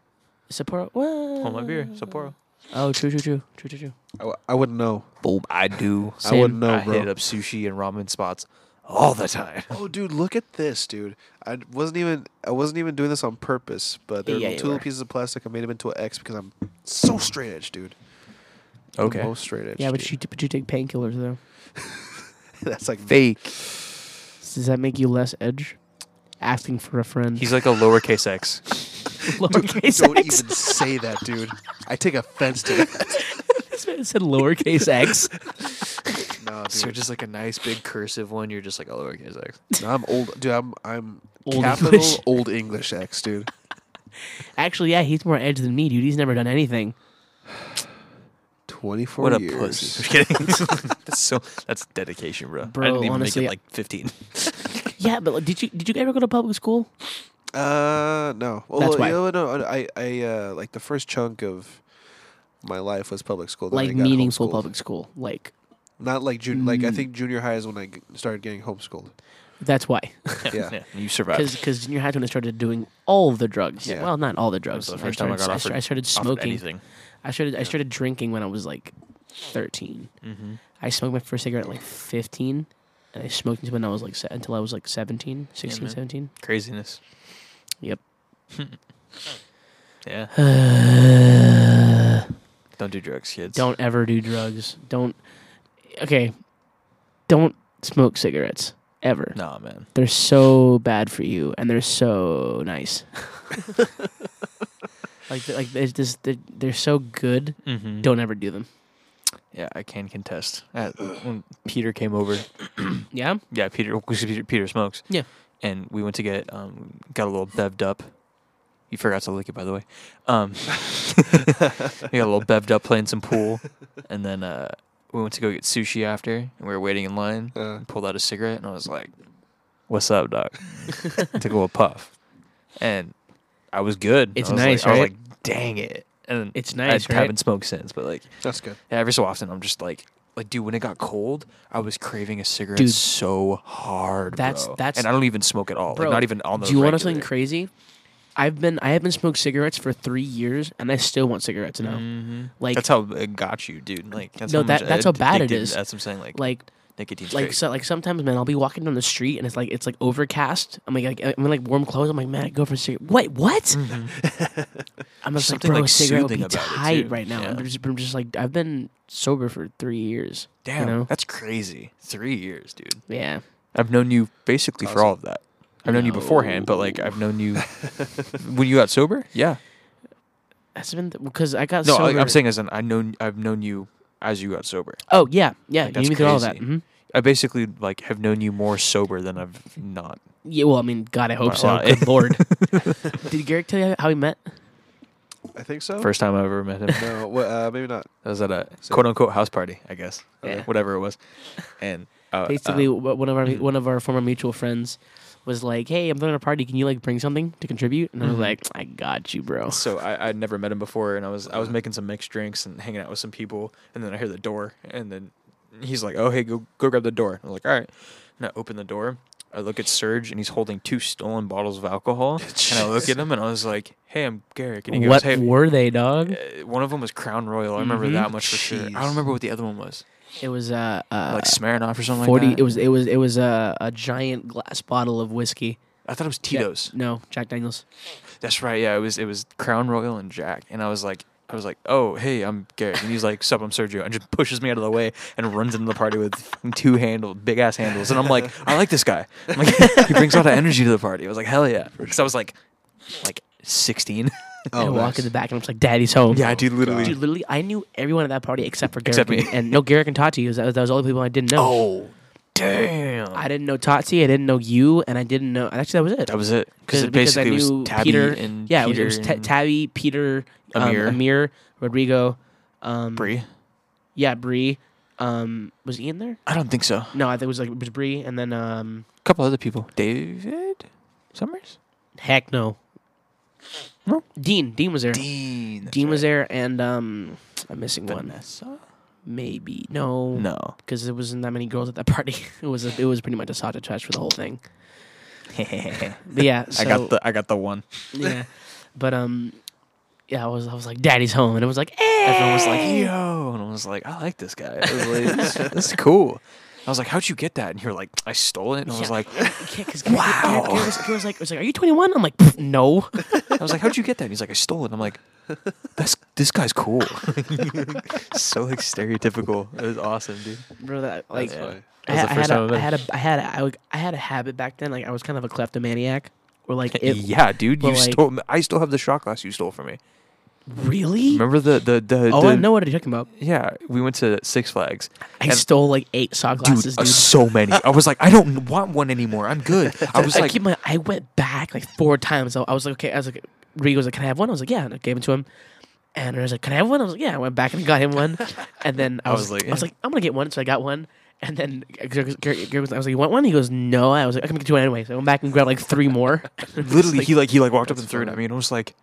[SPEAKER 1] Sapporo. What?
[SPEAKER 4] Hold my beer. Sapporo.
[SPEAKER 1] Oh, true, true, true, true, true, true.
[SPEAKER 3] I, w- I wouldn't know.
[SPEAKER 4] Boom. I do.
[SPEAKER 1] Same.
[SPEAKER 3] I wouldn't know,
[SPEAKER 4] I
[SPEAKER 3] bro.
[SPEAKER 4] hit up sushi and ramen spots all the time.
[SPEAKER 3] Oh, dude, look at this, dude. I d- wasn't even I wasn't even doing this on purpose, but there
[SPEAKER 1] Yeah,
[SPEAKER 3] were
[SPEAKER 1] you
[SPEAKER 3] two little
[SPEAKER 1] were.
[SPEAKER 3] pieces of plastic. I made them into an X because I'm so straight edge, dude. I'm the
[SPEAKER 4] Okay.
[SPEAKER 3] most straight edge.
[SPEAKER 1] Yeah, but
[SPEAKER 3] dude.
[SPEAKER 1] you but you take painkillers though.
[SPEAKER 3] that's like
[SPEAKER 4] Fake.
[SPEAKER 1] Does that make you less edge? Asking for a friend.
[SPEAKER 4] He's like a lowercase x.
[SPEAKER 1] lowercase
[SPEAKER 3] don't
[SPEAKER 1] x.
[SPEAKER 3] even say that, dude. I take offense to that.
[SPEAKER 1] This man said lowercase x.
[SPEAKER 3] no, dude.
[SPEAKER 4] So just like a nice big cursive one. You're just like a lowercase x.
[SPEAKER 3] No, I'm old, dude. I'm I'm
[SPEAKER 1] Old
[SPEAKER 3] capital
[SPEAKER 1] English.
[SPEAKER 3] old English X, dude.
[SPEAKER 1] Actually, yeah, he's more edge than me, dude. He's never done anything.
[SPEAKER 3] Twenty four
[SPEAKER 4] What a
[SPEAKER 3] years.
[SPEAKER 4] pussy. Just kidding. that's so. That's dedication, bro.
[SPEAKER 1] Bro,
[SPEAKER 4] I didn't even
[SPEAKER 1] honestly,
[SPEAKER 4] make it like 15.
[SPEAKER 1] Yeah, but like, did you did you ever go to public school?
[SPEAKER 3] Uh, no. Well,
[SPEAKER 1] That's why.
[SPEAKER 3] You know, no, I I uh, like the first chunk of my life was public school. then I
[SPEAKER 1] like
[SPEAKER 3] got
[SPEAKER 1] meaningful
[SPEAKER 3] homeschooled.
[SPEAKER 1] public school. Like
[SPEAKER 3] Not like jun- like I think junior high is when I g- started getting homeschooled.
[SPEAKER 1] that's why,
[SPEAKER 3] Yeah.
[SPEAKER 4] Yeah. You survived.
[SPEAKER 1] because junior high is when I started doing all the drugs.
[SPEAKER 3] Yeah.
[SPEAKER 1] Well, not all the drugs.
[SPEAKER 4] the first time I
[SPEAKER 1] started-
[SPEAKER 4] got
[SPEAKER 1] sta-
[SPEAKER 4] offered-
[SPEAKER 1] I started
[SPEAKER 4] offered
[SPEAKER 1] smoking.
[SPEAKER 4] anything.
[SPEAKER 1] I started I started drinking when I was like 13
[SPEAKER 4] Mm-hmm.
[SPEAKER 1] I smoked my first cigarette at like fifteen, and I smoked until when I was like se- until I was like 17, 16,
[SPEAKER 4] man.
[SPEAKER 1] 17.
[SPEAKER 4] Craziness.
[SPEAKER 1] Yep.
[SPEAKER 4] Yeah. Don't do drugs, kids.
[SPEAKER 1] Don't ever do drugs. Don't. Okay. Don't smoke cigarettes ever.
[SPEAKER 4] Nah, man.
[SPEAKER 1] They're so bad for you, and they're so nice. like, they're- like there's this, they're, they're so good.
[SPEAKER 4] Mm-hmm.
[SPEAKER 1] Don't ever do them.
[SPEAKER 4] Yeah, I can contest. Uh, when Peter came over.
[SPEAKER 1] Yeah.
[SPEAKER 4] Yeah, Peter. 'cause Peter, Peter smokes.
[SPEAKER 1] Yeah.
[SPEAKER 4] And we went to get um, got a little bevved up. You forgot to lick it, by the way. Um, we got a little bevved up playing some pool, and then uh, we went to go get sushi after, and we were waiting in line.
[SPEAKER 3] Uh,
[SPEAKER 4] pulled out a cigarette and I was like, "What's up, doc?" Took a little puff, and I was good.
[SPEAKER 1] It's
[SPEAKER 4] I was
[SPEAKER 1] nice,
[SPEAKER 4] like, I
[SPEAKER 1] right?
[SPEAKER 4] was like, "Dang it!" And
[SPEAKER 1] It's nice,
[SPEAKER 4] I
[SPEAKER 1] right?
[SPEAKER 4] haven't smoked since, but like
[SPEAKER 3] that's good.
[SPEAKER 4] every so often, I'm just like, like dude, when it got cold, I was craving a cigarette
[SPEAKER 1] Dude,
[SPEAKER 4] so hard.
[SPEAKER 1] that's-
[SPEAKER 4] bro.
[SPEAKER 1] that's-
[SPEAKER 4] and I don't even smoke at all.
[SPEAKER 1] Bro,
[SPEAKER 4] like, not even on the.
[SPEAKER 1] Do you want to know
[SPEAKER 4] regular.
[SPEAKER 1] something crazy? I've been I haven't smoked cigarettes for three years, and I still want cigarettes now.
[SPEAKER 4] Mhm.
[SPEAKER 1] Like
[SPEAKER 4] that's how it got you, dude. Like that's
[SPEAKER 1] No,
[SPEAKER 4] how much
[SPEAKER 1] that- that's how bad it
[SPEAKER 4] addicted-
[SPEAKER 1] is.
[SPEAKER 4] That's what I'm saying. Like,
[SPEAKER 1] like
[SPEAKER 4] nicotine's
[SPEAKER 1] like
[SPEAKER 4] great.
[SPEAKER 1] so like sometimes man I'll be walking down the street and it's like it's like overcast. I'm like I- I'm in like warm clothes. I'm like man, I go for a cigarette. Wait, what? I'm just like
[SPEAKER 4] Mm. Something,
[SPEAKER 1] bro,
[SPEAKER 4] like,
[SPEAKER 1] a cigarette would be
[SPEAKER 4] soothing about it,
[SPEAKER 1] tight
[SPEAKER 4] too.
[SPEAKER 1] right now. I'm,
[SPEAKER 4] Yeah.
[SPEAKER 1] just, I'm just like I've been sober for three years.
[SPEAKER 4] Damn,
[SPEAKER 1] know?
[SPEAKER 4] that's crazy. Three years, dude.
[SPEAKER 1] Yeah,
[SPEAKER 4] I've known you basically for all of that. I've known you beforehand, but like I've known you when you got sober. Yeah,
[SPEAKER 1] that's been because I got
[SPEAKER 4] no,
[SPEAKER 1] sober.
[SPEAKER 4] like, I'm saying as an I known I've known you as you got sober.
[SPEAKER 1] Oh yeah, yeah.
[SPEAKER 4] Like,
[SPEAKER 1] you
[SPEAKER 4] that's
[SPEAKER 1] knew through all that.
[SPEAKER 4] crazy.
[SPEAKER 1] hmm
[SPEAKER 4] I basically like have known you more sober than I've not.
[SPEAKER 1] Yeah, well, I mean, God, I hope
[SPEAKER 4] Well,
[SPEAKER 1] so.
[SPEAKER 4] well, Uh,
[SPEAKER 1] Good lord. Did Garrick tell you how he met?
[SPEAKER 3] I think so.
[SPEAKER 4] First time I've ever met him.
[SPEAKER 3] No, well, uh, maybe not.
[SPEAKER 4] I was at a
[SPEAKER 3] So-
[SPEAKER 4] quote unquote house party, I guess.
[SPEAKER 1] Yeah.
[SPEAKER 4] Whatever it was. And uh,
[SPEAKER 1] Basically,
[SPEAKER 4] um,
[SPEAKER 1] wh- one of our one of our former mutual friends was like, "Hey, I'm throwing a party. Can you like bring something to contribute?" And I was
[SPEAKER 4] Mhm.
[SPEAKER 1] like, "I got you, bro."
[SPEAKER 4] so I, I'd never met him before and I was I was making some mixed drinks and hanging out with some people and then I hear the door and then he's like, Oh hey, go go grab the door. I was like, All right. And I open the door. I look at Serge and he's holding two stolen bottles of alcohol. and I look at him and I was like, Hey, I'm Garrick. And he
[SPEAKER 1] What
[SPEAKER 4] goes, Hey,
[SPEAKER 1] were they, dog?
[SPEAKER 4] uh, one of them was Crown Royal. I remember
[SPEAKER 1] Mhm.
[SPEAKER 4] that much for sure. I
[SPEAKER 3] Jeez.
[SPEAKER 4] don't remember what the other one was.
[SPEAKER 1] It was uh, uh
[SPEAKER 4] Like Smirnoff or something
[SPEAKER 1] forty.
[SPEAKER 4] like that.
[SPEAKER 1] It was it was it was a a giant glass bottle of whiskey.
[SPEAKER 4] I thought it was
[SPEAKER 1] Jack-
[SPEAKER 4] Tito's.
[SPEAKER 1] no, Jack Daniels.
[SPEAKER 4] That's right. Yeah, it was it was Crown Royal and Jack, and I was like, I was like, oh hey, I'm Garrett, and he's like, sup, I'm Sergio, and just pushes me out of the way and runs into the party with two handle, big ass handles, and I'm like, I like this guy. I'm like, he brings a lot of energy to the party. I was like, hell yeah, because I was like, like 16.
[SPEAKER 1] and I walk
[SPEAKER 3] nice.
[SPEAKER 1] in the back and I'm just like, "Daddy's home."
[SPEAKER 4] yeah, dude, literally.
[SPEAKER 1] Dude, literally, I knew everyone at that party except for Garrick
[SPEAKER 4] Except
[SPEAKER 1] and-
[SPEAKER 4] me.
[SPEAKER 1] and no Garrick and Tati. Was, that was the only people I didn't know.
[SPEAKER 4] Oh, damn.
[SPEAKER 1] I didn't know Tati. I didn't know you, and I didn't know. Actually, that was it.
[SPEAKER 4] that was it because it
[SPEAKER 1] because
[SPEAKER 4] basically was Tabby
[SPEAKER 1] Peter
[SPEAKER 4] and
[SPEAKER 1] yeah, it was-
[SPEAKER 4] Peter
[SPEAKER 1] it was, Ta-
[SPEAKER 4] and
[SPEAKER 1] Tabby, Peter, um, Amir.
[SPEAKER 4] Amir.
[SPEAKER 1] Rodrigo, um,
[SPEAKER 4] Bree.
[SPEAKER 1] Yeah, Bree. Um, was Ian there?
[SPEAKER 4] I don't think so. A
[SPEAKER 1] No, I think it was like it was Bree, and then um,
[SPEAKER 4] couple other people. David Summers.
[SPEAKER 1] heck no.
[SPEAKER 4] No?
[SPEAKER 1] Dean. Dean was there. Dean,
[SPEAKER 4] Dean.
[SPEAKER 1] was there, and um, I'm missing one.
[SPEAKER 4] Vanessa?
[SPEAKER 1] Maybe no,
[SPEAKER 4] No.
[SPEAKER 1] because there wasn't that many girls at that party. it was a, it was pretty much a sausage trash for the whole thing. But yeah,
[SPEAKER 4] I
[SPEAKER 1] so-
[SPEAKER 4] got the I got the one.
[SPEAKER 1] yeah, but um, yeah, I was I was like, Daddy's home, and it was like, hey!
[SPEAKER 4] Everyone was like, "Yo," and I was like, "I like this guy. I was like, this, this is cool." I was like, "How'd you get that?" And you were like, "I stole it." And I was
[SPEAKER 1] Yeah.
[SPEAKER 4] like,
[SPEAKER 1] because wow. was, Garrett was like, was like, "Are you 21?" I'm like, "Pff, "No."
[SPEAKER 4] "I was like, how'd you get that?" And he's like, "I stole it." And I'm like, "That's this guy's cool." so like stereotypical. It was awesome, dude.
[SPEAKER 1] Bro, that like
[SPEAKER 4] That's
[SPEAKER 3] Why?
[SPEAKER 1] I,
[SPEAKER 4] That was
[SPEAKER 1] had-
[SPEAKER 4] the
[SPEAKER 1] I had
[SPEAKER 4] first time I
[SPEAKER 1] a, I
[SPEAKER 4] met
[SPEAKER 1] had a I had a, I, would- I had a habit back then. Like I was kind of a kleptomaniac, or like it
[SPEAKER 4] yeah, dude.
[SPEAKER 1] but,
[SPEAKER 4] You
[SPEAKER 1] like-
[SPEAKER 4] stole. I still have the shot glass you stole from me.
[SPEAKER 1] really.
[SPEAKER 4] Remember the the the.
[SPEAKER 1] oh,
[SPEAKER 4] the
[SPEAKER 1] I know what you're talking about.
[SPEAKER 4] Yeah, we went to Six Flags.
[SPEAKER 1] I
[SPEAKER 4] and-
[SPEAKER 1] stole like eight shot
[SPEAKER 4] Dude,
[SPEAKER 1] glasses,
[SPEAKER 4] uh,
[SPEAKER 1] dude.
[SPEAKER 4] so many. I was like, I don't want one anymore. I'm good. I was
[SPEAKER 1] I
[SPEAKER 4] like,
[SPEAKER 1] keep my. I went back like four times. I I was like, okay. I was like, Rigo was like, can I have one? I was like, yeah. And I gave it to him. And I was like, can I have one? I was like, yeah. I went back and got him one. And then I was, like, I was
[SPEAKER 4] yeah.
[SPEAKER 1] like, I'm gonna get one. So I got one. And then Gary Gary was, I was like, you want one? He goes, no. I was like, I'm gonna get you one anyway. So I went back and grabbed like three more.
[SPEAKER 4] literally he like he like walked up and threw it
[SPEAKER 3] funny.
[SPEAKER 4] at me and I was like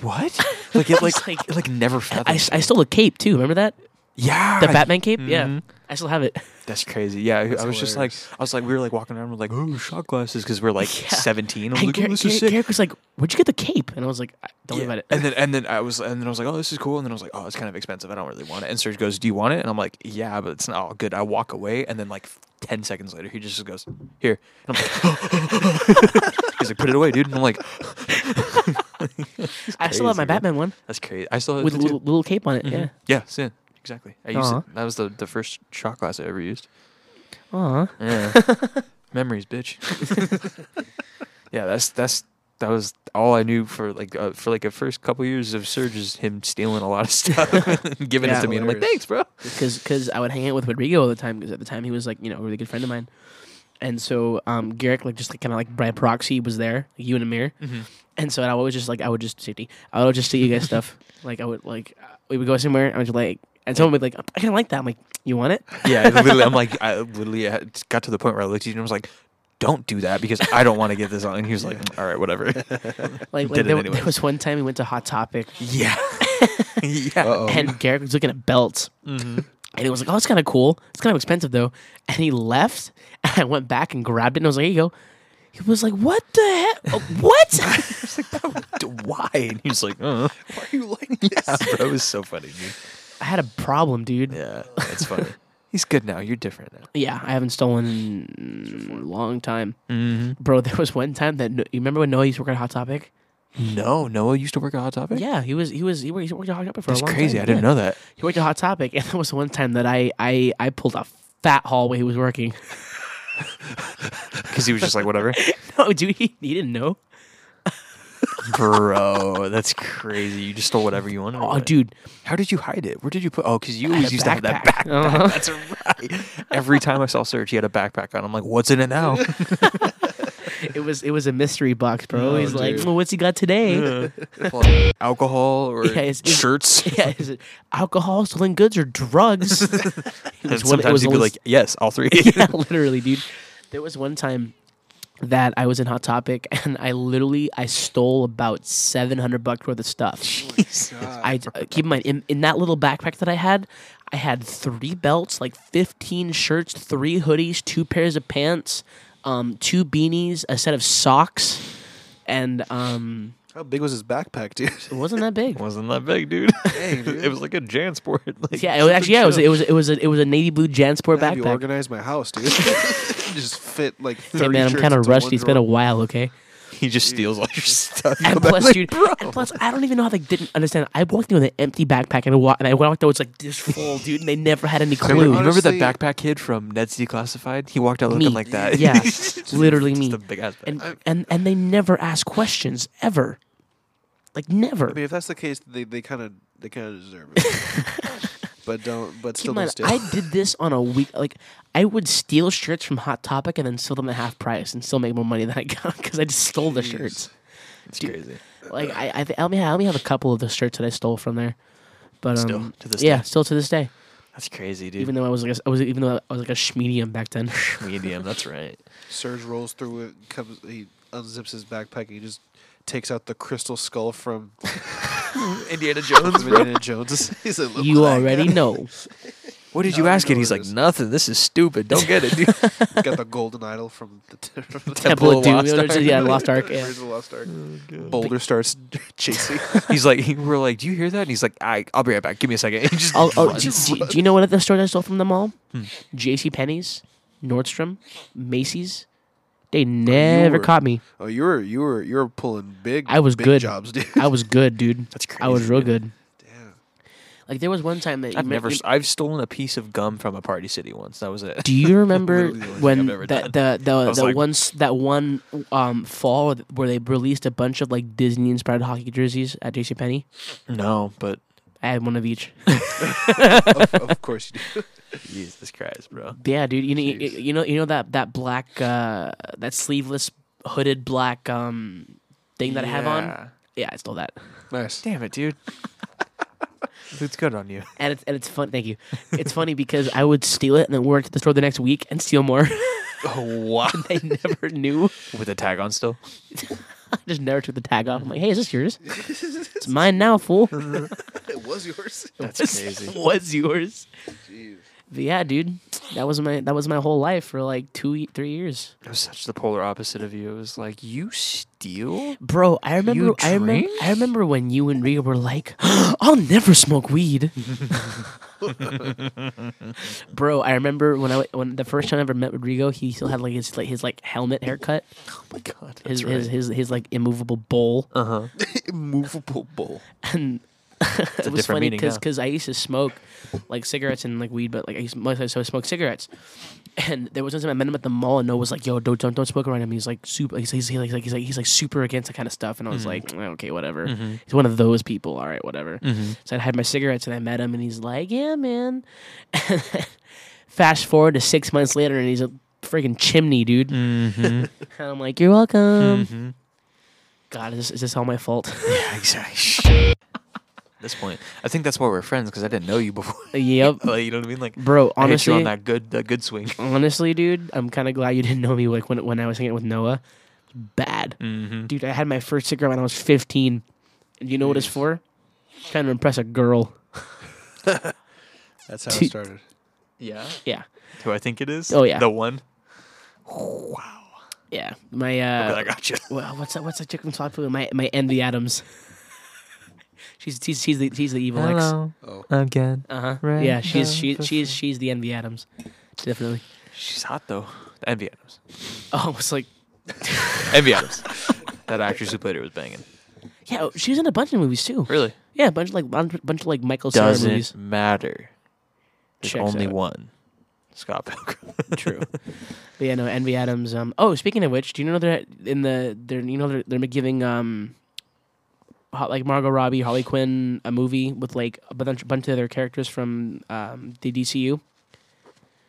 [SPEAKER 4] what like it like,
[SPEAKER 1] like-
[SPEAKER 4] it, like never
[SPEAKER 1] I,
[SPEAKER 4] felt
[SPEAKER 1] I stole a cape too. Remember that?
[SPEAKER 4] yeah
[SPEAKER 1] The Batman cape. Yeah,
[SPEAKER 4] Mhm.
[SPEAKER 1] I still have it.
[SPEAKER 4] that's crazy yeah I-
[SPEAKER 3] That's
[SPEAKER 4] I was just like
[SPEAKER 3] hilarious.
[SPEAKER 4] I was like we were like walking around with like oh shot glasses because we're like
[SPEAKER 1] Yeah.
[SPEAKER 4] 17 I was
[SPEAKER 1] And
[SPEAKER 4] like
[SPEAKER 1] Gary,
[SPEAKER 4] oh, this is
[SPEAKER 1] Gary-
[SPEAKER 4] sick
[SPEAKER 1] Gary was like, where'd you get the cape? And I was like, I- don't
[SPEAKER 4] Yeah.
[SPEAKER 1] worry about it.
[SPEAKER 4] and then and then I was and then I was like oh this is cool and then I was like oh it's kind of expensive I don't really want it and Serge goes do you want it and I'm like yeah but it's not all good I walk away and then like 10 seconds later he just goes here and I'm like he's like put it away dude and I'm like
[SPEAKER 1] I still have my
[SPEAKER 4] crazy, bro.
[SPEAKER 1] Batman one
[SPEAKER 4] that's crazy I still have
[SPEAKER 1] with a
[SPEAKER 4] it, too.
[SPEAKER 1] little, little cape on it.
[SPEAKER 4] Mhm.
[SPEAKER 3] Mm-hmm.
[SPEAKER 1] Yeah.
[SPEAKER 4] Yeah, sin. Exactly. I used
[SPEAKER 1] Aw.
[SPEAKER 4] it. That was the, the first shot glass I ever used.
[SPEAKER 1] Aw.
[SPEAKER 4] Yeah. Memories, bitch. yeah, that's that's that was all I knew for like uh, for like the first couple years of Surge is him stealing a lot of stuff and giving
[SPEAKER 1] Yeah,
[SPEAKER 4] it to me. And I'm like,
[SPEAKER 3] hilarious.
[SPEAKER 4] thanks, bro.
[SPEAKER 1] because cause I would hang out with Rodrigo all the time because at the time he was like you know a really good friend of mine, and so um Garrick like just like kind of like by proxy was there like you and Amir, and so I would just like I would just safety I would just see you guys stuff like I would like uh, we would go somewhere I would just like and someone would be like I kind of like that I'm like you want it
[SPEAKER 4] Yeah, I literally, I'm like, I literally had- got to the point where I looked at you and I was like, don't do that because I don't want to get this on. And he was like, all right, whatever.
[SPEAKER 1] like, like,
[SPEAKER 4] Did it
[SPEAKER 1] there,
[SPEAKER 4] anyway.
[SPEAKER 1] there was one time we went to Hot Topic
[SPEAKER 4] yeah. yeah.
[SPEAKER 3] Uh-oh.
[SPEAKER 4] Oh.
[SPEAKER 1] and Garrick was looking at belts
[SPEAKER 4] Mhm.
[SPEAKER 1] And he was like, "Oh, it's kind of cool. It's kind of expensive though." And he left, and I went back and grabbed it, and I was like, "Here you go." He was like, "What the heck? Oh, what?"
[SPEAKER 4] D- Why? And he's like, uh.
[SPEAKER 3] Why are you like this?
[SPEAKER 4] bro, it was so funny, dude.
[SPEAKER 1] I had a problem, dude.
[SPEAKER 4] Yeah, it's funny. He's good now. You're different now.
[SPEAKER 1] Yeah, I haven't stolen in a long time,
[SPEAKER 4] Mm-hmm.
[SPEAKER 1] bro. There was one time that you remember when Noah used to work at Hot Topic.
[SPEAKER 4] No, Noah used to work at Hot Topic.
[SPEAKER 1] Yeah, he was he was he worked, he worked at Hot Topic for
[SPEAKER 4] that's
[SPEAKER 1] a long
[SPEAKER 4] crazy.
[SPEAKER 1] time.
[SPEAKER 4] I didn't know that.
[SPEAKER 1] He worked at Hot Topic, and that was the one time that I I I pulled a fat haul while he was working.
[SPEAKER 4] Because he was just like, whatever,
[SPEAKER 1] no, dude, he, he didn't know.
[SPEAKER 4] bro. That's crazy. You just stole whatever you wanted. or
[SPEAKER 1] Oh,
[SPEAKER 4] what?
[SPEAKER 1] dude,
[SPEAKER 4] How did you hide it? Where did you put? Oh, because you
[SPEAKER 1] had
[SPEAKER 4] always
[SPEAKER 1] a
[SPEAKER 4] used to have that backpack.
[SPEAKER 1] backpack.
[SPEAKER 4] That's right. Every time I saw Serge, he had a backpack on. I'm like, what's in it now?
[SPEAKER 1] it was it was a mystery box, bro.
[SPEAKER 3] Oh,
[SPEAKER 1] He's like,
[SPEAKER 3] dude.
[SPEAKER 1] "Well, what's he got today?
[SPEAKER 4] Alcohol or
[SPEAKER 1] Yeah, it's- it's-
[SPEAKER 4] shirts?
[SPEAKER 1] Yeah, is it alcohol, stolen goods, or drugs? It
[SPEAKER 4] And
[SPEAKER 1] was one- it
[SPEAKER 4] sometimes
[SPEAKER 1] was
[SPEAKER 4] he'd be
[SPEAKER 1] always-
[SPEAKER 4] like, yes, all three.
[SPEAKER 1] yeah, literally, dude. There was one time that I was in Hot Topic and I literally I stole about seven hundred bucks worth of stuff. I uh, keep in mind in, in that little backpack that I had, I had three belts, like fifteen shirts, three hoodies, two pairs of pants, um, two beanies, a set of socks, and um,
[SPEAKER 3] How big was his backpack, dude?
[SPEAKER 1] it wasn't that big.
[SPEAKER 4] Wasn't that big, dude.
[SPEAKER 3] Dang, dude.
[SPEAKER 4] it was like a JanSport. Like,
[SPEAKER 1] Yeah, it was actually yeah, it was it was it was a, it was a navy blue Jansport
[SPEAKER 3] Have you
[SPEAKER 1] backpack.
[SPEAKER 3] organized my house, dude? Just fit like thirty.
[SPEAKER 1] Hey man, I'm
[SPEAKER 3] shirts
[SPEAKER 1] kind of
[SPEAKER 3] into
[SPEAKER 1] rushed.
[SPEAKER 3] one
[SPEAKER 1] It's been a
[SPEAKER 3] drawer.
[SPEAKER 1] while, okay.
[SPEAKER 4] he just steals all your stuff.
[SPEAKER 1] And plus, dude, and plus, I don't even know how they didn't understand. I walked in with an empty backpack and, wa- and I walked out. It's like this full, dude, and they never had any
[SPEAKER 4] Remember,
[SPEAKER 1] clue.
[SPEAKER 4] remember that
[SPEAKER 3] Honestly-
[SPEAKER 4] backpack kid from Ned's Declassified? He walked out looking
[SPEAKER 1] Me.
[SPEAKER 4] like that.
[SPEAKER 1] Yeah,
[SPEAKER 4] Just
[SPEAKER 1] literally me.
[SPEAKER 4] a big ass
[SPEAKER 1] And,
[SPEAKER 4] bag.
[SPEAKER 1] and and they never ask questions ever, like never.
[SPEAKER 3] I mean, if that's the case, they they kind of they kind of deserve it. but don't. But
[SPEAKER 1] Keep
[SPEAKER 3] still
[SPEAKER 1] in
[SPEAKER 3] don't
[SPEAKER 1] mind,
[SPEAKER 3] steal.
[SPEAKER 1] I did this on a week. Like I would steal shirts from Hot Topic and then sell them at half price and still make more money than I got because I just stole the shirts.
[SPEAKER 4] It's crazy.
[SPEAKER 1] Like I, I, th- I only have, I only have a couple of the shirts that I stole from there. But um,
[SPEAKER 4] Still, to this
[SPEAKER 1] yeah,
[SPEAKER 4] day.
[SPEAKER 1] still to this day.
[SPEAKER 4] That's crazy, dude.
[SPEAKER 1] Even though I was like a, I was even though I was like a schmedium back then.
[SPEAKER 4] medium. That's right.
[SPEAKER 3] Serge rolls through it, comes, he unzips his backpack, and he just takes out the crystal skull from
[SPEAKER 4] Indiana Jones.
[SPEAKER 3] Indiana Jones. He's like, "Look
[SPEAKER 1] you
[SPEAKER 3] what I
[SPEAKER 1] already know.
[SPEAKER 4] What did
[SPEAKER 3] No,
[SPEAKER 4] you
[SPEAKER 3] I
[SPEAKER 4] ask
[SPEAKER 3] know
[SPEAKER 4] it? He's
[SPEAKER 3] what
[SPEAKER 4] like,
[SPEAKER 3] it is.
[SPEAKER 4] nothing. This is stupid. Don't get it, dude.
[SPEAKER 3] got. Got the golden idol from the t- from the
[SPEAKER 1] Temple of
[SPEAKER 4] of
[SPEAKER 1] Doom.
[SPEAKER 4] Lost
[SPEAKER 1] you know,
[SPEAKER 4] Ark.
[SPEAKER 1] Yeah, Lost Ark. Yeah. Oh,
[SPEAKER 3] Raiders of the Lost Ark. Boulder starts chasing.
[SPEAKER 4] he's like, he- we're like, do you hear that? And he's like, I, I'll be right back. Give me a second. And he just
[SPEAKER 1] I'll, I'll,
[SPEAKER 4] runs.
[SPEAKER 1] do, do- do you know what other stores I stole from the mall? J.C. Penney's, Nordstrom, Macy's. They never
[SPEAKER 3] were-
[SPEAKER 1] caught me.
[SPEAKER 3] Oh, you were you were you were pulling big.
[SPEAKER 1] I was
[SPEAKER 3] big
[SPEAKER 1] good.
[SPEAKER 3] jobs, dude.
[SPEAKER 1] I was good, dude.
[SPEAKER 4] That's
[SPEAKER 1] I was
[SPEAKER 4] crazy,
[SPEAKER 1] real good.
[SPEAKER 3] Damn.
[SPEAKER 1] Like there was one time that you
[SPEAKER 4] I've
[SPEAKER 1] me-
[SPEAKER 4] never.
[SPEAKER 1] you-
[SPEAKER 4] s- I've stolen a piece of gum from a party city once. That was it.
[SPEAKER 1] Do you remember
[SPEAKER 3] Literally the only thing
[SPEAKER 1] when
[SPEAKER 4] I've ever
[SPEAKER 1] that the the,
[SPEAKER 4] was
[SPEAKER 1] the
[SPEAKER 4] like-
[SPEAKER 1] one s that one um fall where they released a bunch of like Disney inspired hockey jerseys at J.C. Penney?
[SPEAKER 4] No, but
[SPEAKER 1] I had one of each.
[SPEAKER 3] of, of course you do.
[SPEAKER 4] Jesus Christ, bro.
[SPEAKER 1] Yeah, dude. You know, you,
[SPEAKER 3] Jeez.
[SPEAKER 1] you know, you know that that black, uh, that sleeveless hooded black um thing that I have on.
[SPEAKER 4] Yeah.
[SPEAKER 1] Yeah, I stole that,
[SPEAKER 3] Nice.
[SPEAKER 4] Damn it, dude. Looks good on you.
[SPEAKER 1] and it's and it's fun. Thank you. It's funny because I would steal it and then work at the store the next week and steal more.
[SPEAKER 4] Oh wow.
[SPEAKER 1] they never knew.
[SPEAKER 4] With a tag on still.
[SPEAKER 1] I just never took the tag off. I'm like, hey, is this yours? it's mine now, fool.
[SPEAKER 3] It was yours.
[SPEAKER 4] That's
[SPEAKER 1] It was yours.
[SPEAKER 3] Jeez.
[SPEAKER 1] But yeah, dude. That was my that was my whole life for like two ye- three years,
[SPEAKER 4] It was such the polar opposite of you. It was like you steal.
[SPEAKER 1] bro. I remember.
[SPEAKER 4] You
[SPEAKER 1] I remember.
[SPEAKER 4] drink?
[SPEAKER 1] I remember when you and Rhea were like, "I'll never smoke weed." Bro, I remember when I w- when the first time I ever met Rodrigo, he still had like his like his like helmet haircut,
[SPEAKER 4] Oh my god.
[SPEAKER 1] his his, his his like immovable bowl,
[SPEAKER 4] uh huh.
[SPEAKER 3] Immovable bowl.
[SPEAKER 1] and it was
[SPEAKER 4] different
[SPEAKER 1] funny
[SPEAKER 4] meaning
[SPEAKER 1] because
[SPEAKER 4] now.
[SPEAKER 1] I used to smoke like cigarettes and like weed, but like I used mostly so I smoked cigarettes. And there was one time I met him at the mall, and Noah was like, "Yo, don't don't, don't smoke around him." He's like super. He's, he's, he's like he's like he's like super against that kind of stuff, and I was like,
[SPEAKER 4] Mm-hmm.
[SPEAKER 1] "Oh, "Okay, whatever." He's one of those people. All right, whatever. So I had my cigarettes, and I met him, and he's like, "Yeah, man." Fast forward to six months later, and he's a freaking chimney, dude.
[SPEAKER 4] Mm-hmm.
[SPEAKER 1] and I'm like, "You're welcome." God, is this, is this all my fault?
[SPEAKER 4] Yeah, exactly. At this point, I think that's why we're friends because I didn't know you before.
[SPEAKER 1] yep,
[SPEAKER 4] like, you know what I mean? Like,
[SPEAKER 1] bro.
[SPEAKER 4] I hit
[SPEAKER 1] Honestly,
[SPEAKER 4] you on that good, that good swing.
[SPEAKER 1] honestly, dude, I'm kind of glad you didn't know me. Like when when I was hanging out with Noah, bad,
[SPEAKER 4] Mm-hmm.
[SPEAKER 1] dude. I had my first cigarette when I was 15. And you know what it's for? Trying to impress a girl.
[SPEAKER 3] That's how
[SPEAKER 1] Two-
[SPEAKER 3] it started.
[SPEAKER 4] Yeah.
[SPEAKER 1] Yeah.
[SPEAKER 4] Who I think it is?
[SPEAKER 1] Oh, yeah.
[SPEAKER 4] The one. Wow.
[SPEAKER 1] Yeah. My
[SPEAKER 4] But I
[SPEAKER 1] uh
[SPEAKER 4] got you.
[SPEAKER 1] wha- what's that what's that chick from Top Food? My my Envy Adams. she's she's she's the she's the evil ex.
[SPEAKER 3] Oh,
[SPEAKER 4] again.
[SPEAKER 1] Uh huh.
[SPEAKER 4] Right
[SPEAKER 1] yeah, she's she,
[SPEAKER 4] now,
[SPEAKER 1] she's she's the Envy Adams. Definitely.
[SPEAKER 4] She's hot though. Envy Adams.
[SPEAKER 1] Oh, it's like
[SPEAKER 4] Envy Adams. that actress who played her was banging.
[SPEAKER 1] yeah, oh, she was in a bunch of movies too.
[SPEAKER 4] Really?
[SPEAKER 1] Yeah, a bunch of like bunch, bunch of like Michael Cera
[SPEAKER 4] Doesn't
[SPEAKER 1] movies.
[SPEAKER 4] matter. There's
[SPEAKER 1] Checks
[SPEAKER 4] only
[SPEAKER 1] out.
[SPEAKER 4] one. Scott Pilgrim.
[SPEAKER 1] True. But yeah, no, Envy Adams. Um, oh, speaking of which, do you know they're in the they're you know they're they're giving um, hot, like Margot Robbie, Holly Quinn, a movie with like a bunch bunch of their characters from um the DCU.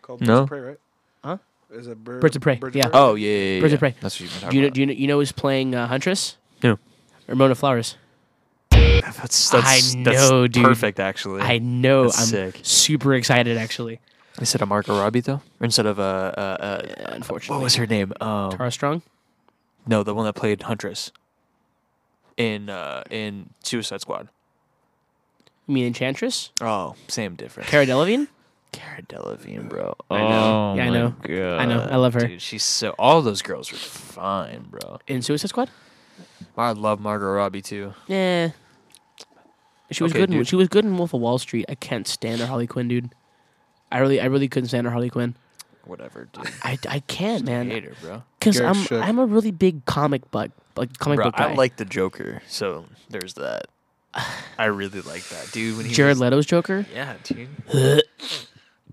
[SPEAKER 3] called
[SPEAKER 4] No.
[SPEAKER 3] Birds of Prey, right?
[SPEAKER 1] Huh?
[SPEAKER 3] Is it Bird,
[SPEAKER 1] Birds of Prey, yeah.
[SPEAKER 4] Oh yeah, yeah, yeah.
[SPEAKER 1] Birds of
[SPEAKER 4] yeah.
[SPEAKER 1] Prey.
[SPEAKER 4] That's what you were
[SPEAKER 1] Do
[SPEAKER 4] talking
[SPEAKER 1] you know,
[SPEAKER 4] about.
[SPEAKER 1] do you know, you know who's playing uh, Huntress?
[SPEAKER 4] Who?
[SPEAKER 1] Ramona Flowers.
[SPEAKER 4] That's,
[SPEAKER 1] I
[SPEAKER 4] that's,
[SPEAKER 1] know,
[SPEAKER 4] that's
[SPEAKER 1] dude.
[SPEAKER 4] Perfect, actually.
[SPEAKER 1] I know.
[SPEAKER 4] That's
[SPEAKER 1] I'm
[SPEAKER 4] sick.
[SPEAKER 1] super excited actually.
[SPEAKER 4] Instead of Marco Robbie though, or instead of uh uh, uh
[SPEAKER 1] Unfortunately,
[SPEAKER 4] what was her name? Um,
[SPEAKER 1] Tara Strong?
[SPEAKER 4] no, the one that played Huntress in uh in Suicide Squad.
[SPEAKER 1] You mean Enchantress?
[SPEAKER 4] Oh, same difference.
[SPEAKER 1] Cara Delevingne?
[SPEAKER 4] Cara Delevingne, bro.
[SPEAKER 1] I know.
[SPEAKER 4] Oh,
[SPEAKER 1] Yeah, I
[SPEAKER 4] my
[SPEAKER 1] know.
[SPEAKER 4] God.
[SPEAKER 1] I know. I love her.
[SPEAKER 4] Dude, she's so. All those girls are fine, bro.
[SPEAKER 1] in Suicide Squad?
[SPEAKER 4] I love Margot Robbie too.
[SPEAKER 1] Yeah. She was
[SPEAKER 4] Okay,
[SPEAKER 1] good. In,
[SPEAKER 4] dude.
[SPEAKER 1] she was good in Wolf of Wall Street. I can't stand her Harley Quinn, dude. I really, I really couldn't stand her Harley Quinn.
[SPEAKER 4] Whatever, dude.
[SPEAKER 1] I, I can't,
[SPEAKER 4] I
[SPEAKER 1] man.
[SPEAKER 4] hate her, bro.
[SPEAKER 1] Because
[SPEAKER 3] You're
[SPEAKER 1] I'm
[SPEAKER 3] shook.
[SPEAKER 1] I'm a really big comic book like comic
[SPEAKER 4] Bro,
[SPEAKER 1] book guy.
[SPEAKER 4] I like the Joker, so there's that. I really like that, dude. When he
[SPEAKER 1] Jared
[SPEAKER 4] was-
[SPEAKER 1] Leto's Joker.
[SPEAKER 4] Yeah, dude.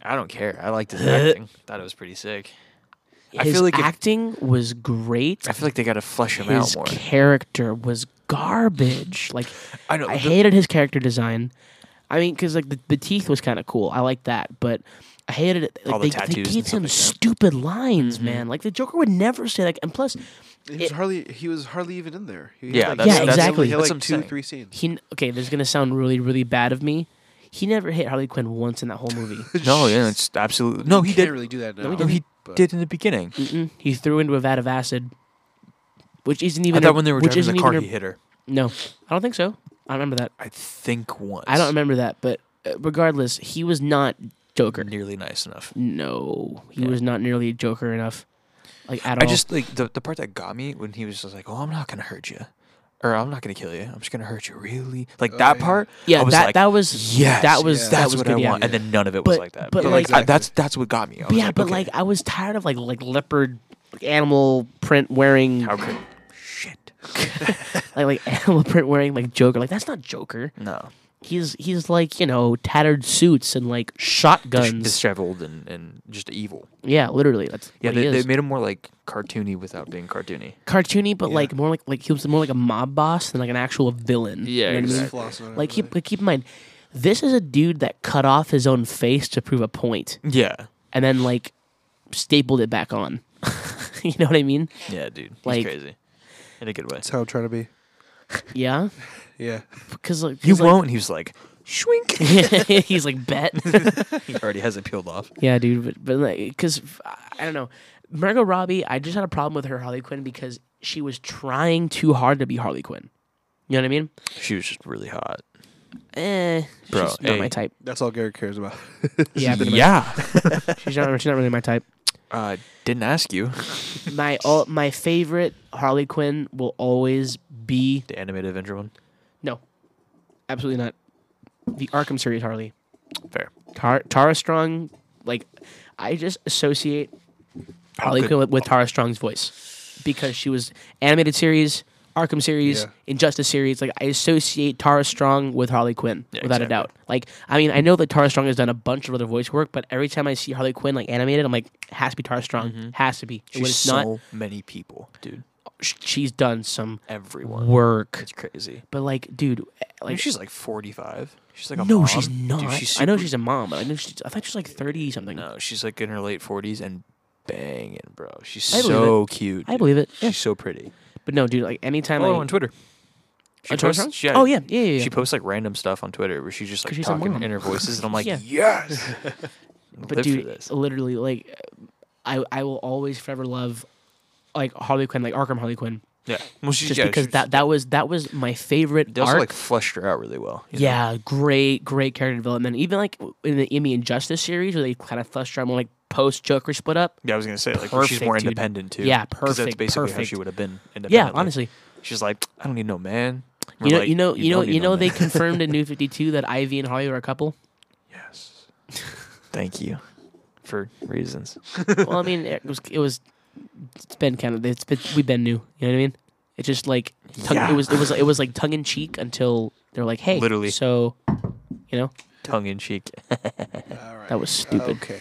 [SPEAKER 4] I don't care. I liked his acting. Thought it was pretty sick. I
[SPEAKER 1] His
[SPEAKER 4] feel like if-
[SPEAKER 1] acting was great.
[SPEAKER 4] I feel like they got to flesh him out
[SPEAKER 1] His
[SPEAKER 4] more.
[SPEAKER 1] character was garbage. Like
[SPEAKER 4] I know.
[SPEAKER 1] I
[SPEAKER 4] the-
[SPEAKER 1] hated his character design. I mean, because like the, the teeth was kind of cool. I liked that, but I hated it. Like,
[SPEAKER 4] All the
[SPEAKER 1] they,
[SPEAKER 4] tattoos
[SPEAKER 1] they
[SPEAKER 4] and
[SPEAKER 1] gave
[SPEAKER 4] stuff
[SPEAKER 1] him
[SPEAKER 4] like that. Mm-hmm.
[SPEAKER 1] stupid lines, man. Like the Joker would never say that. And plus,
[SPEAKER 3] He was hardly he was hardly even in there. He had,
[SPEAKER 4] Yeah,
[SPEAKER 3] like,
[SPEAKER 4] that's-
[SPEAKER 1] Yeah, that's- exactly.
[SPEAKER 3] He had
[SPEAKER 4] that's what
[SPEAKER 3] like
[SPEAKER 4] I'm
[SPEAKER 3] two
[SPEAKER 4] saying.
[SPEAKER 3] three scenes.
[SPEAKER 1] he okay. This is gonna sound really really bad of me. He never hit Harley Quinn once in that whole movie.
[SPEAKER 4] no, yeah, it's absolutely no. He
[SPEAKER 3] You can't
[SPEAKER 4] did.
[SPEAKER 3] really do that
[SPEAKER 1] No,
[SPEAKER 3] now.
[SPEAKER 1] he
[SPEAKER 4] No, he
[SPEAKER 3] but-
[SPEAKER 4] did in the beginning.
[SPEAKER 1] Mm-mm. He threw into a vat of acid, which isn't even.
[SPEAKER 4] I thought
[SPEAKER 1] her-
[SPEAKER 4] when they were
[SPEAKER 1] which
[SPEAKER 4] driving
[SPEAKER 1] isn't
[SPEAKER 4] the car,
[SPEAKER 1] even
[SPEAKER 4] he
[SPEAKER 1] her-
[SPEAKER 4] hit her.
[SPEAKER 1] No, I don't think so. I don't remember that.
[SPEAKER 4] I think once.
[SPEAKER 1] I don't remember that. But uh, regardless, he was not Joker.
[SPEAKER 4] Nearly nice enough.
[SPEAKER 1] No, he
[SPEAKER 4] Yeah.
[SPEAKER 1] was not nearly Joker enough. Like at
[SPEAKER 4] I
[SPEAKER 1] all.
[SPEAKER 4] just like the the part that got me when he was just like, "Oh, I'm not gonna hurt you." Or I'm not gonna kill you. I'm just gonna hurt you, really. Like
[SPEAKER 3] Oh,
[SPEAKER 4] that
[SPEAKER 3] yeah.
[SPEAKER 4] part.
[SPEAKER 1] Yeah,
[SPEAKER 4] I was
[SPEAKER 1] that
[SPEAKER 4] like,
[SPEAKER 1] that was
[SPEAKER 4] yes,
[SPEAKER 1] that was
[SPEAKER 3] yeah.
[SPEAKER 1] that
[SPEAKER 4] that's
[SPEAKER 1] was
[SPEAKER 4] what
[SPEAKER 1] good.
[SPEAKER 4] I
[SPEAKER 1] yeah.
[SPEAKER 4] want. And then none of it was
[SPEAKER 1] But-
[SPEAKER 4] like that.
[SPEAKER 1] but,
[SPEAKER 4] But,
[SPEAKER 1] Yeah,
[SPEAKER 4] like I-
[SPEAKER 3] exactly.
[SPEAKER 4] that's that's what got me. I was
[SPEAKER 1] But yeah,
[SPEAKER 4] like,
[SPEAKER 1] but
[SPEAKER 4] okay,
[SPEAKER 1] like I was tired of like like leopard like, animal print wearing
[SPEAKER 4] how
[SPEAKER 1] like
[SPEAKER 4] could shit?
[SPEAKER 1] like animal print wearing like Joker. Like that's not Joker.
[SPEAKER 4] No,
[SPEAKER 1] He's he's like, you know, tattered suits and like shotguns.
[SPEAKER 4] Dis- disheveled and, and just evil.
[SPEAKER 1] yeah, literally. That's
[SPEAKER 4] Yeah,
[SPEAKER 1] what he
[SPEAKER 4] they, they
[SPEAKER 1] is.
[SPEAKER 4] made him more like cartoony without being cartoony.
[SPEAKER 1] cartoony but
[SPEAKER 3] Yeah.
[SPEAKER 1] like more like like he was more like a mob boss than like an actual villain.
[SPEAKER 4] Yeah,
[SPEAKER 1] what I mean?
[SPEAKER 4] exactly.
[SPEAKER 3] Flossing on
[SPEAKER 1] Like
[SPEAKER 3] everything.
[SPEAKER 1] keep like, keep in mind this is a dude that cut off his own face to prove a point
[SPEAKER 4] Yeah,
[SPEAKER 1] and then like stapled it back on. you know what I mean?
[SPEAKER 4] yeah, dude, he's
[SPEAKER 1] Like-
[SPEAKER 4] crazy in a good way.
[SPEAKER 3] That's how I'm trying to be.
[SPEAKER 1] Yeah.
[SPEAKER 3] Yeah.
[SPEAKER 1] Because like,
[SPEAKER 4] You
[SPEAKER 1] 'cause, like-
[SPEAKER 4] won't. and he was like, shwink.
[SPEAKER 1] he's like bet.
[SPEAKER 4] he already has it peeled off.
[SPEAKER 1] yeah, dude. But but like, because I don't know, Margot Robbie. I just had a problem with her Harley Quinn because she was trying too hard to be Harley Quinn. You know what I mean?
[SPEAKER 4] She was just really hot.
[SPEAKER 1] Eh,
[SPEAKER 4] Bro,
[SPEAKER 1] she's not
[SPEAKER 4] hey.
[SPEAKER 1] my type.
[SPEAKER 3] That's all Garrett cares about.
[SPEAKER 1] Yeah, pretty much.
[SPEAKER 4] Yeah,
[SPEAKER 1] she's not. She's not really my type.
[SPEAKER 4] uh, didn't ask you.
[SPEAKER 1] My all, my favorite Harley Quinn will always be
[SPEAKER 4] The animated Avenger one.
[SPEAKER 1] no, absolutely not. The Arkham series Harley.
[SPEAKER 4] Fair.
[SPEAKER 1] Tar- Tara Strong, like I just associate Harley
[SPEAKER 4] good.
[SPEAKER 1] Quinn with, with Tara Strong's voice because she was animated series, Arkham series,
[SPEAKER 3] Yeah.
[SPEAKER 1] Injustice series. Like I associate Tara Strong with Harley Quinn
[SPEAKER 4] Yeah,
[SPEAKER 1] without a
[SPEAKER 4] exactly.
[SPEAKER 1] doubt. Like I mean, I know that Tara Strong has done a bunch of other voice work, but every time I see Harley Quinn like animated, I'm like, has to be Tara Strong, has to be.
[SPEAKER 4] Mm-hmm. She's
[SPEAKER 1] when it's
[SPEAKER 4] so
[SPEAKER 1] not,
[SPEAKER 4] many people, dude.
[SPEAKER 1] sh- she's done some
[SPEAKER 4] Everyone.
[SPEAKER 1] work.
[SPEAKER 4] It's crazy.
[SPEAKER 1] But like, dude,
[SPEAKER 4] Like
[SPEAKER 1] like
[SPEAKER 4] she's like 45. She's like a
[SPEAKER 1] no,
[SPEAKER 4] mom.
[SPEAKER 1] she's
[SPEAKER 4] Dude,
[SPEAKER 1] not.
[SPEAKER 4] she's
[SPEAKER 1] I know
[SPEAKER 4] super-
[SPEAKER 1] she's a mom, but I know she's. I thought she's like thirty something.
[SPEAKER 4] No, she's like in her late 40s and banging, bro. She's
[SPEAKER 1] I believe
[SPEAKER 4] so cute.
[SPEAKER 1] I
[SPEAKER 4] dude.
[SPEAKER 1] believe it. Yeah.
[SPEAKER 4] She's so pretty.
[SPEAKER 1] But no, dude, like anytime
[SPEAKER 4] Follow
[SPEAKER 1] I
[SPEAKER 4] her on Twitter. She
[SPEAKER 1] Oh, On Twitter
[SPEAKER 4] posts-
[SPEAKER 1] Strong?
[SPEAKER 4] she-
[SPEAKER 1] Oh, yeah. Yeah, yeah, yeah.
[SPEAKER 4] She posts like random stuff on Twitter where she's just like
[SPEAKER 1] 'Cause she's a
[SPEAKER 4] talking
[SPEAKER 1] mom.
[SPEAKER 4] in her voices, and I'm like,
[SPEAKER 1] Yeah.
[SPEAKER 4] yes.
[SPEAKER 1] but
[SPEAKER 4] Live for
[SPEAKER 1] dude,
[SPEAKER 4] this.
[SPEAKER 1] literally, like, I I will always forever love like Harley Quinn, like Arkham Harley Quinn.
[SPEAKER 4] Yeah. Well, she,
[SPEAKER 1] just
[SPEAKER 4] yeah,
[SPEAKER 1] because
[SPEAKER 4] she-
[SPEAKER 1] that that was that was my favorite
[SPEAKER 4] they also
[SPEAKER 1] arc.
[SPEAKER 4] like fleshed her out really well. you know?
[SPEAKER 1] yeah, great, great character development. Even like w- in the Emmy and Justice series, where they kind of fleshed her out more like post Joker split up.
[SPEAKER 4] Yeah, I was gonna say like where she's
[SPEAKER 1] Perfect,
[SPEAKER 4] more
[SPEAKER 1] dude.
[SPEAKER 4] independent too.
[SPEAKER 1] Yeah,
[SPEAKER 4] 'Cause That's
[SPEAKER 1] perfect,
[SPEAKER 4] basically how
[SPEAKER 1] perfect.
[SPEAKER 4] she would have been.
[SPEAKER 1] Yeah,
[SPEAKER 4] independently.
[SPEAKER 1] honestly,
[SPEAKER 4] she's like, I don't need no man. We're
[SPEAKER 1] you know,
[SPEAKER 4] like,
[SPEAKER 1] you know, you know,
[SPEAKER 4] don't need
[SPEAKER 1] you
[SPEAKER 4] no
[SPEAKER 1] know, they
[SPEAKER 4] man."
[SPEAKER 1] confirmed in New Fifty Two that Ivy and Holly are a couple.
[SPEAKER 4] yes. Thank you for reasons.
[SPEAKER 1] well, I mean, it was it was it's been kind of it's been, we've been new. You know what I mean? It's just like tongue,
[SPEAKER 4] Yeah.
[SPEAKER 1] it was it was it was like tongue in cheek until they're like, hey,
[SPEAKER 4] Literally.
[SPEAKER 1] So, you know,
[SPEAKER 4] Tongue in cheek.
[SPEAKER 3] All right.
[SPEAKER 1] that was stupid.
[SPEAKER 3] Okay.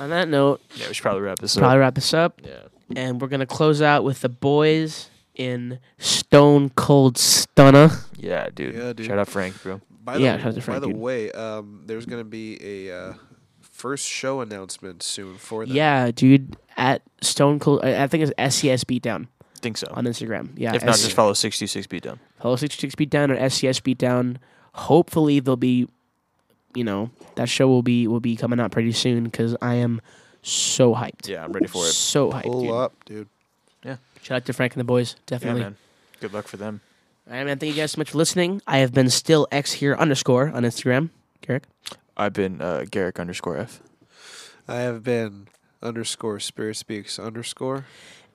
[SPEAKER 1] On that note,
[SPEAKER 4] yeah, we should probably wrap this
[SPEAKER 1] probably
[SPEAKER 4] up.
[SPEAKER 1] wrap this up,
[SPEAKER 4] Yeah.
[SPEAKER 1] and we're gonna close out with the boys in Stone Cold Stunner.
[SPEAKER 4] Yeah, dude.
[SPEAKER 3] Yeah, dude.
[SPEAKER 4] Shout out Frank, bro.
[SPEAKER 3] By
[SPEAKER 1] Yeah, shout
[SPEAKER 3] the,
[SPEAKER 1] out to
[SPEAKER 3] by
[SPEAKER 1] Frank,
[SPEAKER 3] the
[SPEAKER 1] dude.
[SPEAKER 3] way, um, there's gonna be a uh, first show announcement soon for them.
[SPEAKER 1] Yeah, dude, at Stone Cold, I I think it's SCS Beatdown
[SPEAKER 4] Think so.
[SPEAKER 1] on Instagram. Yeah,
[SPEAKER 4] If not,
[SPEAKER 1] SCS
[SPEAKER 4] just follow sixty six beat down.
[SPEAKER 1] Hello 66 Beatdown or SCS Beatdown. Hopefully they'll be, you know, that show will be will be coming out pretty soon because I am so hyped.
[SPEAKER 4] Yeah, I'm ready for it.
[SPEAKER 1] So hyped.
[SPEAKER 3] Pull
[SPEAKER 1] dude.
[SPEAKER 3] up, dude.
[SPEAKER 1] Shout out to Frank and the boys,
[SPEAKER 4] Yeah,
[SPEAKER 1] definitely.
[SPEAKER 4] man. Good luck for them.
[SPEAKER 1] All right, man. Thank you guys so much for listening. I have been still X here underscore on Instagram. Garrick.
[SPEAKER 4] I've been uh, Garrick underscore F.
[SPEAKER 3] I have been underscore spirit speaks underscore.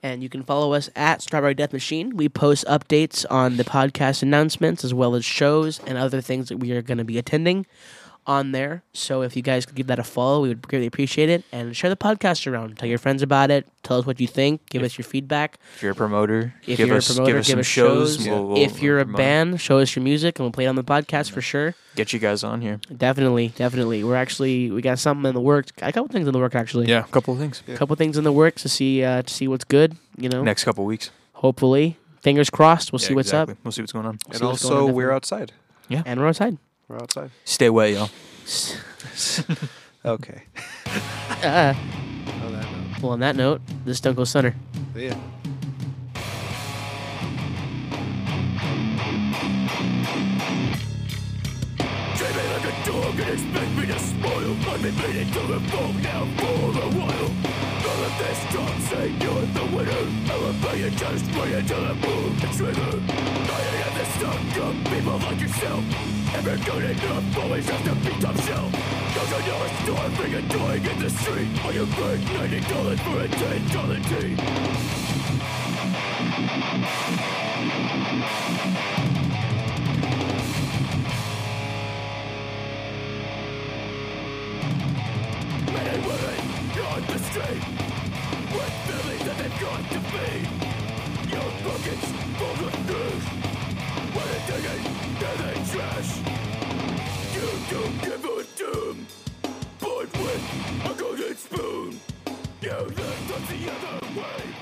[SPEAKER 1] And you can follow us at Strawberry Death Machine. We post updates on the podcast announcements as well as shows and other things that we are going to be attending on there. So if you guys could give that a follow, we would greatly appreciate it. And share the podcast around. Tell your friends about it. Tell us what you think. Give us your feedback.
[SPEAKER 4] If you're a promoter,
[SPEAKER 1] If
[SPEAKER 4] give
[SPEAKER 1] you're a
[SPEAKER 4] us
[SPEAKER 1] promoter,
[SPEAKER 4] give us
[SPEAKER 1] give
[SPEAKER 4] some
[SPEAKER 1] us
[SPEAKER 4] shows.
[SPEAKER 1] shows.
[SPEAKER 4] and we'll- we'll-
[SPEAKER 1] if you're a
[SPEAKER 4] we'll promote.
[SPEAKER 1] band, show us your music and we'll play it on the podcast for sure.
[SPEAKER 4] get you guys on here.
[SPEAKER 1] Definitely, definitely. We're actually we got something in the works. A couple things in the work actually.
[SPEAKER 4] Yeah, a couple of things.
[SPEAKER 1] A couple things in the works to see uh, to see what's good. You know,
[SPEAKER 4] Next couple weeks.
[SPEAKER 1] hopefully. Fingers crossed. We'll see what's up.
[SPEAKER 4] We'll see what's going on.
[SPEAKER 3] And
[SPEAKER 1] see what's going on
[SPEAKER 3] also,
[SPEAKER 1] down
[SPEAKER 3] we're
[SPEAKER 1] there.
[SPEAKER 3] outside.
[SPEAKER 1] And we're outside.
[SPEAKER 3] We're outside.
[SPEAKER 4] Stay away, y'all.
[SPEAKER 3] Okay.
[SPEAKER 1] Uh,
[SPEAKER 3] On that note,
[SPEAKER 1] well, on that note, this is Stone Cold Stunner.
[SPEAKER 3] see ya.
[SPEAKER 5] Treat me like a dog and expect me to smile. I've been meaning to revolt now for a while. All of this time saying you're the winner. I will pay you just wait until I pull the trigger. I am the stuck up people like yourself. Ever good enough, always have to be top shelf. Those are your starving and dying in the street. Are you paid $90 for a $10 tea? Many women on the street with feelings that they've got to feed. Your pockets full of news. What are they digging? They're the trash. You don't give a damn. But with a golden spoon, you learn from the other way.